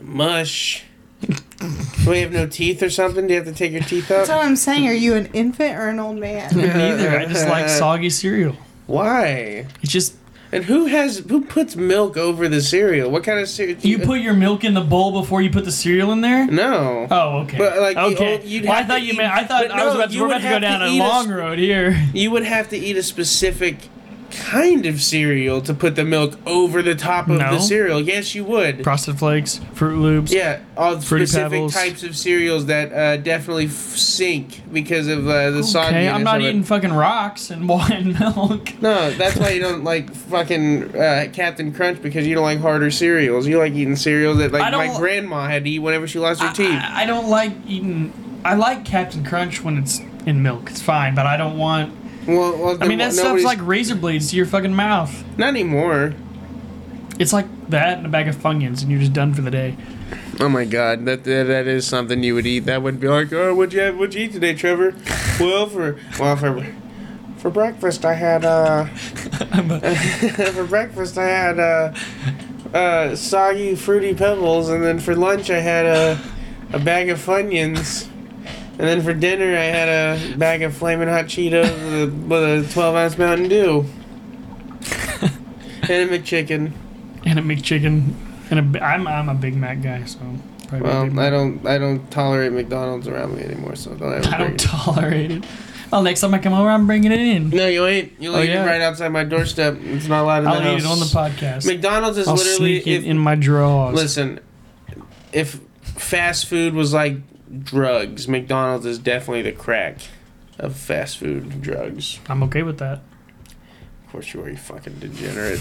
[SPEAKER 1] mush. Do we have no teeth or something? Do you have to take your teeth
[SPEAKER 3] That's
[SPEAKER 1] out?
[SPEAKER 3] what I'm saying. Are you an infant or an old man?
[SPEAKER 2] Neither. I just like soggy cereal.
[SPEAKER 1] Why?
[SPEAKER 2] It's just
[SPEAKER 1] And who has who puts milk over the cereal? What kind of cereal?
[SPEAKER 2] you put your milk in the bowl before you put the cereal in there.
[SPEAKER 1] no.
[SPEAKER 2] Oh, okay.
[SPEAKER 1] But, like, the
[SPEAKER 2] okay.
[SPEAKER 1] old- you'd
[SPEAKER 2] well, I
[SPEAKER 1] have to
[SPEAKER 2] thought you
[SPEAKER 1] eat-
[SPEAKER 2] meant. I thought
[SPEAKER 1] but
[SPEAKER 2] I was
[SPEAKER 1] no,
[SPEAKER 2] about to.
[SPEAKER 1] you
[SPEAKER 2] We're
[SPEAKER 1] would
[SPEAKER 2] about to go
[SPEAKER 1] have to
[SPEAKER 2] down a
[SPEAKER 1] eat a
[SPEAKER 2] long
[SPEAKER 1] sp-
[SPEAKER 2] road here.
[SPEAKER 1] You would have to eat a specific kind of cereal to put the milk over the top of
[SPEAKER 2] No.
[SPEAKER 1] the cereal. Yes, you would.
[SPEAKER 2] Frosted Flakes, Fruit Loops.
[SPEAKER 1] yeah, all
[SPEAKER 2] Fruity
[SPEAKER 1] specific
[SPEAKER 2] Pebbles.
[SPEAKER 1] types of cereals that uh, definitely f- sink because of uh, the
[SPEAKER 2] Okay,
[SPEAKER 1] sogginess
[SPEAKER 2] I'm not
[SPEAKER 1] of it.
[SPEAKER 2] eating fucking rocks and wine milk.
[SPEAKER 1] No, that's why you don't like fucking uh, Captain Crunch because you don't like harder cereals. You like eating cereals that
[SPEAKER 2] I
[SPEAKER 1] like
[SPEAKER 2] don't-
[SPEAKER 1] my grandma had to eat whenever she lost her teeth.
[SPEAKER 2] I, I don't like eating. I like Captain Crunch when it's in milk. It's fine, but I don't want.
[SPEAKER 1] well, well,
[SPEAKER 2] I
[SPEAKER 1] then
[SPEAKER 2] mean, that stuff's
[SPEAKER 1] nobody's-
[SPEAKER 2] like razor blades to your fucking mouth.
[SPEAKER 1] not anymore.
[SPEAKER 2] It's like that and a bag of Funyuns, and you're just done for the day.
[SPEAKER 1] Oh my god, that, that that is something you would eat. That would be like, oh, what'd you have? What'd you eat today, Trevor? well, for well for for breakfast, I had uh for breakfast I had uh, uh soggy fruity pebbles, and then for lunch I had a a bag of Funyuns, and then for dinner I had a bag of flaming hot Cheetos with a, with a twelve ounce Mountain Dew. and a McChicken.
[SPEAKER 2] And a McChicken. And a, I'm, I'm a Big Mac guy, so probably a Big
[SPEAKER 1] Well,
[SPEAKER 2] Mac.
[SPEAKER 1] I don't I don't tolerate McDonald's around me anymore, so don't ever.
[SPEAKER 2] I
[SPEAKER 1] bring
[SPEAKER 2] don't
[SPEAKER 1] it.
[SPEAKER 2] tolerate it. Well, next time I come over, I'm bringing it in.
[SPEAKER 1] No, you ain't. You
[SPEAKER 2] Oh,
[SPEAKER 1] leave
[SPEAKER 2] yeah.
[SPEAKER 1] it right outside my doorstep. It's not allowed in
[SPEAKER 2] I'll
[SPEAKER 1] the house.
[SPEAKER 2] eat it on the podcast.
[SPEAKER 1] McDonald's is
[SPEAKER 2] I'll
[SPEAKER 1] literally.
[SPEAKER 2] sneak it
[SPEAKER 1] if-
[SPEAKER 2] in my drawers.
[SPEAKER 1] listen, if fast food was like drugs, McDonald's is definitely the crack of fast food drugs.
[SPEAKER 2] I'm okay with that.
[SPEAKER 1] Of course, you are. You fucking degenerate.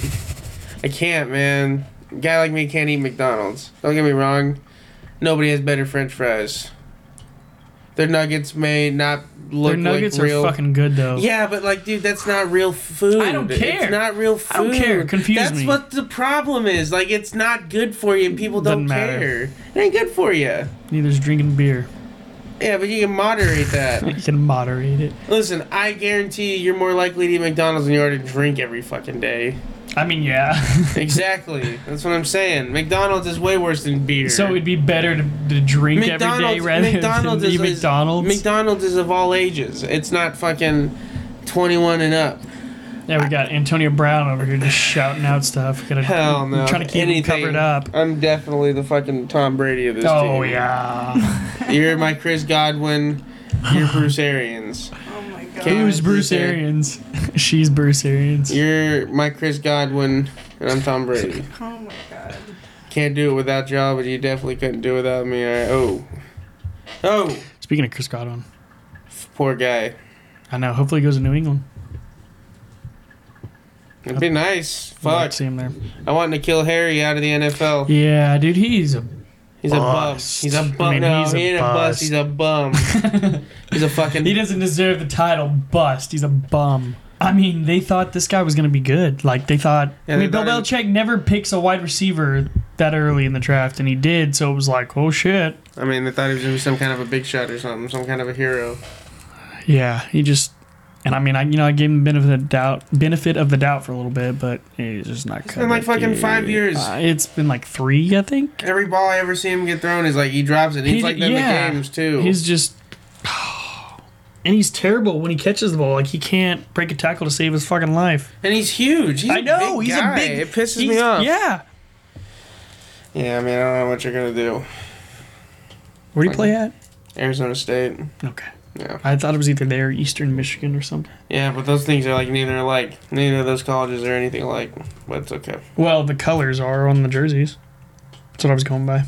[SPEAKER 1] I can't, man. A guy like me can't eat McDonald's. Don't get me wrong. Nobody has better French fries. Their nuggets may not look
[SPEAKER 2] Their nuggets
[SPEAKER 1] like real.
[SPEAKER 2] are fucking good though.
[SPEAKER 1] yeah, but like, dude, that's not real food.
[SPEAKER 2] Oh. I don't
[SPEAKER 1] It's
[SPEAKER 2] care.
[SPEAKER 1] not real food.
[SPEAKER 2] I don't care. Confuse
[SPEAKER 1] That's
[SPEAKER 2] me.
[SPEAKER 1] what the problem is. Like, it's not good for you, and people don't
[SPEAKER 2] Doesn't matter.
[SPEAKER 1] care. It ain't good for you.
[SPEAKER 2] Neither's drinking beer.
[SPEAKER 1] Yeah, but you can moderate that.
[SPEAKER 2] You can moderate it.
[SPEAKER 1] Listen, I guarantee you're more likely to eat McDonald's than you are to drink every fucking day.
[SPEAKER 2] I mean, yeah.
[SPEAKER 1] Exactly. That's what I'm saying. McDonald's is way worse than beer.
[SPEAKER 2] so it'd be better to, to drink every day rather
[SPEAKER 1] McDonald's
[SPEAKER 2] than eat
[SPEAKER 1] is- is-
[SPEAKER 2] McDonald's.
[SPEAKER 1] McDonald's is of all ages. It's not fucking 21 and up.
[SPEAKER 2] yeah, we got Antonio Brown over here just shouting out stuff. Gotta,
[SPEAKER 1] Hell no.
[SPEAKER 2] Trying to keep him
[SPEAKER 1] Anything.
[SPEAKER 2] covered up.
[SPEAKER 1] I'm definitely the fucking Tom Brady of this team.
[SPEAKER 2] Oh yeah.
[SPEAKER 1] You're my Chris Godwin. You're Bruce Arians.
[SPEAKER 3] Oh my god.
[SPEAKER 1] Can't-
[SPEAKER 2] Who's Bruce Arians? She's Bruce Arians.
[SPEAKER 1] You're my Chris Godwin, and I'm Tom Brady.
[SPEAKER 3] Oh my god.
[SPEAKER 1] Can't do it without y'all, but you definitely couldn't do it without me. I, oh, oh,
[SPEAKER 2] Speaking of Chris Godwin,
[SPEAKER 1] poor guy.
[SPEAKER 2] I know. Hopefully, he goes to New England.
[SPEAKER 1] It'd be nice.
[SPEAKER 2] I'd like
[SPEAKER 1] Fuck.
[SPEAKER 2] to see him there.
[SPEAKER 1] I want to kill Harry out of the NFL.
[SPEAKER 2] Yeah, dude, he's a
[SPEAKER 1] He's a bum.
[SPEAKER 2] Bust.
[SPEAKER 1] He's a
[SPEAKER 2] I
[SPEAKER 1] bum.
[SPEAKER 2] mean,
[SPEAKER 1] no,
[SPEAKER 2] he's a
[SPEAKER 1] he ain't a bust.
[SPEAKER 2] bust.
[SPEAKER 1] He's a bum. he's a fucking.
[SPEAKER 2] He doesn't deserve the title bust. He's a bum. I mean, they thought this guy was going to be good. Like they thought.
[SPEAKER 1] Yeah,
[SPEAKER 2] I
[SPEAKER 1] they
[SPEAKER 2] mean, Bill
[SPEAKER 1] thought
[SPEAKER 2] Belichick never picks a wide receiver that early in the draft, and he did. So it was like, oh shit.
[SPEAKER 1] I mean, they thought he was gonna be some kind of a big shot or something, some kind of a hero.
[SPEAKER 2] Yeah, he just. And I mean, I you know I gave him benefit of the doubt, benefit of the doubt for a little bit, but he's just not.
[SPEAKER 1] It's been like fucking five years.
[SPEAKER 2] Uh, it's been like three, I think.
[SPEAKER 1] Every ball I ever see him get thrown is like he drops it. He's
[SPEAKER 2] He-
[SPEAKER 1] like that in
[SPEAKER 2] yeah.
[SPEAKER 1] the games too.
[SPEAKER 2] He's just. And he's terrible when he catches the ball. Like he can't break a tackle to save his fucking life.
[SPEAKER 1] and he's huge. He's
[SPEAKER 2] I know
[SPEAKER 1] big
[SPEAKER 2] he's
[SPEAKER 1] guy.
[SPEAKER 2] a big.
[SPEAKER 1] It pisses me
[SPEAKER 2] he's-
[SPEAKER 1] off. Yeah.
[SPEAKER 2] Yeah.
[SPEAKER 1] I mean, I don't know what you're gonna do.
[SPEAKER 2] Where do you play at?
[SPEAKER 1] Arizona State.
[SPEAKER 2] Okay.
[SPEAKER 1] Yeah.
[SPEAKER 2] I thought it was either there, or Eastern Michigan, or something.
[SPEAKER 1] Yeah, but those things are like neither alike. Neither of those colleges are anything alike. But it's okay.
[SPEAKER 2] Well, the colors are on the jerseys. That's what I was going by.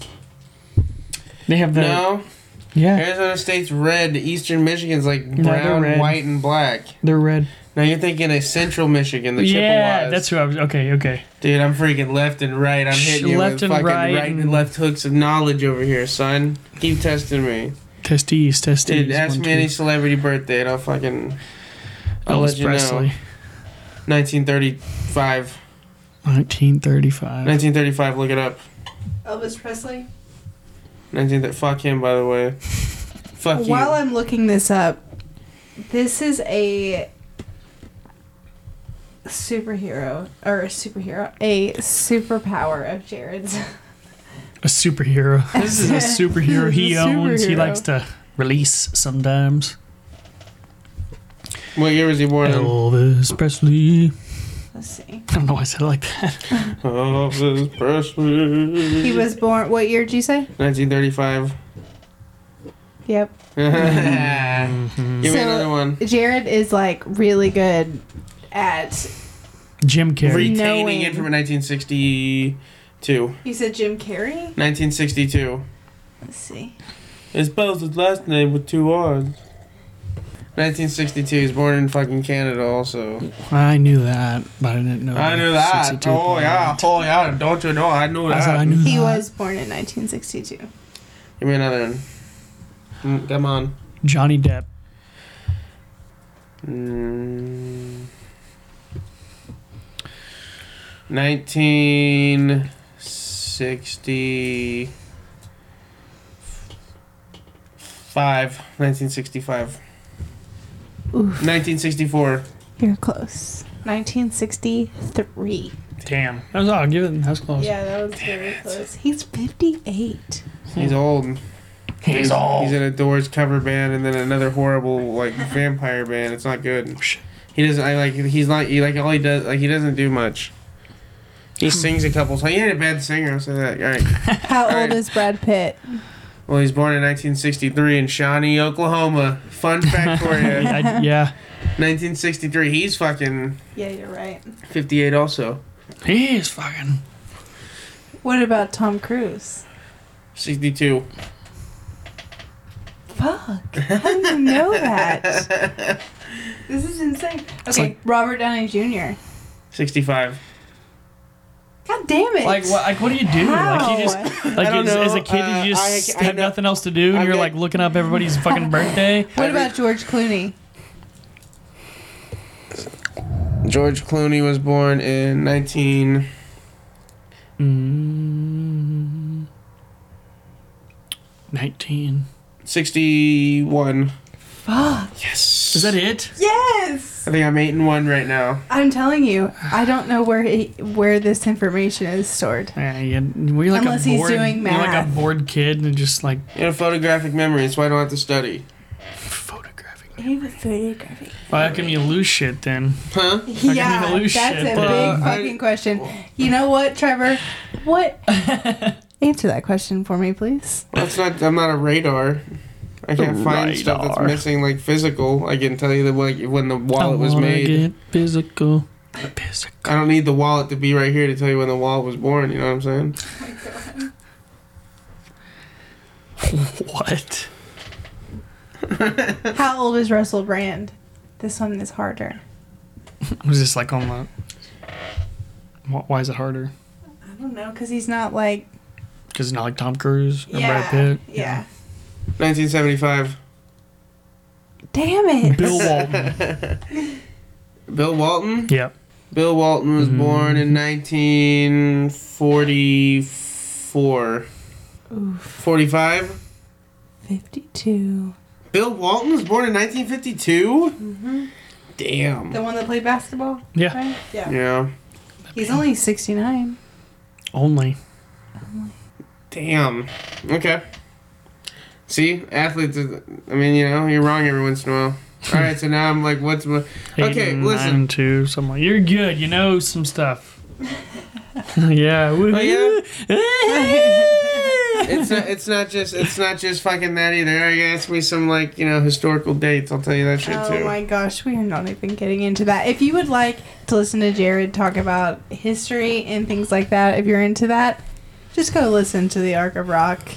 [SPEAKER 2] They have the
[SPEAKER 1] No,
[SPEAKER 2] yeah,
[SPEAKER 1] Arizona State's red. Eastern Michigan's like
[SPEAKER 2] they're
[SPEAKER 1] brown,
[SPEAKER 2] red.
[SPEAKER 1] white, and black.
[SPEAKER 2] they're red.
[SPEAKER 1] Now you're thinking of Central Michigan, the
[SPEAKER 2] yeah,
[SPEAKER 1] Chippewas.
[SPEAKER 2] that's who I was. Okay, okay.
[SPEAKER 1] Dude, I'm freaking left and right. I'm
[SPEAKER 2] Sh-
[SPEAKER 1] hitting you
[SPEAKER 2] left
[SPEAKER 1] with
[SPEAKER 2] and
[SPEAKER 1] fucking right,
[SPEAKER 2] right
[SPEAKER 1] and
[SPEAKER 2] and-
[SPEAKER 1] left hooks of knowledge over here, son. Keep testing me.
[SPEAKER 2] Testes, testes.
[SPEAKER 1] Dude, ask
[SPEAKER 2] one,
[SPEAKER 1] me any
[SPEAKER 2] two.
[SPEAKER 1] celebrity birthday and I'll fucking. I'll let
[SPEAKER 2] Elvis
[SPEAKER 1] you
[SPEAKER 2] Presley,
[SPEAKER 1] know. 1935.
[SPEAKER 2] 1935.
[SPEAKER 1] 1935, look it up.
[SPEAKER 3] Elvis Presley.
[SPEAKER 1] 19. th- Fuck him, by the way. Fuck you.
[SPEAKER 3] While I'm looking this up, this is a superhero or a superhero, a superpower of Jared's.
[SPEAKER 2] A superhero. This is a superhero
[SPEAKER 3] This
[SPEAKER 2] he
[SPEAKER 3] is a
[SPEAKER 2] owns. He
[SPEAKER 3] superhero.
[SPEAKER 2] likes to release sometimes.
[SPEAKER 1] what year was he born? in?
[SPEAKER 2] Elvis Presley.
[SPEAKER 3] Let's see.
[SPEAKER 2] I don't know why I said it like that.
[SPEAKER 1] Elvis Presley.
[SPEAKER 3] He was born. What year did you say?
[SPEAKER 1] 1935.
[SPEAKER 3] Yep.
[SPEAKER 1] Give me
[SPEAKER 3] So-
[SPEAKER 1] another one.
[SPEAKER 3] Jared is like really good at.
[SPEAKER 2] Jim Carrey.
[SPEAKER 3] Re-
[SPEAKER 1] Retaining
[SPEAKER 3] Knowing.
[SPEAKER 1] it from 1962.
[SPEAKER 3] You said Jim Carrey.
[SPEAKER 1] 1962.
[SPEAKER 3] Let's see.
[SPEAKER 1] It spells his last name with two R's. 1962. He's born in fucking Canada, also.
[SPEAKER 2] I knew that, but I didn't know.
[SPEAKER 1] I
[SPEAKER 2] the
[SPEAKER 1] knew that.
[SPEAKER 2] 62
[SPEAKER 1] Oh
[SPEAKER 2] part.
[SPEAKER 1] yeah. Oh yeah. Don't you know? I knew that.
[SPEAKER 2] I said I knew
[SPEAKER 3] He
[SPEAKER 2] that.
[SPEAKER 3] was born in 1962.
[SPEAKER 1] Give me another one. Mm, come on.
[SPEAKER 2] Johnny Depp.
[SPEAKER 1] Mm. 1965. 1965. 1964.
[SPEAKER 3] You're close. 1963.
[SPEAKER 2] Damn. That was all. Give it. That was
[SPEAKER 1] Oh,
[SPEAKER 2] close.
[SPEAKER 3] Yeah, that was very close. He's 58.
[SPEAKER 1] He's old.
[SPEAKER 2] He's all.
[SPEAKER 1] He's in a Doors cover band and then another horrible like vampire band. It's not
[SPEAKER 2] Oh,
[SPEAKER 1] good. He doesn't. I like. He's not. He like all he does. Like he doesn't do much. He
[SPEAKER 2] Hmm.
[SPEAKER 1] sings a couple times. He ain't a bad singer. I'll say that. All right.
[SPEAKER 3] How
[SPEAKER 1] All right.
[SPEAKER 3] old is Brad Pitt?
[SPEAKER 1] Well, he's born in 1963 in Shawnee, Oklahoma. Fun fact for you.
[SPEAKER 2] I, yeah.
[SPEAKER 1] 1963. He's fucking
[SPEAKER 3] Yeah, you're right.
[SPEAKER 1] 58 also.
[SPEAKER 2] He is fucking.
[SPEAKER 3] What about Tom Cruise?
[SPEAKER 1] 62.
[SPEAKER 3] Fuck. How do you know that? This is insane. Okay,
[SPEAKER 2] like-
[SPEAKER 3] Robert Downey Jr.
[SPEAKER 1] 65.
[SPEAKER 3] God damn it.
[SPEAKER 2] Like what? Like what do you do? Like you just like
[SPEAKER 1] don't
[SPEAKER 2] as, as a
[SPEAKER 1] know.
[SPEAKER 2] kid, did you
[SPEAKER 1] Uh, I-
[SPEAKER 2] just
[SPEAKER 1] I
[SPEAKER 2] have
[SPEAKER 1] know-
[SPEAKER 2] nothing else to do? And
[SPEAKER 1] I've
[SPEAKER 2] you're
[SPEAKER 1] got-
[SPEAKER 2] like looking up everybody's fucking birthday.
[SPEAKER 3] what about George Clooney?
[SPEAKER 1] George Clooney was born in 19.
[SPEAKER 2] Mm, Nineteen.
[SPEAKER 1] 61.
[SPEAKER 3] Fuck.
[SPEAKER 1] Yes.
[SPEAKER 2] Is that it?
[SPEAKER 3] Yes.
[SPEAKER 1] I think I'm eight and one right now.
[SPEAKER 3] I'm telling you, I don't know where he, where this information is stored.
[SPEAKER 2] Yeah, yeah. Were you like
[SPEAKER 3] Unless
[SPEAKER 2] a
[SPEAKER 3] he's
[SPEAKER 2] bored,
[SPEAKER 3] doing
[SPEAKER 2] You're like a
[SPEAKER 3] math.
[SPEAKER 2] bored kid and just like
[SPEAKER 1] You know, photographic memory. It's why I don't have to study.
[SPEAKER 2] photographic.
[SPEAKER 3] He was photography.
[SPEAKER 2] Well, how come you lose shit then?
[SPEAKER 1] Huh?
[SPEAKER 2] How can
[SPEAKER 3] Yeah,
[SPEAKER 2] you
[SPEAKER 3] that's
[SPEAKER 2] lose
[SPEAKER 3] a
[SPEAKER 2] shit
[SPEAKER 3] big
[SPEAKER 2] then?
[SPEAKER 1] Well, I-
[SPEAKER 3] fucking question. You know what, Trevor? What? Answer that question for me, please.
[SPEAKER 1] That's not. I'm not a radar. I can't find stuff that's
[SPEAKER 2] Radar.
[SPEAKER 1] missing, like physical. I can tell you that like when the wallet was
[SPEAKER 2] wanna
[SPEAKER 1] made.
[SPEAKER 2] Get physical. Physical.
[SPEAKER 1] I don't need the wallet to be right here to tell you when the wallet was born. You know what I'm saying?
[SPEAKER 2] What?
[SPEAKER 3] How old is Russell Brand? This one is harder.
[SPEAKER 2] I was just like on the. Wh- Why is it harder?
[SPEAKER 3] I don't know, cause he's not like
[SPEAKER 2] Because it's not like Tom Cruise or
[SPEAKER 3] yeah,
[SPEAKER 2] Brad Pitt.
[SPEAKER 3] yeah.
[SPEAKER 1] 1975.
[SPEAKER 3] Damn it.
[SPEAKER 2] Bill Walton.
[SPEAKER 1] Bill Walton.
[SPEAKER 2] yep.
[SPEAKER 1] Bill Walton was
[SPEAKER 2] Mhm.
[SPEAKER 1] born in 1944.
[SPEAKER 3] Oof.
[SPEAKER 1] 45.
[SPEAKER 3] Fifty-two.
[SPEAKER 1] Bill Walton was born in 1952. Damn.
[SPEAKER 3] The one that played basketball.
[SPEAKER 2] Yeah.
[SPEAKER 3] Right? Yeah.
[SPEAKER 1] Yeah.
[SPEAKER 3] He's only sixty-nine.
[SPEAKER 2] Only.
[SPEAKER 1] Damn. Okay. See, athletes. Is, I mean, you know, you're wrong every once in a while. All right, so now I'm like, what's my?
[SPEAKER 2] Eight
[SPEAKER 1] Okay,
[SPEAKER 2] and
[SPEAKER 1] listen.
[SPEAKER 2] Nine and two. So I'm like, you're good. You know some stuff. yeah. woo-
[SPEAKER 1] Oh, yeah?
[SPEAKER 2] Oh, yeah.
[SPEAKER 1] It's not. It's not just. It's not just fucking that either. You ask me some like you know historical dates. I'll tell you that shit
[SPEAKER 3] Oh
[SPEAKER 1] too.
[SPEAKER 3] my gosh, we are not even getting into that. If you would like to listen to Jared talk about history and things like that, if you're into that, just go listen to the Ark of Rock.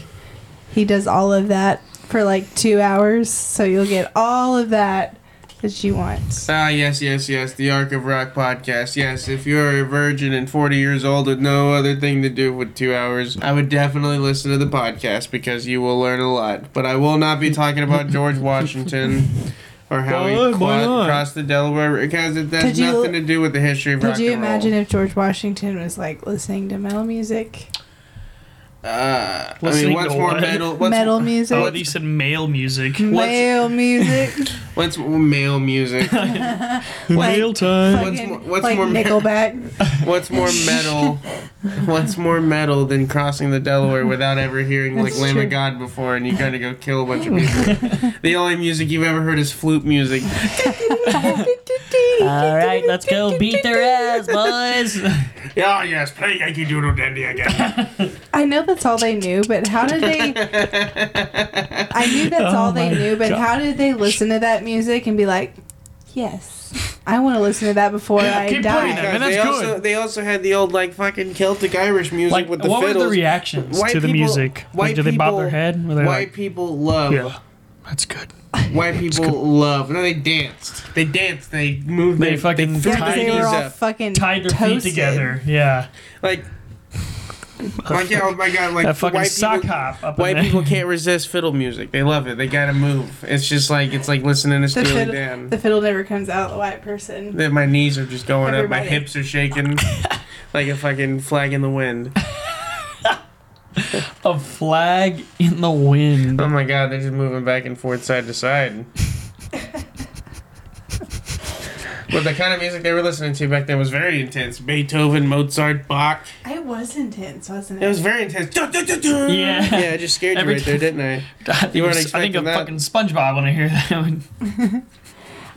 [SPEAKER 3] He does all of that for like two hours, so you'll get all of that that you want.
[SPEAKER 1] Ah, yes, yes, yes. The Ark of Rock podcast. Yes, if you're a virgin and 40 years old with no other thing to do with two hours, I would definitely listen to the podcast because you will learn a lot. But I will not be talking about George Washington or how
[SPEAKER 2] Why?
[SPEAKER 1] he
[SPEAKER 2] Why
[SPEAKER 1] cla-
[SPEAKER 2] not?
[SPEAKER 1] crossed the Delaware because it has
[SPEAKER 3] Could you-
[SPEAKER 1] nothing to do with the history of rock
[SPEAKER 3] Could you
[SPEAKER 1] and roll.
[SPEAKER 3] imagine if George Washington was like listening to metal music?
[SPEAKER 1] Uh, I mean,
[SPEAKER 2] Listening
[SPEAKER 1] what's
[SPEAKER 2] to
[SPEAKER 1] more
[SPEAKER 2] what?
[SPEAKER 1] metal? What's,
[SPEAKER 3] metal music?
[SPEAKER 2] Oh, you said male music.
[SPEAKER 3] Male music?
[SPEAKER 1] What's more male music?
[SPEAKER 2] Male time.
[SPEAKER 3] Fucking
[SPEAKER 1] more- what's
[SPEAKER 3] like
[SPEAKER 1] more me-
[SPEAKER 3] Nickelback?
[SPEAKER 1] What's more metal? What's more metal than crossing the Delaware without ever hearing like
[SPEAKER 3] That's
[SPEAKER 1] Lamb
[SPEAKER 3] true.
[SPEAKER 1] of God before and you're gonna go kill a bunch of people? the only music you've ever heard is flute music.
[SPEAKER 2] All right, let's go beat their ass, boys.
[SPEAKER 1] Yeah, yes, play Yankee Doodle Dandy again.
[SPEAKER 3] I know that's all they knew, but how did they? I knew that's
[SPEAKER 2] Oh
[SPEAKER 3] all they
[SPEAKER 2] my
[SPEAKER 3] knew, but
[SPEAKER 2] God.
[SPEAKER 3] how did they listen to that music and be like, "Yes, I want to listen to that before I
[SPEAKER 2] keep playing
[SPEAKER 3] die"?
[SPEAKER 2] that. man, that's
[SPEAKER 1] they also
[SPEAKER 2] good.
[SPEAKER 1] they also had the old like fucking Celtic Irish music
[SPEAKER 2] Like,
[SPEAKER 1] with the
[SPEAKER 2] what
[SPEAKER 1] fiddles.
[SPEAKER 2] were the reactions
[SPEAKER 1] White
[SPEAKER 2] to the
[SPEAKER 1] people-
[SPEAKER 2] music?
[SPEAKER 1] white
[SPEAKER 2] Like, did they bob their
[SPEAKER 1] people-
[SPEAKER 2] head? Were they
[SPEAKER 1] White people love.
[SPEAKER 2] like, "Oh, yeah, that's good.
[SPEAKER 1] White people love. No, they danced. They danced. They moved.
[SPEAKER 2] They
[SPEAKER 1] their-
[SPEAKER 2] fucking
[SPEAKER 1] threw
[SPEAKER 3] Yeah,
[SPEAKER 1] their
[SPEAKER 3] 'cause they
[SPEAKER 1] knees
[SPEAKER 3] were all
[SPEAKER 1] up.
[SPEAKER 3] fucking
[SPEAKER 2] Tied their
[SPEAKER 3] toasted.
[SPEAKER 2] feet together. Yeah.
[SPEAKER 1] Like, like yeah, oh my god, like
[SPEAKER 2] That fucking
[SPEAKER 1] white
[SPEAKER 2] sock
[SPEAKER 1] people,
[SPEAKER 2] hop up in
[SPEAKER 1] White
[SPEAKER 2] there.
[SPEAKER 1] people can't resist fiddle music. They love it. They gotta move. It's just like it's like listening to
[SPEAKER 3] The
[SPEAKER 1] Steely
[SPEAKER 3] fiddle,
[SPEAKER 1] Dan.
[SPEAKER 3] the fiddle never comes out. The white person.
[SPEAKER 1] Then my knees are just going up. My
[SPEAKER 3] Everybody.
[SPEAKER 1] hips are shaking, like a fucking flag in the wind.
[SPEAKER 2] A flag in the wind.
[SPEAKER 1] Oh my god, they're just moving back and forth side to side. but the kind of music they were listening to back then was very intense. Beethoven, Mozart, Bach.
[SPEAKER 3] It was intense, wasn't
[SPEAKER 1] It
[SPEAKER 3] it?
[SPEAKER 1] was very intense. Dun, dun, dun, dun.
[SPEAKER 2] Yeah.
[SPEAKER 1] Yeah, I just scared you
[SPEAKER 2] Every
[SPEAKER 1] right there, didn't I?
[SPEAKER 2] I
[SPEAKER 1] You
[SPEAKER 2] think,
[SPEAKER 1] weren't
[SPEAKER 2] of- I think
[SPEAKER 1] expecting
[SPEAKER 2] of
[SPEAKER 1] that.
[SPEAKER 2] fucking SpongeBob when I hear that one.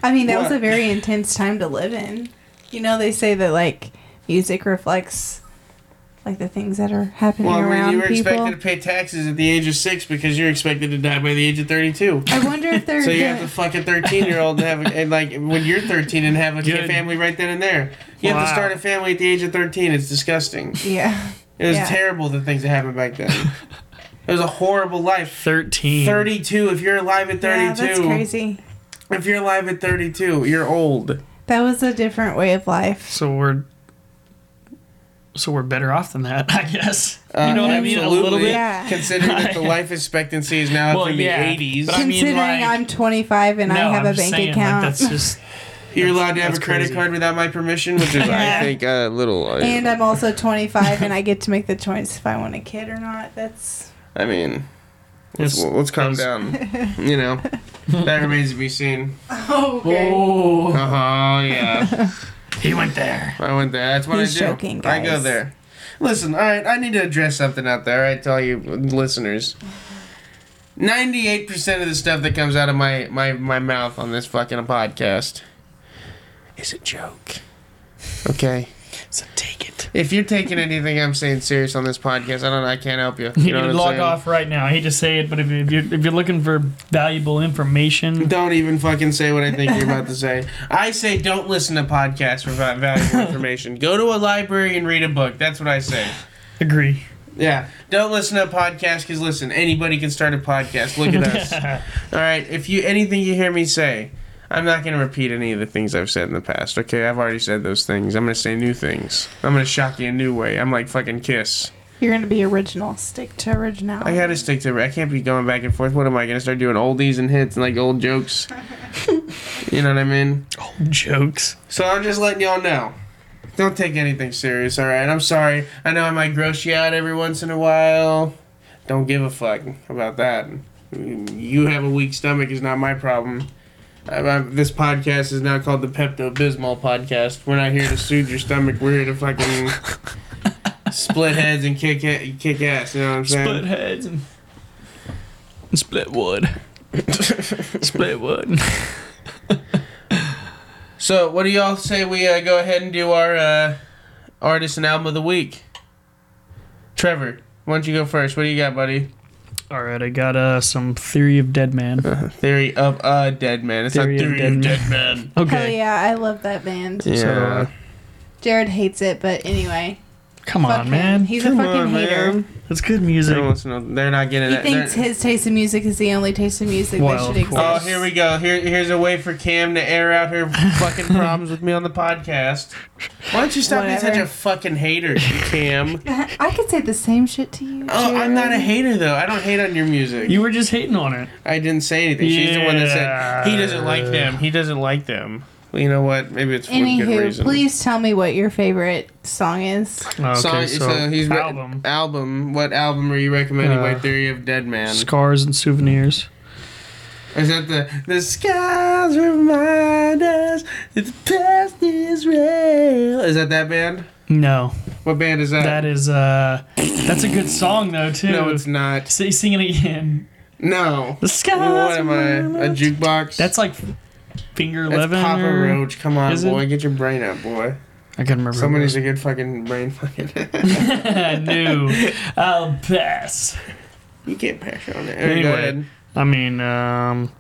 [SPEAKER 3] I mean, that was
[SPEAKER 1] What?
[SPEAKER 3] a very intense time to live in. You know, they say that like music reflects like the things that are happening
[SPEAKER 1] Well, I mean,
[SPEAKER 3] around
[SPEAKER 1] you were
[SPEAKER 3] people.
[SPEAKER 1] expected to pay taxes at the age of six because you're expected to die by the age of 32.
[SPEAKER 3] I wonder if they're
[SPEAKER 1] So you have
[SPEAKER 3] gonna-
[SPEAKER 1] to fuck a 13 year old and have a, and like when you're 13 and have a
[SPEAKER 2] Good.
[SPEAKER 1] family right then and there. You have to
[SPEAKER 2] Wow.
[SPEAKER 1] start a family at the age of 13. It's disgusting.
[SPEAKER 3] yeah.
[SPEAKER 1] It was
[SPEAKER 3] Yeah.
[SPEAKER 1] terrible the things that happened back then. it was a horrible life.
[SPEAKER 2] 13.
[SPEAKER 1] 32. If you're alive at 32,
[SPEAKER 3] Yeah, that's crazy.
[SPEAKER 1] if you're alive at 32, you're old.
[SPEAKER 3] That was a different way of life.
[SPEAKER 2] So we're so we're better off than that, I guess.
[SPEAKER 1] Uh,
[SPEAKER 2] you know what I mean? A little
[SPEAKER 1] absolutely,
[SPEAKER 2] bit.
[SPEAKER 3] Yeah.
[SPEAKER 1] Considering that the life expectancy is now up
[SPEAKER 2] Well,
[SPEAKER 1] in the
[SPEAKER 2] yeah,
[SPEAKER 1] 80s,
[SPEAKER 2] but I mean,
[SPEAKER 3] Considering
[SPEAKER 2] like-
[SPEAKER 3] I'm 25 and I
[SPEAKER 2] No,
[SPEAKER 3] have
[SPEAKER 2] I'm
[SPEAKER 3] a
[SPEAKER 2] just
[SPEAKER 3] bank
[SPEAKER 2] saying, like,
[SPEAKER 3] account.
[SPEAKER 2] that's just
[SPEAKER 1] you're allowed to have
[SPEAKER 2] That's
[SPEAKER 1] a credit
[SPEAKER 2] crazy.
[SPEAKER 1] card without my permission, which is, I
[SPEAKER 3] Yeah.
[SPEAKER 1] think, a little. uh,
[SPEAKER 3] and I'm also 25 and I get to make the choice if I want a kid or not. That's
[SPEAKER 1] I mean, let's,
[SPEAKER 2] Yes,
[SPEAKER 1] let's calm
[SPEAKER 2] yes.
[SPEAKER 1] down. You know, that remains to be seen.
[SPEAKER 3] oh, okay.
[SPEAKER 1] Oh
[SPEAKER 2] Oh,
[SPEAKER 1] yeah,
[SPEAKER 2] he went there.
[SPEAKER 1] I went there. That's what
[SPEAKER 3] He's
[SPEAKER 1] I do.
[SPEAKER 3] joking,
[SPEAKER 1] I go
[SPEAKER 3] guys.
[SPEAKER 1] there. Listen, all right. I need to address something out there. All right, tell you listeners. Ninety-eight percent of the stuff that comes out of my, my, my mouth on this fucking podcast is a joke. Okay.
[SPEAKER 2] So take it.
[SPEAKER 1] If you're taking anything I'm saying serious on this podcast, I don't. I can't help you.
[SPEAKER 2] You,
[SPEAKER 1] You know what
[SPEAKER 2] need to
[SPEAKER 1] I'm
[SPEAKER 2] log
[SPEAKER 1] saying?
[SPEAKER 2] off right now. I hate to say it, but if, if you're if you're looking for valuable information,
[SPEAKER 1] Don't even fucking say what I think you're about to say. I say don't listen to podcasts for val- valuable information. Go to a library and read a book. That's what I say.
[SPEAKER 2] agree.
[SPEAKER 1] Yeah. Don't listen to a podcast because listen, anybody can start a podcast. Look at us. All right. If you anything you hear me say, I'm not gonna repeat any of the things I've said in the past. Okay, I've already said those things. I'm gonna say new things. I'm gonna shock you a new way. I'm like fucking kiss.
[SPEAKER 3] You're going to be original. Stick to originality.
[SPEAKER 1] I gotta stick to. I can't be going back and forth. What am I gonna start doing? Oldies and hits and like old jokes. you know what I mean?
[SPEAKER 2] Jokes.
[SPEAKER 1] So I'm just letting y'all know. Don't take anything serious, alright? I'm sorry. I know I might gross you out every once in a while. Don't give a fuck about that. You have a weak stomach is not my problem. I, I, this podcast is now called the Pepto Bismol podcast. We're not here to soothe your stomach. We're here to fucking split heads and kick he- kick ass. You know what I'm saying?
[SPEAKER 2] Split heads and split wood. split wood.
[SPEAKER 1] So, what do y'all say we uh, go ahead and do our uh, artist and album of the week? Trevor, why don't you go first? What do you got, buddy?
[SPEAKER 2] All right, I got uh, some Theory of Dead Man.
[SPEAKER 1] Theory of a Dead Man. It's
[SPEAKER 2] Theory
[SPEAKER 1] not
[SPEAKER 2] of
[SPEAKER 1] Theory
[SPEAKER 2] Dead
[SPEAKER 1] of
[SPEAKER 2] Man.
[SPEAKER 1] Dead Man.
[SPEAKER 3] Hell
[SPEAKER 2] Okay.
[SPEAKER 3] yeah, I love that band.
[SPEAKER 1] Yeah.
[SPEAKER 2] So,
[SPEAKER 3] Jared hates it, but anyway.
[SPEAKER 2] come
[SPEAKER 3] fuck
[SPEAKER 2] on,
[SPEAKER 3] him.
[SPEAKER 2] man.
[SPEAKER 3] He's a fucking hater.
[SPEAKER 2] That's good
[SPEAKER 1] They
[SPEAKER 2] music.
[SPEAKER 1] don't listen to- They're not getting
[SPEAKER 3] He
[SPEAKER 1] it.
[SPEAKER 3] thinks
[SPEAKER 1] They're-
[SPEAKER 3] his taste in music is the only taste in music
[SPEAKER 2] Well,
[SPEAKER 3] that should
[SPEAKER 2] of
[SPEAKER 3] exist.
[SPEAKER 2] course.
[SPEAKER 1] Oh, here we go. Here, here's a way for Cam to air out her fucking problems with me on the podcast. Why don't you stop being such
[SPEAKER 3] Whatever.
[SPEAKER 1] a fucking hater, Cam?
[SPEAKER 3] I could say the same shit to you.
[SPEAKER 1] Oh, I'm not a
[SPEAKER 3] Jared.
[SPEAKER 1] hater though. I don't hate on your music.
[SPEAKER 2] You were just hating on it.
[SPEAKER 1] I didn't say anything. She's the one that
[SPEAKER 2] Yeah.
[SPEAKER 1] said he doesn't like them. He doesn't like them. Well, you know what? Maybe it's for a good
[SPEAKER 3] Anywho,
[SPEAKER 1] reason.
[SPEAKER 3] please tell me what your favorite song is.
[SPEAKER 2] Oh, Okay,
[SPEAKER 1] Song- uh,
[SPEAKER 2] so,
[SPEAKER 1] he's re-
[SPEAKER 2] album.
[SPEAKER 1] album. What album are you recommending? by
[SPEAKER 2] Uh,
[SPEAKER 1] Theory of Dead Man.
[SPEAKER 2] Scars and souvenirs.
[SPEAKER 1] Is that the the skies remind us that the past is real? Is that that band?
[SPEAKER 2] No,
[SPEAKER 1] What band is that?
[SPEAKER 2] that is uh, that's a good song though too.
[SPEAKER 1] no, it's not.
[SPEAKER 2] Say, sing it again.
[SPEAKER 1] No.
[SPEAKER 2] The sky.
[SPEAKER 1] What am I? A jukebox?
[SPEAKER 2] That's like Finger
[SPEAKER 1] That's
[SPEAKER 2] Eleven.
[SPEAKER 1] Papa
[SPEAKER 2] or-
[SPEAKER 1] Roach. Come on,
[SPEAKER 2] Is it?
[SPEAKER 1] boy, get your brain up, boy.
[SPEAKER 2] I can't remember.
[SPEAKER 1] Someone needs a good fucking brain. Fucking.
[SPEAKER 2] I knew. I'll pass.
[SPEAKER 1] you can't pass on it.
[SPEAKER 2] Anyway.
[SPEAKER 1] Go ahead.
[SPEAKER 2] I mean, um,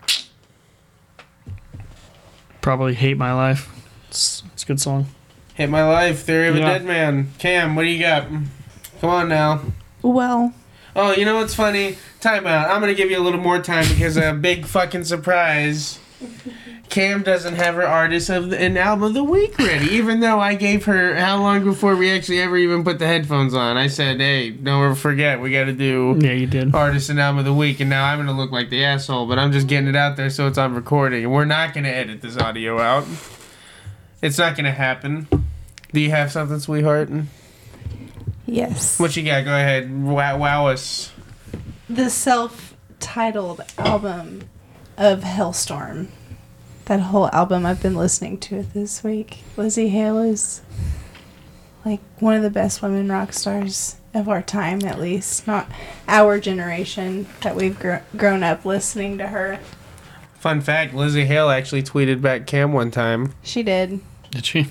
[SPEAKER 2] probably hate my life. It's, it's a good song.
[SPEAKER 1] Hit my life, Theory of a
[SPEAKER 2] Yeah.
[SPEAKER 1] Dead Man. Cam, what do you got? Come on now.
[SPEAKER 3] Well,
[SPEAKER 1] Oh, you know what's funny? Time out. I'm gonna give you a little more time because a big fucking surprise. Cam doesn't have her artist of the, an album of the week ready, even though I gave her how long before we actually ever even put the headphones on. I said, "Hey, don't ever forget, we got to do
[SPEAKER 2] Yeah, you did.
[SPEAKER 1] artist and album of the week." And now I'm gonna look like the asshole, but I'm just getting it out there so it's on recording. And we're not gonna edit this audio out. It's not gonna happen. Do you have something, sweetheart?
[SPEAKER 3] yes.
[SPEAKER 1] What you got? Go ahead. Wow, wow us.
[SPEAKER 3] the self-titled album of Hellstorm. That whole album I've been listening to it this week. Lizzie Hale is like one of the best women rock stars of our time, at least not our generation that we've gr- grown up listening to her.
[SPEAKER 1] Fun fact: Lizzie Hale actually tweeted back Cam one time.
[SPEAKER 3] She did.
[SPEAKER 2] Oh, Did she?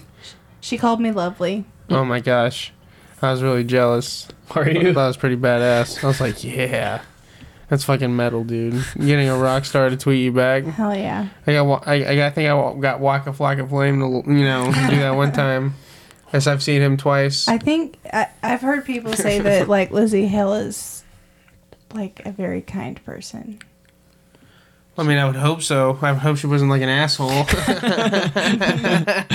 [SPEAKER 3] She called me lovely.
[SPEAKER 1] Oh my gosh, I was really jealous.
[SPEAKER 2] Are
[SPEAKER 1] That
[SPEAKER 2] you?
[SPEAKER 1] was pretty badass. I was like, yeah, that's fucking metal, dude. Getting a rock star to tweet you back.
[SPEAKER 3] Hell yeah.
[SPEAKER 1] I got, wa- I, I think I wa- got Waka Flocka Flame to, you know, do that one time. Yes, I've seen him twice.
[SPEAKER 3] I think I, I've heard people say that like Lizzie Hale is like a very kind person.
[SPEAKER 1] I mean, I would hope so. I would hope she wasn't like an asshole. You know what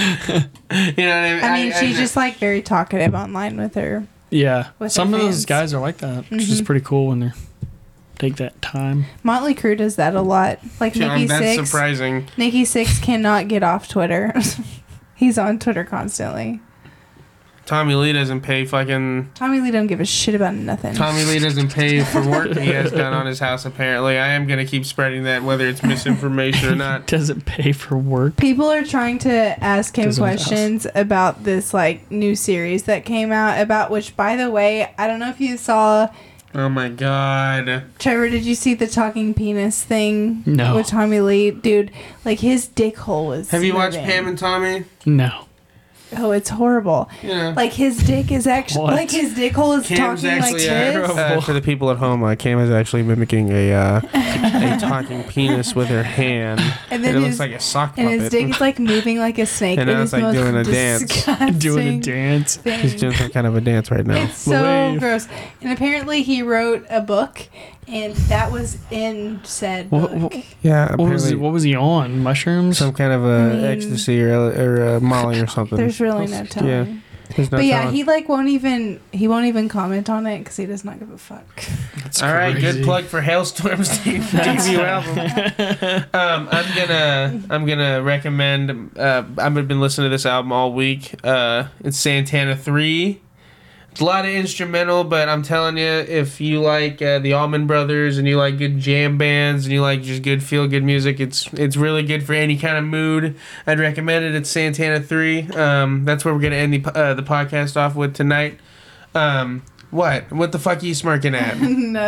[SPEAKER 1] I mean?
[SPEAKER 3] I mean, she's
[SPEAKER 1] I-
[SPEAKER 3] just like very talkative online with her.
[SPEAKER 2] Yeah.
[SPEAKER 3] With
[SPEAKER 2] Some
[SPEAKER 3] her
[SPEAKER 2] of those
[SPEAKER 3] fans.
[SPEAKER 2] guys are like that, which is
[SPEAKER 1] Mm-hmm.
[SPEAKER 3] Mhm.
[SPEAKER 2] pretty cool when they take that time.
[SPEAKER 3] Motley Crue does that a lot. Like
[SPEAKER 1] John,
[SPEAKER 3] Nikki
[SPEAKER 1] that's
[SPEAKER 3] Six,
[SPEAKER 1] surprising.
[SPEAKER 3] Nikki Six cannot get off Twitter. He's on Twitter constantly.
[SPEAKER 1] Tommy Lee doesn't pay fucking.
[SPEAKER 3] Tommy Lee don't give a shit about nothing.
[SPEAKER 1] Tommy Lee doesn't pay for work he has done on his house. Apparently, I am gonna keep spreading that, whether it's misinformation or not.
[SPEAKER 2] Doesn't pay for work.
[SPEAKER 3] People are trying to ask him
[SPEAKER 2] Goes on his house.
[SPEAKER 3] questions about this like new series that came out about which by the way, I don't know if you saw
[SPEAKER 1] Oh my god.
[SPEAKER 3] Trevor, did you see the talking penis thing
[SPEAKER 2] No.
[SPEAKER 3] with Tommy Lee? Dude, like his dick hole was
[SPEAKER 1] Have you watched
[SPEAKER 3] moving.
[SPEAKER 1] Pam and Tommy?
[SPEAKER 2] No.
[SPEAKER 3] Oh, it's horrible.
[SPEAKER 1] You know.
[SPEAKER 3] Like his dick is actually
[SPEAKER 2] What?
[SPEAKER 3] like his dick hole is
[SPEAKER 1] Cam's
[SPEAKER 3] talking like
[SPEAKER 1] actually
[SPEAKER 3] this.
[SPEAKER 1] uh, uh, for the people at home. Uh, Cam is actually mimicking a uh, a talking penis with her hand,
[SPEAKER 3] And
[SPEAKER 1] and it
[SPEAKER 3] then
[SPEAKER 1] looks
[SPEAKER 3] his
[SPEAKER 1] like a sock
[SPEAKER 3] and
[SPEAKER 1] puppet.
[SPEAKER 3] his dick is like moving like a snake.
[SPEAKER 1] And
[SPEAKER 3] It
[SPEAKER 1] I was,
[SPEAKER 3] is the
[SPEAKER 1] like,
[SPEAKER 3] most
[SPEAKER 1] doing a dance.
[SPEAKER 3] disgusting
[SPEAKER 2] Doing a dance.
[SPEAKER 3] thing.
[SPEAKER 1] He's doing some kind of a dance right now.
[SPEAKER 3] It's so
[SPEAKER 2] Believe.
[SPEAKER 3] gross. And apparently he wrote a book, and that was in said
[SPEAKER 2] Wha-
[SPEAKER 3] book.
[SPEAKER 2] wha-
[SPEAKER 1] yeah,
[SPEAKER 2] What was,
[SPEAKER 1] apparently
[SPEAKER 2] he, what was he on? Mushrooms?
[SPEAKER 1] some kind of a
[SPEAKER 3] I mean-
[SPEAKER 1] ecstasy or or uh, Molly or something.
[SPEAKER 3] There's really no telling.
[SPEAKER 1] Yeah. There's no
[SPEAKER 3] But yeah,
[SPEAKER 1] telling.
[SPEAKER 3] he like won't even he won't even comment on it because he does not give a fuck.
[SPEAKER 2] That's
[SPEAKER 1] All right,
[SPEAKER 2] crazy.
[SPEAKER 1] good plug for Hailstorm's debut album. Um, I'm gonna I'm gonna recommend. Uh, I've been listening to this album all week. Uh, it's Santana Three. It's a lot of instrumental, but I'm telling you, if you like uh, the Allman Brothers and you like good jam bands and you like just good feel good music, it's it's really good for any kind of mood. I'd recommend it. It's Santana Three. Um, that's where we're gonna end the po- uh, the podcast off with tonight. Um, what what the fuck are you smirking at?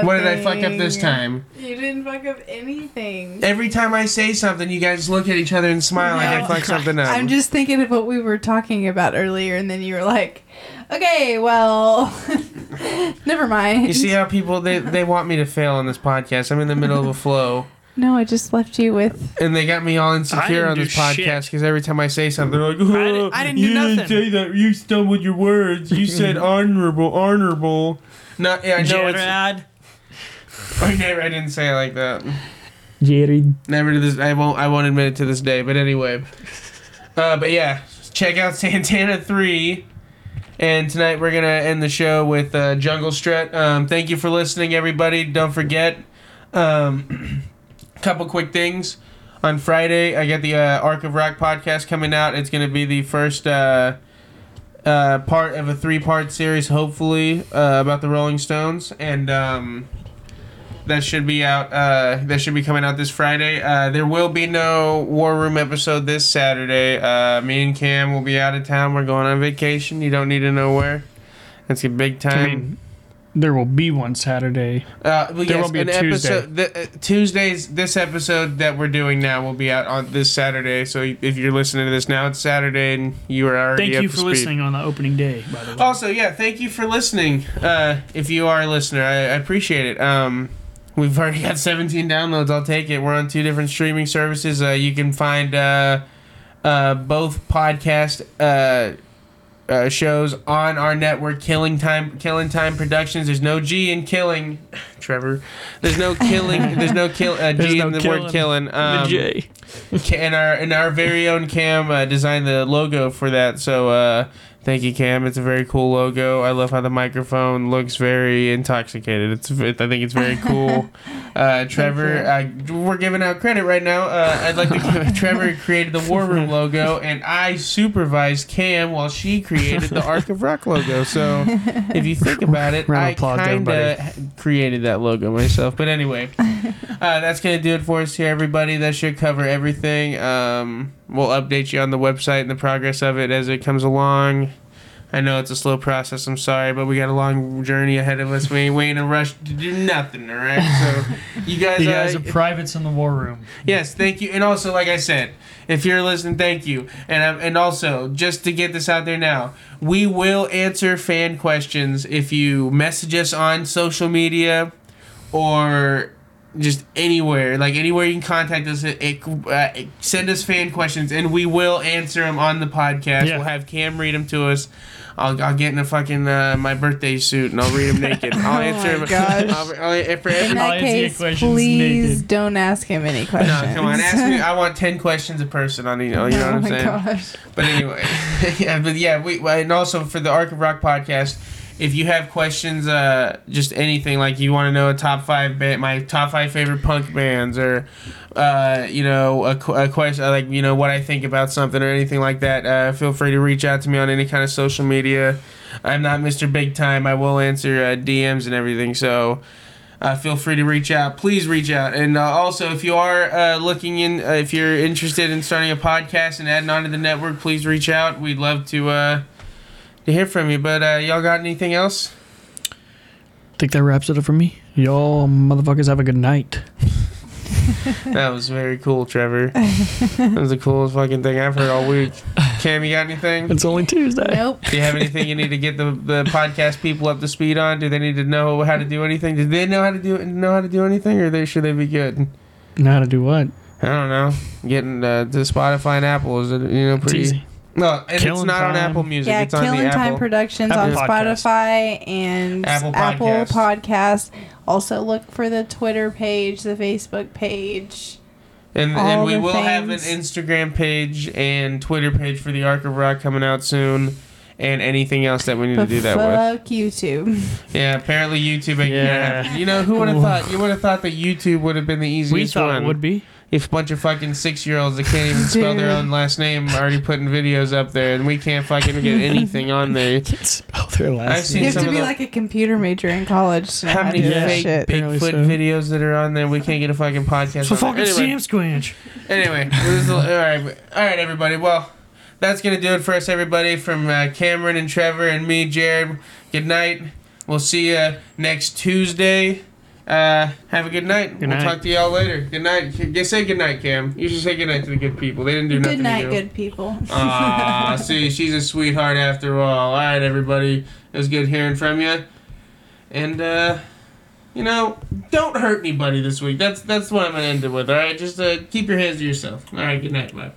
[SPEAKER 1] What did I fuck up this
[SPEAKER 3] Nothing.
[SPEAKER 1] time?
[SPEAKER 3] You didn't fuck up anything.
[SPEAKER 1] Every time I say something, you guys look at each other and smile like I
[SPEAKER 3] No.
[SPEAKER 1] fucked something up.
[SPEAKER 3] I'm just thinking of what we were talking about earlier, and then you were like, "Okay, well, never mind."
[SPEAKER 1] you see how people they, they want me to fail on this podcast. I'm in the middle of a flow,
[SPEAKER 3] no, I just left you with.
[SPEAKER 1] and they got me all insecure
[SPEAKER 2] I
[SPEAKER 1] on this
[SPEAKER 2] didn't do shit.
[SPEAKER 1] podcast because every time I say something, they're like, oh,
[SPEAKER 2] I didn't- I didn't do
[SPEAKER 1] you
[SPEAKER 2] nothing."
[SPEAKER 1] say that. You stumbled your words. You said honorable, honorable." No, yeah, I know it's. Okay, I didn't say it like that.
[SPEAKER 2] Jared.
[SPEAKER 1] Never to this. I won't. I won't admit it to this day. But anyway, uh, but yeah, check out Santana Three. And tonight we're gonna end the show with uh, Jungle Strut. Um, thank you for listening, everybody. Don't forget, um, couple quick things. On Friday, I got the uh, Arc of Rock podcast coming out. It's gonna be the first. Uh, uh, part of a three-part series, hopefully, uh, about the Rolling Stones, and um, that should be out. Uh, that should be coming out this Friday. Uh, there will be no War Room episode this Saturday. Uh, me and Cam will be out of town. We're going on vacation. You don't need to know where. It's a big time.
[SPEAKER 2] I mean, there will be one Saturday.
[SPEAKER 1] Uh, well,
[SPEAKER 2] There
[SPEAKER 1] yes,
[SPEAKER 2] will be a
[SPEAKER 1] an episode. The, uh, Tuesdays, this episode that we're doing now will be out on this Saturday. So if you're listening to this now, it's Saturday, and you are already.
[SPEAKER 2] Thank
[SPEAKER 1] up
[SPEAKER 2] you
[SPEAKER 1] to
[SPEAKER 2] for
[SPEAKER 1] speed.
[SPEAKER 2] listening on the opening day, by the way.
[SPEAKER 1] Also, yeah, thank you for listening. Uh, if you are a listener, I, I appreciate it. Um, we've already got 17 downloads. I'll take it. We're on two different streaming services. Uh, you can find uh, uh, both podcast uh, uh, shows on our network, Killing Time, Killing Time Productions. There's no G in Killing, Trevor. There's no killing. There's no kill. Uh,
[SPEAKER 2] There's
[SPEAKER 1] G
[SPEAKER 2] no
[SPEAKER 1] in the word killing.
[SPEAKER 2] killing.
[SPEAKER 1] Um, Ca- and our and our very own Cam uh, designed the logo for that. So uh, thank you, Cam. It's a very cool logo. I love how the microphone looks very intoxicated. It's it, I think it's very cool. Uh, Trevor, uh, we're giving out credit right now. Uh, I'd like to give Trevor created the War Room logo, and I supervised Cam while she created the Arc of Rock logo. So if you think about it,
[SPEAKER 2] Round of
[SPEAKER 1] I
[SPEAKER 2] applause to
[SPEAKER 1] kind
[SPEAKER 2] everybody.
[SPEAKER 1] of created that logo myself. But anyway. Uh, that's gonna do it for us here, everybody. That should cover everything. Um, we'll update you on the website and the progress of it as it comes along. I know it's a slow process. I'm sorry, but we got a long journey ahead of us. We ain't, we ain't in a rush to do nothing. All right, so you guys,
[SPEAKER 2] You guys
[SPEAKER 1] uh,
[SPEAKER 2] are privates in the war room.
[SPEAKER 1] Yes, thank you. And also, like I said, if you're listening, thank you. And um, and also, just to get this out there now, we will answer fan questions if you message us on social media or just anywhere, like anywhere you can contact us, it, it, uh, send us fan questions, and we will answer them on the podcast.
[SPEAKER 2] Yeah.
[SPEAKER 1] We'll have Cam read them to us. I'll, I'll get in a fucking uh, my birthday suit and I'll read them naked. I'll
[SPEAKER 3] Oh
[SPEAKER 1] answer
[SPEAKER 3] my
[SPEAKER 1] them.
[SPEAKER 3] gosh.
[SPEAKER 1] I'll, I'll, for every,
[SPEAKER 3] In
[SPEAKER 2] I'll
[SPEAKER 3] that
[SPEAKER 2] answer your
[SPEAKER 3] case,
[SPEAKER 2] questions
[SPEAKER 3] please
[SPEAKER 2] naked.
[SPEAKER 3] don't ask him any
[SPEAKER 1] no,
[SPEAKER 3] questions.
[SPEAKER 1] come on, ask me. I want ten questions a person on you know, you know what
[SPEAKER 3] oh
[SPEAKER 1] I'm
[SPEAKER 3] my
[SPEAKER 1] saying.
[SPEAKER 3] gosh.
[SPEAKER 1] But anyway, yeah, but yeah, we well, and also for the Arc of Rock podcast, if you have questions, uh, just anything like you want to know a top five band, my top five favorite punk bands, or uh, you know, a, qu- a question like you know what I think about something or anything like that, uh, feel free to reach out to me on any kind of social media. I'm not Mr. Big Time. I will answer uh, DMs and everything. So uh, feel free to reach out. Please reach out. And uh, also, if you are uh, looking in, uh, if you're interested in starting a podcast and adding on to the network, please reach out. We'd love to uh, to hear from you. But uh, y'all got anything else?
[SPEAKER 2] think that wraps it up for me. Y'all motherfuckers have a good night.
[SPEAKER 1] That was very cool, Trevor. that was the coolest fucking thing I've heard all week. Cam, you got anything?
[SPEAKER 2] It's only Tuesday.
[SPEAKER 3] Nope.
[SPEAKER 1] Do you have anything you need to get the, the podcast people up to speed on? Do they need to know how to do anything? Do they know how to do know how to do anything, or they should they be good?
[SPEAKER 2] Know how to do what?
[SPEAKER 1] I don't know. Getting uh, to Spotify and Apple is uh, you know
[SPEAKER 2] It's
[SPEAKER 1] pretty.
[SPEAKER 2] easy.
[SPEAKER 1] No, and it's
[SPEAKER 2] Killing
[SPEAKER 1] not on
[SPEAKER 2] Time.
[SPEAKER 1] Apple Music.
[SPEAKER 3] Yeah,
[SPEAKER 1] it's on
[SPEAKER 3] Killing
[SPEAKER 1] the
[SPEAKER 3] Time
[SPEAKER 1] Apple.
[SPEAKER 3] Productions
[SPEAKER 2] Apple Podcast.
[SPEAKER 3] on Spotify and
[SPEAKER 1] Apple
[SPEAKER 3] Apple
[SPEAKER 1] Podcast.
[SPEAKER 3] Podcast. Also, look for the Twitter page, the Facebook page.
[SPEAKER 1] and and
[SPEAKER 3] all
[SPEAKER 1] we
[SPEAKER 3] the
[SPEAKER 1] will have an
[SPEAKER 3] things.
[SPEAKER 1] Instagram page and Twitter page for the Arc of Rock coming out soon. And anything else that we need to
[SPEAKER 3] But
[SPEAKER 1] do that
[SPEAKER 3] fuck YouTube.
[SPEAKER 1] with. Yeah, apparently YouTube ain't gonna
[SPEAKER 2] Yeah.
[SPEAKER 1] happen. You know who would have
[SPEAKER 2] Whoa.
[SPEAKER 1] thought you would have thought that YouTube would have been the easiest
[SPEAKER 2] We thought
[SPEAKER 1] one.
[SPEAKER 2] it would be.
[SPEAKER 1] If a bunch of fucking six year olds that can't even spell their
[SPEAKER 3] Dude.
[SPEAKER 1] own last name are already putting videos up there and we can't fucking get anything on there.
[SPEAKER 2] Can't spell their last
[SPEAKER 1] I've seen
[SPEAKER 3] You
[SPEAKER 2] name.
[SPEAKER 3] have
[SPEAKER 1] some
[SPEAKER 3] to
[SPEAKER 1] of
[SPEAKER 3] be
[SPEAKER 1] the-
[SPEAKER 3] like a computer major in college to know
[SPEAKER 1] How
[SPEAKER 3] how to
[SPEAKER 1] many
[SPEAKER 3] do
[SPEAKER 2] Yeah.
[SPEAKER 3] that
[SPEAKER 1] fake
[SPEAKER 3] shit.
[SPEAKER 1] Bigfoot
[SPEAKER 2] Apparently so.
[SPEAKER 1] videos that are on there? We can't get a fucking podcast.
[SPEAKER 2] It's a
[SPEAKER 1] on there.
[SPEAKER 2] fucking
[SPEAKER 1] Anyway.
[SPEAKER 2] Sam Squinch.
[SPEAKER 1] Anyway, this is- all right, all right, everybody. Well, that's gonna do it for us, everybody. From uh, Cameron and Trevor and me, Jared. Good night. We'll see you next Tuesday. Uh, have a good night.
[SPEAKER 2] Good
[SPEAKER 1] we'll
[SPEAKER 2] night.
[SPEAKER 1] talk to y'all later. Good night. C- Say good night, Cam. You should say good night to the good people. They didn't do
[SPEAKER 3] Good
[SPEAKER 1] nothing.
[SPEAKER 3] night,
[SPEAKER 1] to you.
[SPEAKER 3] good people.
[SPEAKER 1] Ah, see, she's a sweetheart after all. All right, everybody. It was good hearing from you. And, uh, you know, don't hurt anybody this week. That's that's what I'm going to end it with, all right? Just uh, keep your hands to yourself. All right, good night. Bye.